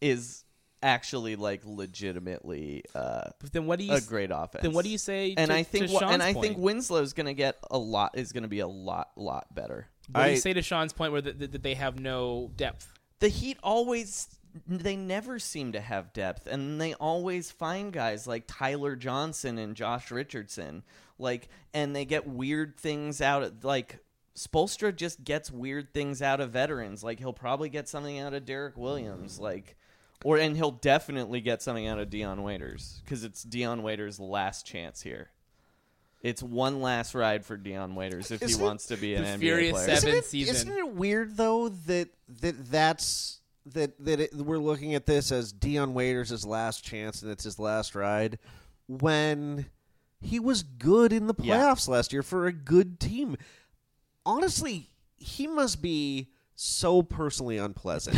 Speaker 4: is actually like legitimately uh,
Speaker 2: But then what do you
Speaker 4: a great offense.
Speaker 2: then what do you say
Speaker 4: And
Speaker 2: to-
Speaker 4: I think
Speaker 2: to
Speaker 4: wha-
Speaker 2: Sean's
Speaker 4: and I think
Speaker 2: point?
Speaker 4: Winslow's going to get a lot is going to be a lot lot better.
Speaker 2: what do
Speaker 3: I-
Speaker 2: you say to Sean's point where that that they have no depth?
Speaker 4: the Heat always they never seem to have depth and they always find guys like Tyler Johnson and Josh Richardson like and they get weird things out of like Spolstra just gets weird things out of veterans like he'll probably get something out of Derek Williams like Or and he'll definitely get something out of Dion Waiters because it's Dion Waiters' last chance here. It's one last ride for Dion Waiters if he
Speaker 3: Isn't it
Speaker 4: wants to be an
Speaker 2: the
Speaker 4: NBA
Speaker 2: Furious
Speaker 4: player.
Speaker 2: Seven?
Speaker 3: isn't it,
Speaker 2: season.
Speaker 3: Isn't it weird though that that that's that that it, we're looking at this as Dion Waiters' his last chance and it's his last ride when he was good in the
Speaker 4: Yeah.
Speaker 3: playoffs last year for a good team. Honestly, he must be so personally unpleasant.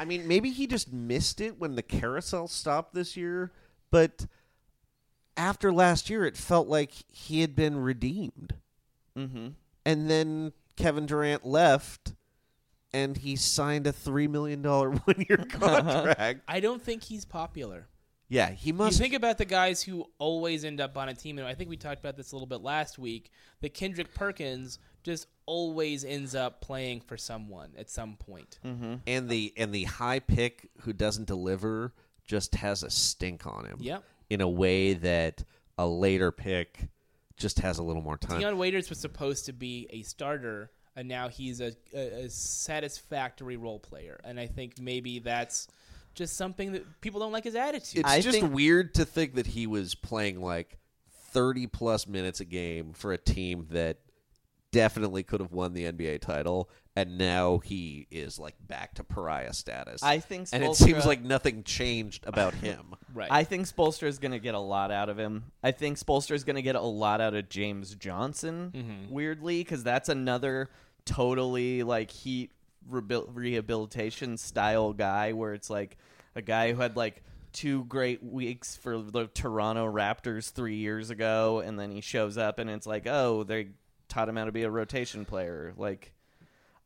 Speaker 3: I mean, maybe he just missed it when the carousel stopped this year, but after last year it felt like he had been redeemed
Speaker 4: Mm-hmm.
Speaker 3: and then Kevin Durant left, and he signed a three million dollar one year contract.
Speaker 2: I don't think he's popular.
Speaker 3: yeah, he must.
Speaker 2: You think about the guys who always end up on a team, and I think we talked about this a little bit last week. The Kendrick Perkins just always ends up playing for someone at some point.
Speaker 4: Mm-hmm.
Speaker 3: and the and the high pick who doesn't deliver just has a stink on him.
Speaker 2: Yep.
Speaker 3: in a way that a later pick just has a little more time.
Speaker 2: Deion Waiters was supposed to be a starter, and now he's a, a, a satisfactory role player. And I think maybe that's just something that people don't like his attitude.
Speaker 3: it's
Speaker 4: I
Speaker 3: just
Speaker 4: think-
Speaker 3: weird to think that he was playing like thirty plus minutes a game for a team that definitely could have won the NBA title. And now he is like back to pariah status.
Speaker 4: I think
Speaker 3: and it
Speaker 4: Spoelstra-
Speaker 3: seems like nothing changed about him.
Speaker 2: right.
Speaker 4: I think Spolstra is going to get a lot out of him. I think Spolstra is going to get a lot out of James Johnson, weirdly, because that's another totally like heat rehabil- rehabilitation style guy where it's like a guy who had like two great weeks for the Toronto Raptors three years ago, and then he shows up and it's like, oh, they taught him how to be a rotation player. Like,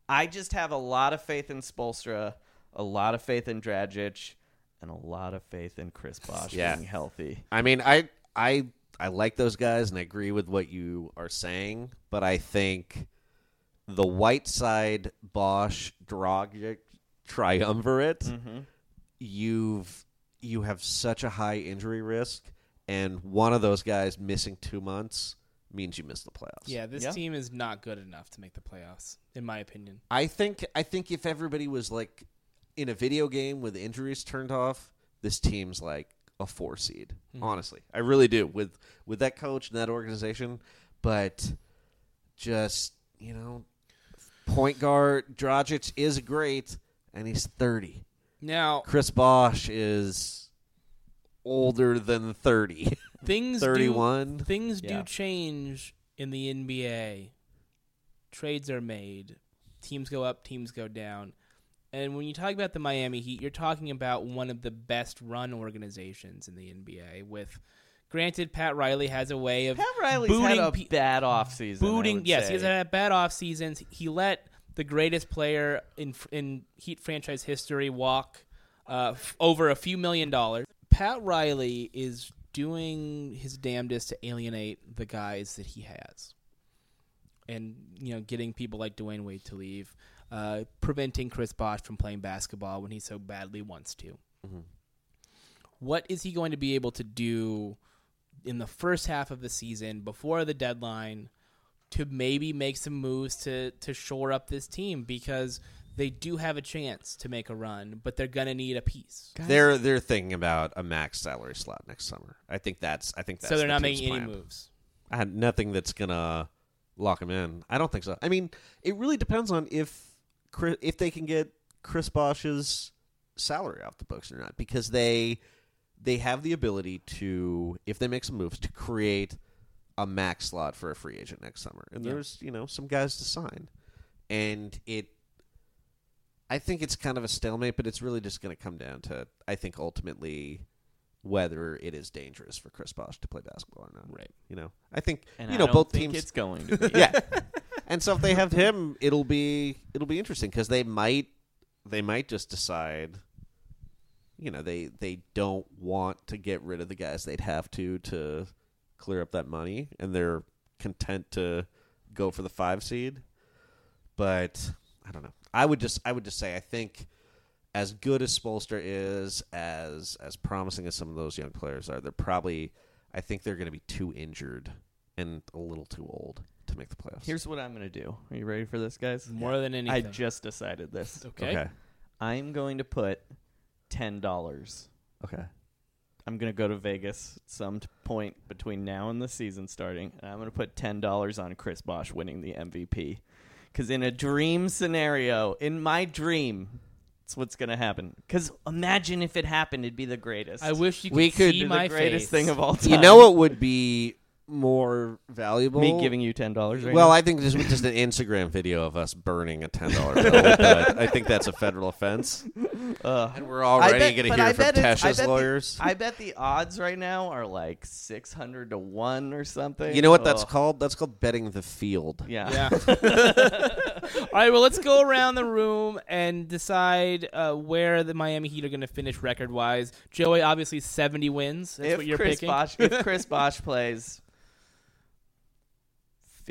Speaker 4: I just have a lot of faith in Spolstra, a lot of faith in Dragic, and a lot of faith in Chris Bosh
Speaker 3: Yeah.
Speaker 4: being healthy.
Speaker 3: I mean, I I I like those guys and I agree with what you are saying, but I think the Whiteside Bosch Drogic triumvirate, you've you have such a high injury risk, and one of those guys missing two months means you miss the playoffs.
Speaker 2: yeah, this
Speaker 4: Yeah.
Speaker 2: team is not good enough to make the playoffs, in my opinion.
Speaker 3: I think I think if everybody was like in a video game with injuries turned off, this team's like a four seed.
Speaker 2: Hmm.
Speaker 3: Honestly, I really do with with that coach and that organization. But just you know, point guard Dragic is great, and he's thirty.
Speaker 2: Now,
Speaker 3: Chris Bosch is older than thirty.
Speaker 2: things do-
Speaker 3: 31.
Speaker 2: things
Speaker 4: Yeah.
Speaker 2: do change in the NBA. Trades are made, teams go up, teams go down. And when you talk about the Miami Heat, you're talking about one of the best run organizations in the NBA with granted Pat Riley has a way of
Speaker 4: Pat Riley's
Speaker 2: booting
Speaker 4: had a
Speaker 2: pe-
Speaker 4: bad offseason.
Speaker 2: booting. Yes,
Speaker 4: say.
Speaker 2: he's had bad off seasons. He let the greatest player in in Heat franchise history walk uh, f- over a few million dollars. Pat Riley is doing his damnedest to alienate the guys that he has, and you know, getting people like Dwayne Wade to leave, uh, preventing Chris Bosh from playing basketball when he so badly wants to.
Speaker 4: Mm-hmm.
Speaker 2: What is he going to be able to do? In the first half of the season, before the deadline, to maybe make some moves to to shore up this team because they do have a chance to make a run, but they're gonna need a piece.
Speaker 3: they're they're thinking about a max salary slot next summer. I think that's I think that's
Speaker 2: so they're
Speaker 3: the
Speaker 2: not
Speaker 3: team's
Speaker 2: making any
Speaker 3: plan.
Speaker 2: moves.
Speaker 3: I had nothing that's gonna lock him in. I don't think so. I mean, it really depends on if Chris, if they can get Chris Bosch's salary off the books or not, because they they have the ability to, if they make some moves, to create a max slot for a free agent next summer. And there's you know some guys to sign, and it. I think it's kind of a stalemate, but it's really just going to come down to I think ultimately whether it is dangerous for Chris Bosch to play basketball or not.
Speaker 2: Right.
Speaker 3: You know, I think
Speaker 4: And
Speaker 3: you
Speaker 4: I
Speaker 3: know
Speaker 4: don't
Speaker 3: both
Speaker 4: think
Speaker 3: teams.
Speaker 4: It's going to be.
Speaker 3: yeah, and so if they have him, it'll be it'll be interesting because they might they might just decide, you know, they they don't want to get rid of the guys they'd have to to clear up that money, and they're content to go for the five seed. But I don't know. I would just I would just say I think as good as Spolster is, as as promising as some of those young players are, they're probably I think they're going to be too injured and a little too old to make the playoffs.
Speaker 4: Here's what I'm going to do. Are you ready for this, guys?
Speaker 2: More than anything.
Speaker 4: I just decided this.
Speaker 2: okay.
Speaker 3: okay.
Speaker 4: I'm going to put ten dollars.
Speaker 6: Okay.
Speaker 4: I'm gonna go to Vegas at some t- point between now and the season starting, and I'm gonna put ten dollars on Chris Bosch winning the MVP. Because in a dream scenario, in my dream, it's what's gonna happen. Because imagine if it happened, it'd be the greatest.
Speaker 2: I wish you could
Speaker 4: we could
Speaker 2: see
Speaker 4: do
Speaker 2: my
Speaker 4: the greatest
Speaker 2: face.
Speaker 4: thing of all time.
Speaker 3: You know what would be more valuable?
Speaker 4: Me giving you ten dollars right
Speaker 3: Well,
Speaker 4: now.
Speaker 3: I think this was just an Instagram video of us burning a ten dollar bill. but I think that's a federal offense,
Speaker 4: Uh,
Speaker 3: and we're already going to
Speaker 4: but
Speaker 3: hear
Speaker 4: I
Speaker 3: from
Speaker 4: bet it's- I
Speaker 3: Tasha's
Speaker 4: bet the-
Speaker 3: lawyers.
Speaker 4: I bet the odds right now are like six hundred to one or something.
Speaker 3: you know what that's
Speaker 4: Ugh.
Speaker 3: called? That's called betting the field.
Speaker 4: Yeah.
Speaker 2: Yeah. All right. Well, let's go around the room and decide uh, where the Miami Heat are going to finish record-wise. Joey, obviously, seventy wins. That's
Speaker 4: if
Speaker 2: what you're
Speaker 4: Chris
Speaker 2: picking.
Speaker 4: Bosch, if Chris Bosch plays,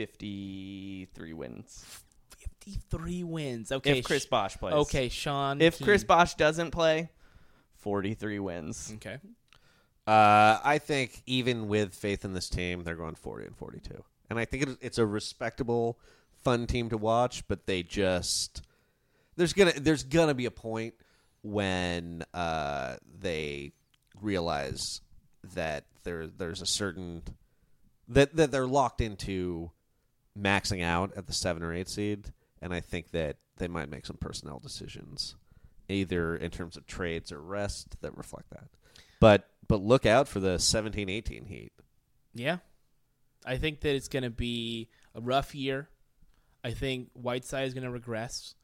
Speaker 4: fifty-three wins.
Speaker 2: Fifty-three wins. Okay.
Speaker 4: if Chris
Speaker 2: Sh-
Speaker 4: Bosch plays,
Speaker 2: Okay, Sean.
Speaker 4: If
Speaker 2: Keane.
Speaker 4: Chris Bosch doesn't play, forty-three wins.
Speaker 2: Okay.
Speaker 3: Uh, I think even with faith in this team, they're going forty and forty-two, and I think it, it's a respectable, fun team to watch. But they just there's gonna there's gonna be a point when uh, they realize that there there's a certain that that they're locked into maxing out at the seven or eight seed, and I think that they might make some personnel decisions, either in terms of trades or rest that reflect that. But but look out for the 17-18 Heat.
Speaker 2: Yeah. I think that it's going to be a rough year. I think Whiteside is going to regress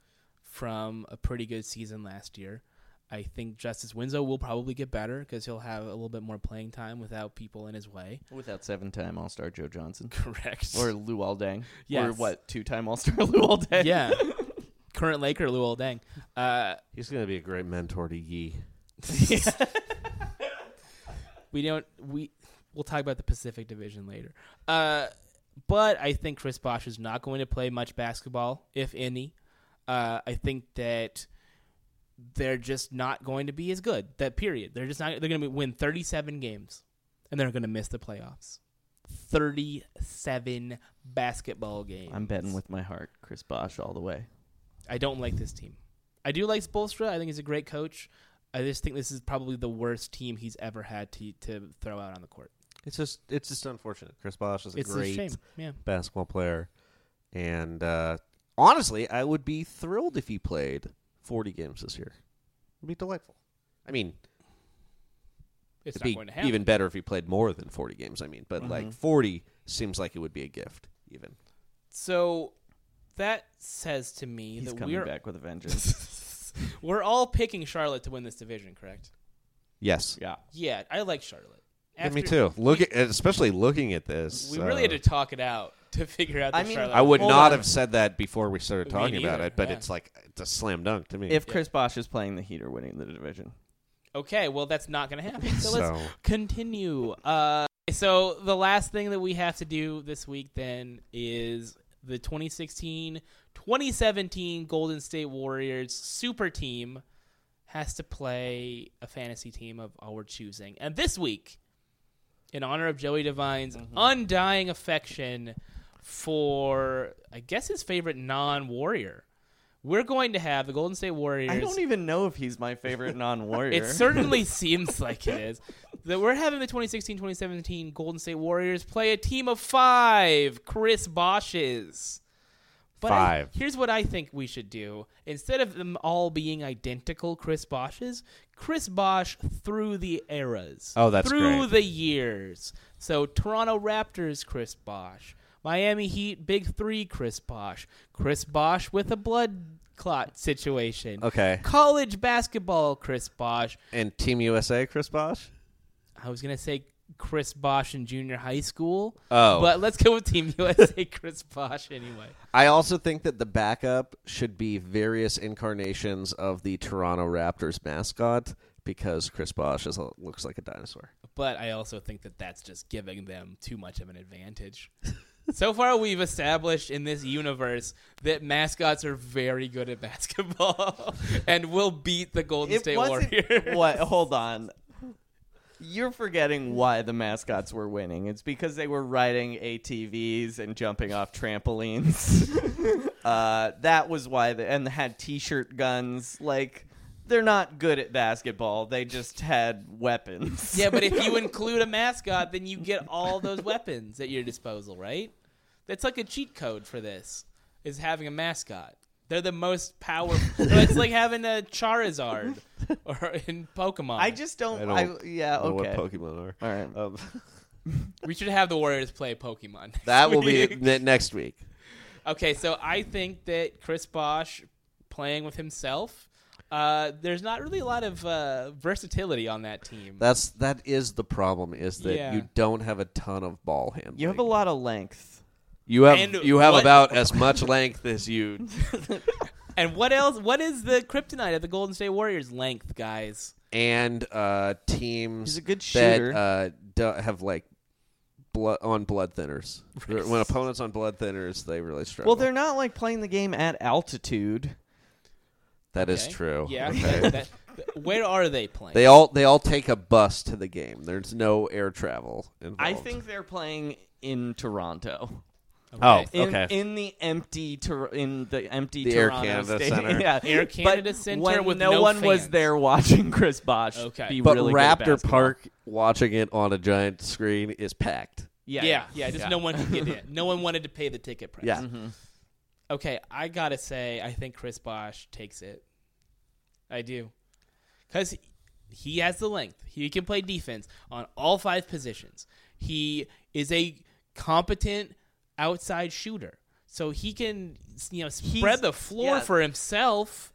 Speaker 2: from a pretty good season last year. I think Justice Winslow will probably get better because he'll have a little bit more playing time without people in his way.
Speaker 4: Without seven-time All-Star Joe Johnson
Speaker 2: Correct.
Speaker 4: or Lou Aldang, or
Speaker 2: Yes.
Speaker 4: what two-time All-Star Lou Aldang?
Speaker 2: yeah. Current Laker Lou Dang. Uh,
Speaker 3: He's going to be a great mentor to Yee.
Speaker 2: we don't we we'll talk about the Pacific Division later. Uh, but I think Chris Bosch is not going to play much basketball, if any. Uh, I think that they're just not going to be as good. That period. They're just not. They're going to win 37 games, and they're going to miss the playoffs. 37 basketball games.
Speaker 4: I'm betting with my heart, Chris Bosch all the way.
Speaker 2: I don't like this team. I do like Spolstra. I think he's a great coach. I just think this is probably the worst team he's ever had to to throw out on the court.
Speaker 3: It's just it's just unfortunate. Chris Bosh is a
Speaker 2: It's a
Speaker 3: great
Speaker 2: shame. Yeah.
Speaker 3: basketball player, and uh, honestly, I would be thrilled if he played 40 games this year. It'd be delightful. I mean,
Speaker 2: It's
Speaker 3: it'd
Speaker 2: not
Speaker 3: be
Speaker 2: going to happen. Mm-hmm.
Speaker 3: even better if he played more than 40 games. I mean, but like 40 seems like it would be a gift. Even
Speaker 2: So that says to me
Speaker 4: He's
Speaker 2: that
Speaker 4: coming
Speaker 2: we're
Speaker 4: back with a vengeance.
Speaker 2: we're all picking Charlotte to win this division, correct?
Speaker 3: yes,
Speaker 4: yeah.
Speaker 2: Yeah, I like Charlotte.
Speaker 3: Yeah, me
Speaker 2: After-
Speaker 3: too. Look at especially looking at this.
Speaker 2: We really had to talk it out to figure out. The
Speaker 4: I mean-
Speaker 2: Charlotte.
Speaker 3: I would
Speaker 4: Hold
Speaker 3: not
Speaker 4: on.
Speaker 3: have said that before we started
Speaker 2: Me
Speaker 3: talking about
Speaker 2: neither,
Speaker 3: it, but
Speaker 2: yeah.
Speaker 3: it's like it's a slam dunk to me.
Speaker 4: If Chris Bosch is playing, the Heat are winning the division.
Speaker 2: Okay, well that's not going to happen. So, let's
Speaker 3: So-
Speaker 2: continue. Uh, so the last thing that we have to do this week then is the 2016-2017 Golden State Warriors super team has to play a fantasy team of our choosing. And this week, in honor of Joey Devine's
Speaker 4: Mm-hmm.
Speaker 2: undying affection for I guess his favorite non-warrior, we're going to have the Golden State Warriors
Speaker 4: I don't even know if he's my favorite non-warrior.
Speaker 2: it certainly seems like it is. That we're having the 2016 2017 Golden State Warriors play a team of five Chris Bosches. But I-
Speaker 3: Five.
Speaker 2: here's what I think we should do. Instead of them all being identical Chris Bosches, Chris Bosch through the eras.
Speaker 3: Oh, that's
Speaker 2: Through
Speaker 3: great.
Speaker 2: the years. So Toronto Raptors Chris Bosch. Miami Heat Big 3 Chris Bosch. Chris Bosch with a blood clot situation.
Speaker 3: Okay.
Speaker 2: College basketball Chris Bosch.
Speaker 3: and Team USA, Chris Bosch.
Speaker 2: I was gonna say Chris Bosch in junior high school.
Speaker 3: Oh.
Speaker 2: but let's go with Team USA Chris Bosch anyway.
Speaker 3: I also think that the backup should be various incarnations of the Toronto Raptors mascot because Chris Bosch is, a- looks like a dinosaur.
Speaker 2: But I also think that that's just giving them too much of an advantage. so far, we've established in this universe that mascots are very good at basketball and will beat the Golden
Speaker 4: It
Speaker 2: State
Speaker 4: wasn't-
Speaker 2: Warriors.
Speaker 4: What? Hold on. You're forgetting why the mascots were winning. It's because they were riding ATVs and jumping off trampolines. uh, that was why. They, and they had T-shirt guns. Like they're not good at basketball. They just had weapons.
Speaker 2: Yeah, but if you include a mascot, then you get all those weapons at your disposal, right? That's like a cheat code for this. Is having a mascot. They're the most powerful. it's like having a Charizard or in Pokemon.
Speaker 4: I just don't.
Speaker 3: I
Speaker 4: I
Speaker 3: don't
Speaker 4: yeah.
Speaker 3: know what
Speaker 4: Okay.
Speaker 3: Pokemon are.
Speaker 4: All right.
Speaker 3: Um,
Speaker 2: we should have the Warriors play Pokemon. next
Speaker 3: that will be
Speaker 2: week.
Speaker 3: ne- next week.
Speaker 2: Okay, so I think that Chris Bosch playing with himself. Uh, there's not really a lot of uh, versatility on that team.
Speaker 3: That's that is the problem is that
Speaker 2: Yeah.
Speaker 3: you don't have a ton of ball handling.
Speaker 4: you have a lot of length.
Speaker 3: You have
Speaker 2: And
Speaker 3: you have
Speaker 2: what-
Speaker 3: about as much length as you
Speaker 2: and what else? What is the kryptonite of the Golden State Warriors? Length, guys.
Speaker 3: and uh, teams
Speaker 4: He's a good
Speaker 3: that
Speaker 4: shooter.
Speaker 3: uh, do- have like blood on blood thinners. When opponents on blood thinners, they really struggle.
Speaker 4: Well, they're not like playing the game at altitude.
Speaker 3: That is
Speaker 2: Okay.
Speaker 3: true.
Speaker 2: Yeah.
Speaker 3: Okay.
Speaker 2: that- that- where are they playing?
Speaker 3: They all they all take a bus to the game. There's no air travel involved.
Speaker 4: I think they're playing in Toronto.
Speaker 3: Oh,
Speaker 4: In,
Speaker 3: okay.
Speaker 4: in the empty Tor- in the empty
Speaker 3: The Air
Speaker 4: Toronto
Speaker 3: Canada
Speaker 4: stadium.
Speaker 3: Center.
Speaker 4: Yeah.
Speaker 2: Air
Speaker 4: But
Speaker 2: Canada Center
Speaker 4: when
Speaker 2: with
Speaker 4: no,
Speaker 2: no
Speaker 4: one was
Speaker 2: fans.
Speaker 4: there watching Chris Bosch.
Speaker 2: Okay.
Speaker 4: Be
Speaker 2: But
Speaker 3: but
Speaker 4: really good at
Speaker 3: Raptor
Speaker 4: basketball.
Speaker 3: Park watching it on a giant screen is packed.
Speaker 2: yeah,
Speaker 4: Yeah.
Speaker 2: yeah, just no one could get in. No one wanted to pay the ticket price.
Speaker 3: Yeah.
Speaker 2: Okay, I gotta say, I think Chris Bosch takes it. I do, because he has the length. He can play defense on all five positions. He is a competent outside shooter, so he can you know spread
Speaker 4: He's-
Speaker 2: the floor
Speaker 4: yeah.
Speaker 2: for himself.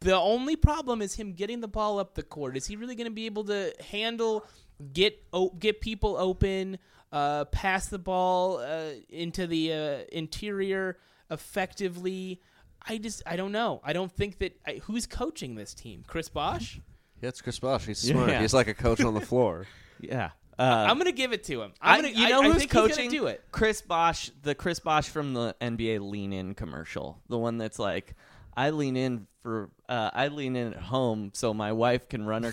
Speaker 2: The only problem is him getting the ball up the court. Is he really going to be able to handle get o- get people open, uh, pass the ball uh, into the uh, interior effectively? I just I don't know. I don't think that I, who's coaching this team. Chris Bosch.
Speaker 3: Yeah, it's Chris Bosh. He's smart.
Speaker 4: Yeah.
Speaker 3: He's like a coach on the floor.
Speaker 4: Yeah. Uh,
Speaker 2: I'm going to give it to him. I'm going to.
Speaker 4: you know
Speaker 2: I,
Speaker 4: who's
Speaker 2: think he's
Speaker 4: coaching?
Speaker 2: gonna do it.
Speaker 4: Chris Bosch, the Chris Bosch from the NBA Lean In commercial, the one that's like, I lean in for, uh, I lean in at home so my wife can run her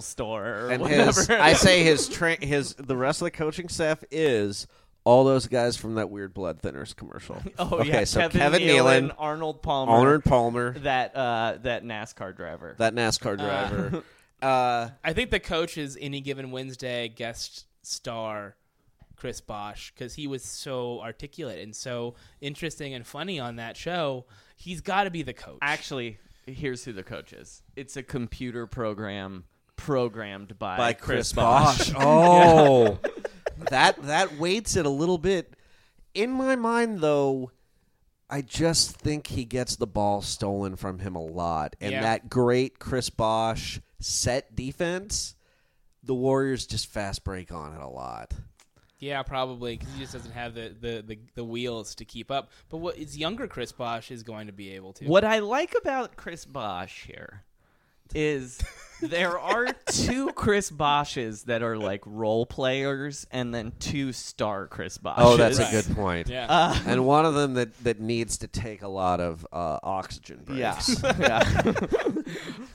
Speaker 4: store or
Speaker 3: and
Speaker 4: whatever.
Speaker 3: his I say his tra- his the rest of the coaching staff is all those guys from that weird blood thinners commercial.
Speaker 4: oh
Speaker 3: okay,
Speaker 4: yeah,
Speaker 3: so
Speaker 4: Kevin,
Speaker 3: Nealon,
Speaker 4: Arnold Palmer,
Speaker 3: Arnold Palmer,
Speaker 4: that uh, that NASCAR driver.
Speaker 3: that NASCAR driver. Uh,
Speaker 2: I think the coach is any given Wednesday guest star Chris Bosch because he was so articulate and so interesting and funny on that show. He's got to be the coach.
Speaker 4: Actually, here's who the coach is. It's a computer program programmed by
Speaker 3: by Chris Bosch. Oh, that that weights it a little bit. In my mind, though, I just think he gets the ball stolen from him a lot, and
Speaker 2: Yeah.
Speaker 3: that great Chris Bosch set defense. The Warriors just fast break on it a lot.
Speaker 2: yeah, probably because he just doesn't have the, the, the, the wheels to keep up. But what his younger Chris Bosch is going to be able to.
Speaker 4: What I like about Chris Bosch here is there are two Chris Bosches that are like role players and then two star Chris Bosches.
Speaker 3: Oh, that's
Speaker 2: Right.
Speaker 3: a good point.
Speaker 2: Yeah.
Speaker 4: Uh,
Speaker 3: and one of them that, that needs to take a lot of uh, oxygen breaks.
Speaker 4: Yeah. yeah.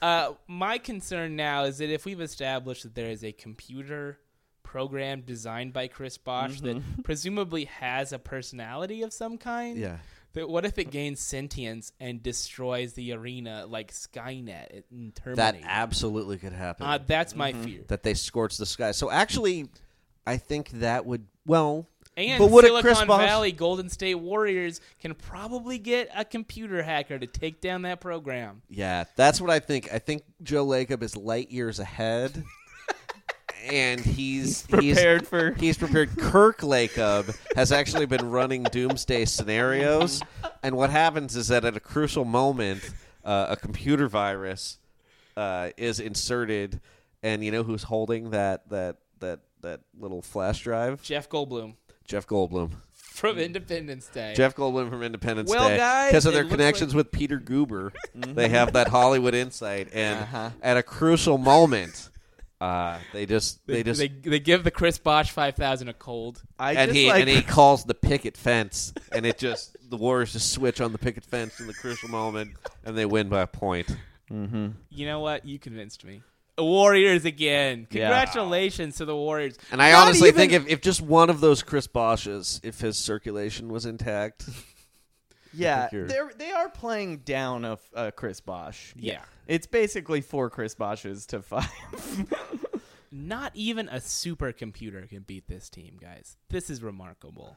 Speaker 2: Uh, my concern now is that if we've established that there is a computer program designed by Chris Bosch that presumably has a personality of some kind,
Speaker 3: Mm-hmm. Yeah.
Speaker 2: that what if it gains sentience and destroys the arena like Skynet in
Speaker 3: That Mm-hmm.
Speaker 2: Terminator?
Speaker 3: absolutely could happen.
Speaker 2: uh, that's my fear.
Speaker 3: that they scorch the sky. So actually, I think that would well.
Speaker 2: And
Speaker 3: but would it
Speaker 2: Silicon
Speaker 3: Chris Bosh-
Speaker 2: Valley Golden State Warriors can probably get a computer hacker to take down that program.
Speaker 3: Yeah, that's what I think. I think Joe Lacob is light years ahead, and he's,
Speaker 4: prepared for-
Speaker 3: He's prepared. Kirk Lacob has actually been running doomsday scenarios, and what happens is that at a crucial moment, uh, a computer virus uh, is inserted, and you know who's holding that that that that little flash drive?
Speaker 2: Jeff Goldblum
Speaker 3: Jeff Goldblum.
Speaker 2: from Independence Day.
Speaker 3: Mm. Jeff Goldblum from Independence
Speaker 2: Well,
Speaker 3: Day,
Speaker 2: guys,
Speaker 3: because of
Speaker 2: it
Speaker 3: their
Speaker 2: looks Mm-hmm.
Speaker 3: connections with Peter Goober, they have that Hollywood insight, and
Speaker 2: Uh-huh.
Speaker 3: at a crucial moment, uh, they just they, just
Speaker 2: they, they give the Chris Bosch 5000 a cold.
Speaker 4: I
Speaker 3: and
Speaker 4: just
Speaker 3: he
Speaker 4: like
Speaker 3: and he calls the picket fence, and it just the Warriors just switch on the picket fence in the crucial moment, and they win by a point.
Speaker 4: Mm-hmm.
Speaker 2: You know what? You convinced me. Warriors again.
Speaker 4: Yeah.
Speaker 2: Congratulations to the Warriors.
Speaker 3: And I
Speaker 2: Not
Speaker 3: honestly
Speaker 2: even-
Speaker 3: think if, if just one of those Chris Bosches, if his circulation was intact,
Speaker 4: Yeah,
Speaker 3: you're-
Speaker 4: they're they are playing down a, f- a Chris Bosch.
Speaker 2: Yeah.
Speaker 4: it's basically four Chris Bosches to five.
Speaker 2: Not even a supercomputer can beat this team, guys. This is remarkable.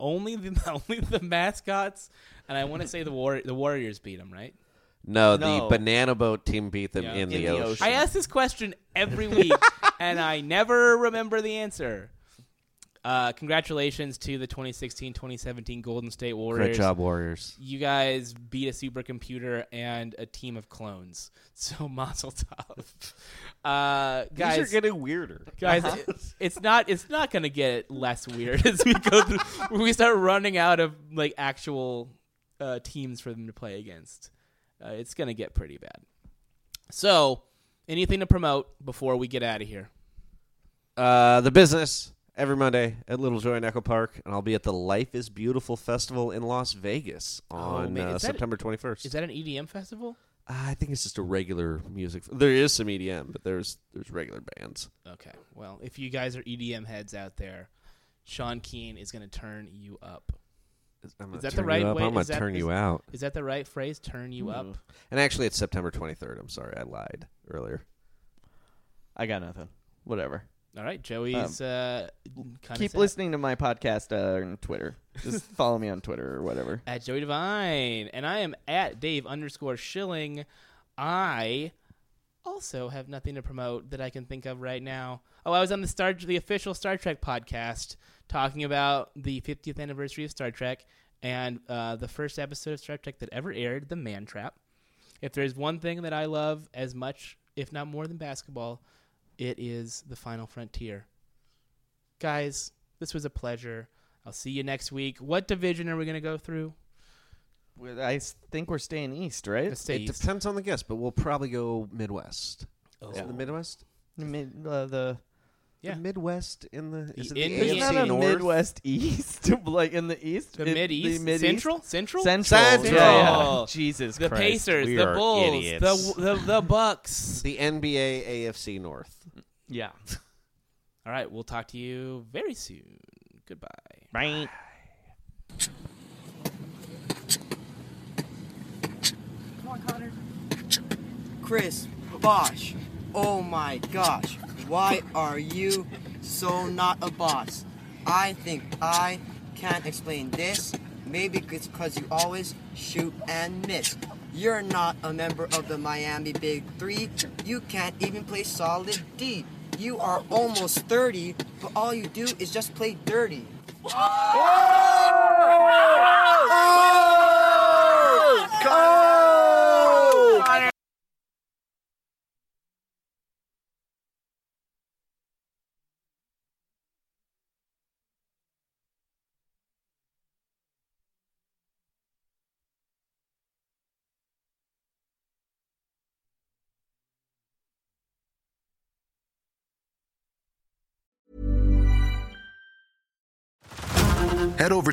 Speaker 2: Only the only the mascots, and I want to say the war the Warriors beat them, right?
Speaker 3: No,
Speaker 4: No.
Speaker 3: the banana boat team beat them
Speaker 2: Yeah.
Speaker 3: in, the,
Speaker 4: the
Speaker 3: ocean.
Speaker 4: ocean.
Speaker 2: I ask this question every week, and I never remember the answer. Uh, congratulations to the 2016-2017 Golden State Warriors.
Speaker 3: Great job, Warriors.
Speaker 2: You guys beat a supercomputer and a team of clones. So Mazel Tov. Uh, guys,
Speaker 4: These are getting weirder.
Speaker 2: guys it- it's not it's not gonna get less weird as we go through we start running out of like actual uh, teams for them to play against uh, it's gonna get pretty bad so anything to promote before we get out of here
Speaker 3: Uh, the business every Monday at Little Joy in Echo Park, and I'll be at the Life is Beautiful Festival in Las Vegas on uh,
Speaker 2: man, is that-
Speaker 3: September 21st.
Speaker 2: is that an edm festival
Speaker 3: I think it's just a regular music. There is some EDM, but there's there's regular bands.
Speaker 2: okay well if you guys are edm heads out there sean keen is gonna turn you up
Speaker 3: I'm gonna
Speaker 2: Is that the
Speaker 3: turn you
Speaker 2: right
Speaker 3: up.
Speaker 2: way-
Speaker 3: I'm gonna
Speaker 2: is that-
Speaker 3: turn
Speaker 2: is-
Speaker 3: you out.
Speaker 2: is that the right phrase turn you up
Speaker 3: And actually, it's September 23rd. I'm sorry, I lied earlier.
Speaker 4: I got nothing. Whatever.
Speaker 2: all right joey's uh kinda
Speaker 4: Keep
Speaker 2: sad.
Speaker 4: listening to my podcast uh, on Twitter. Just follow me on Twitter or whatever.
Speaker 2: at Joey Devine, and I am at Dave underscore Shilling. I also have nothing to promote that I can think of right now. Oh, I was on the Star, the official Star Trek podcast, talking about the 50th anniversary of Star Trek and uh, the first episode of Star Trek that ever aired, The Man Trap. If there's one thing that I love as much, if not more than basketball, it is the Final Frontier. Guys, this was a pleasure. I'll see you next week. What division are we going to go through?
Speaker 4: Well, I s- think we're staying east, right?
Speaker 2: Let's say
Speaker 3: It
Speaker 2: East.
Speaker 3: depends on the guest, but we'll probably go Midwest. Is it the Midwest?
Speaker 4: Mid, uh, the
Speaker 2: Yeah.
Speaker 3: The Midwest in the is it
Speaker 2: in-
Speaker 3: the
Speaker 4: Isn't
Speaker 2: Yeah.
Speaker 3: AFC
Speaker 4: that a
Speaker 3: North?
Speaker 4: Midwest East, like in the East,
Speaker 2: The
Speaker 4: It-
Speaker 2: Mid East,
Speaker 4: the Mid
Speaker 2: Central, Central,
Speaker 4: Central,
Speaker 3: Central.
Speaker 4: Yeah, yeah.
Speaker 2: Central.
Speaker 4: Jesus,
Speaker 2: the
Speaker 4: Christ.
Speaker 2: Pacers,
Speaker 3: we
Speaker 2: the
Speaker 3: are
Speaker 2: Bulls,
Speaker 3: idiots.
Speaker 2: the the the Bucks.
Speaker 3: The NBA AFC North.
Speaker 4: yeah,
Speaker 2: All right, we'll talk to you very soon. Goodbye.
Speaker 4: right.
Speaker 7: Chris Bosch. Oh my gosh. Why are you so not a boss? I think I can't explain this. Maybe it's because you always shoot and miss. You're not a member of the Miami Big Three. You can't even play solid D. You are almost 30, but all you do is just play dirty.
Speaker 8: Head over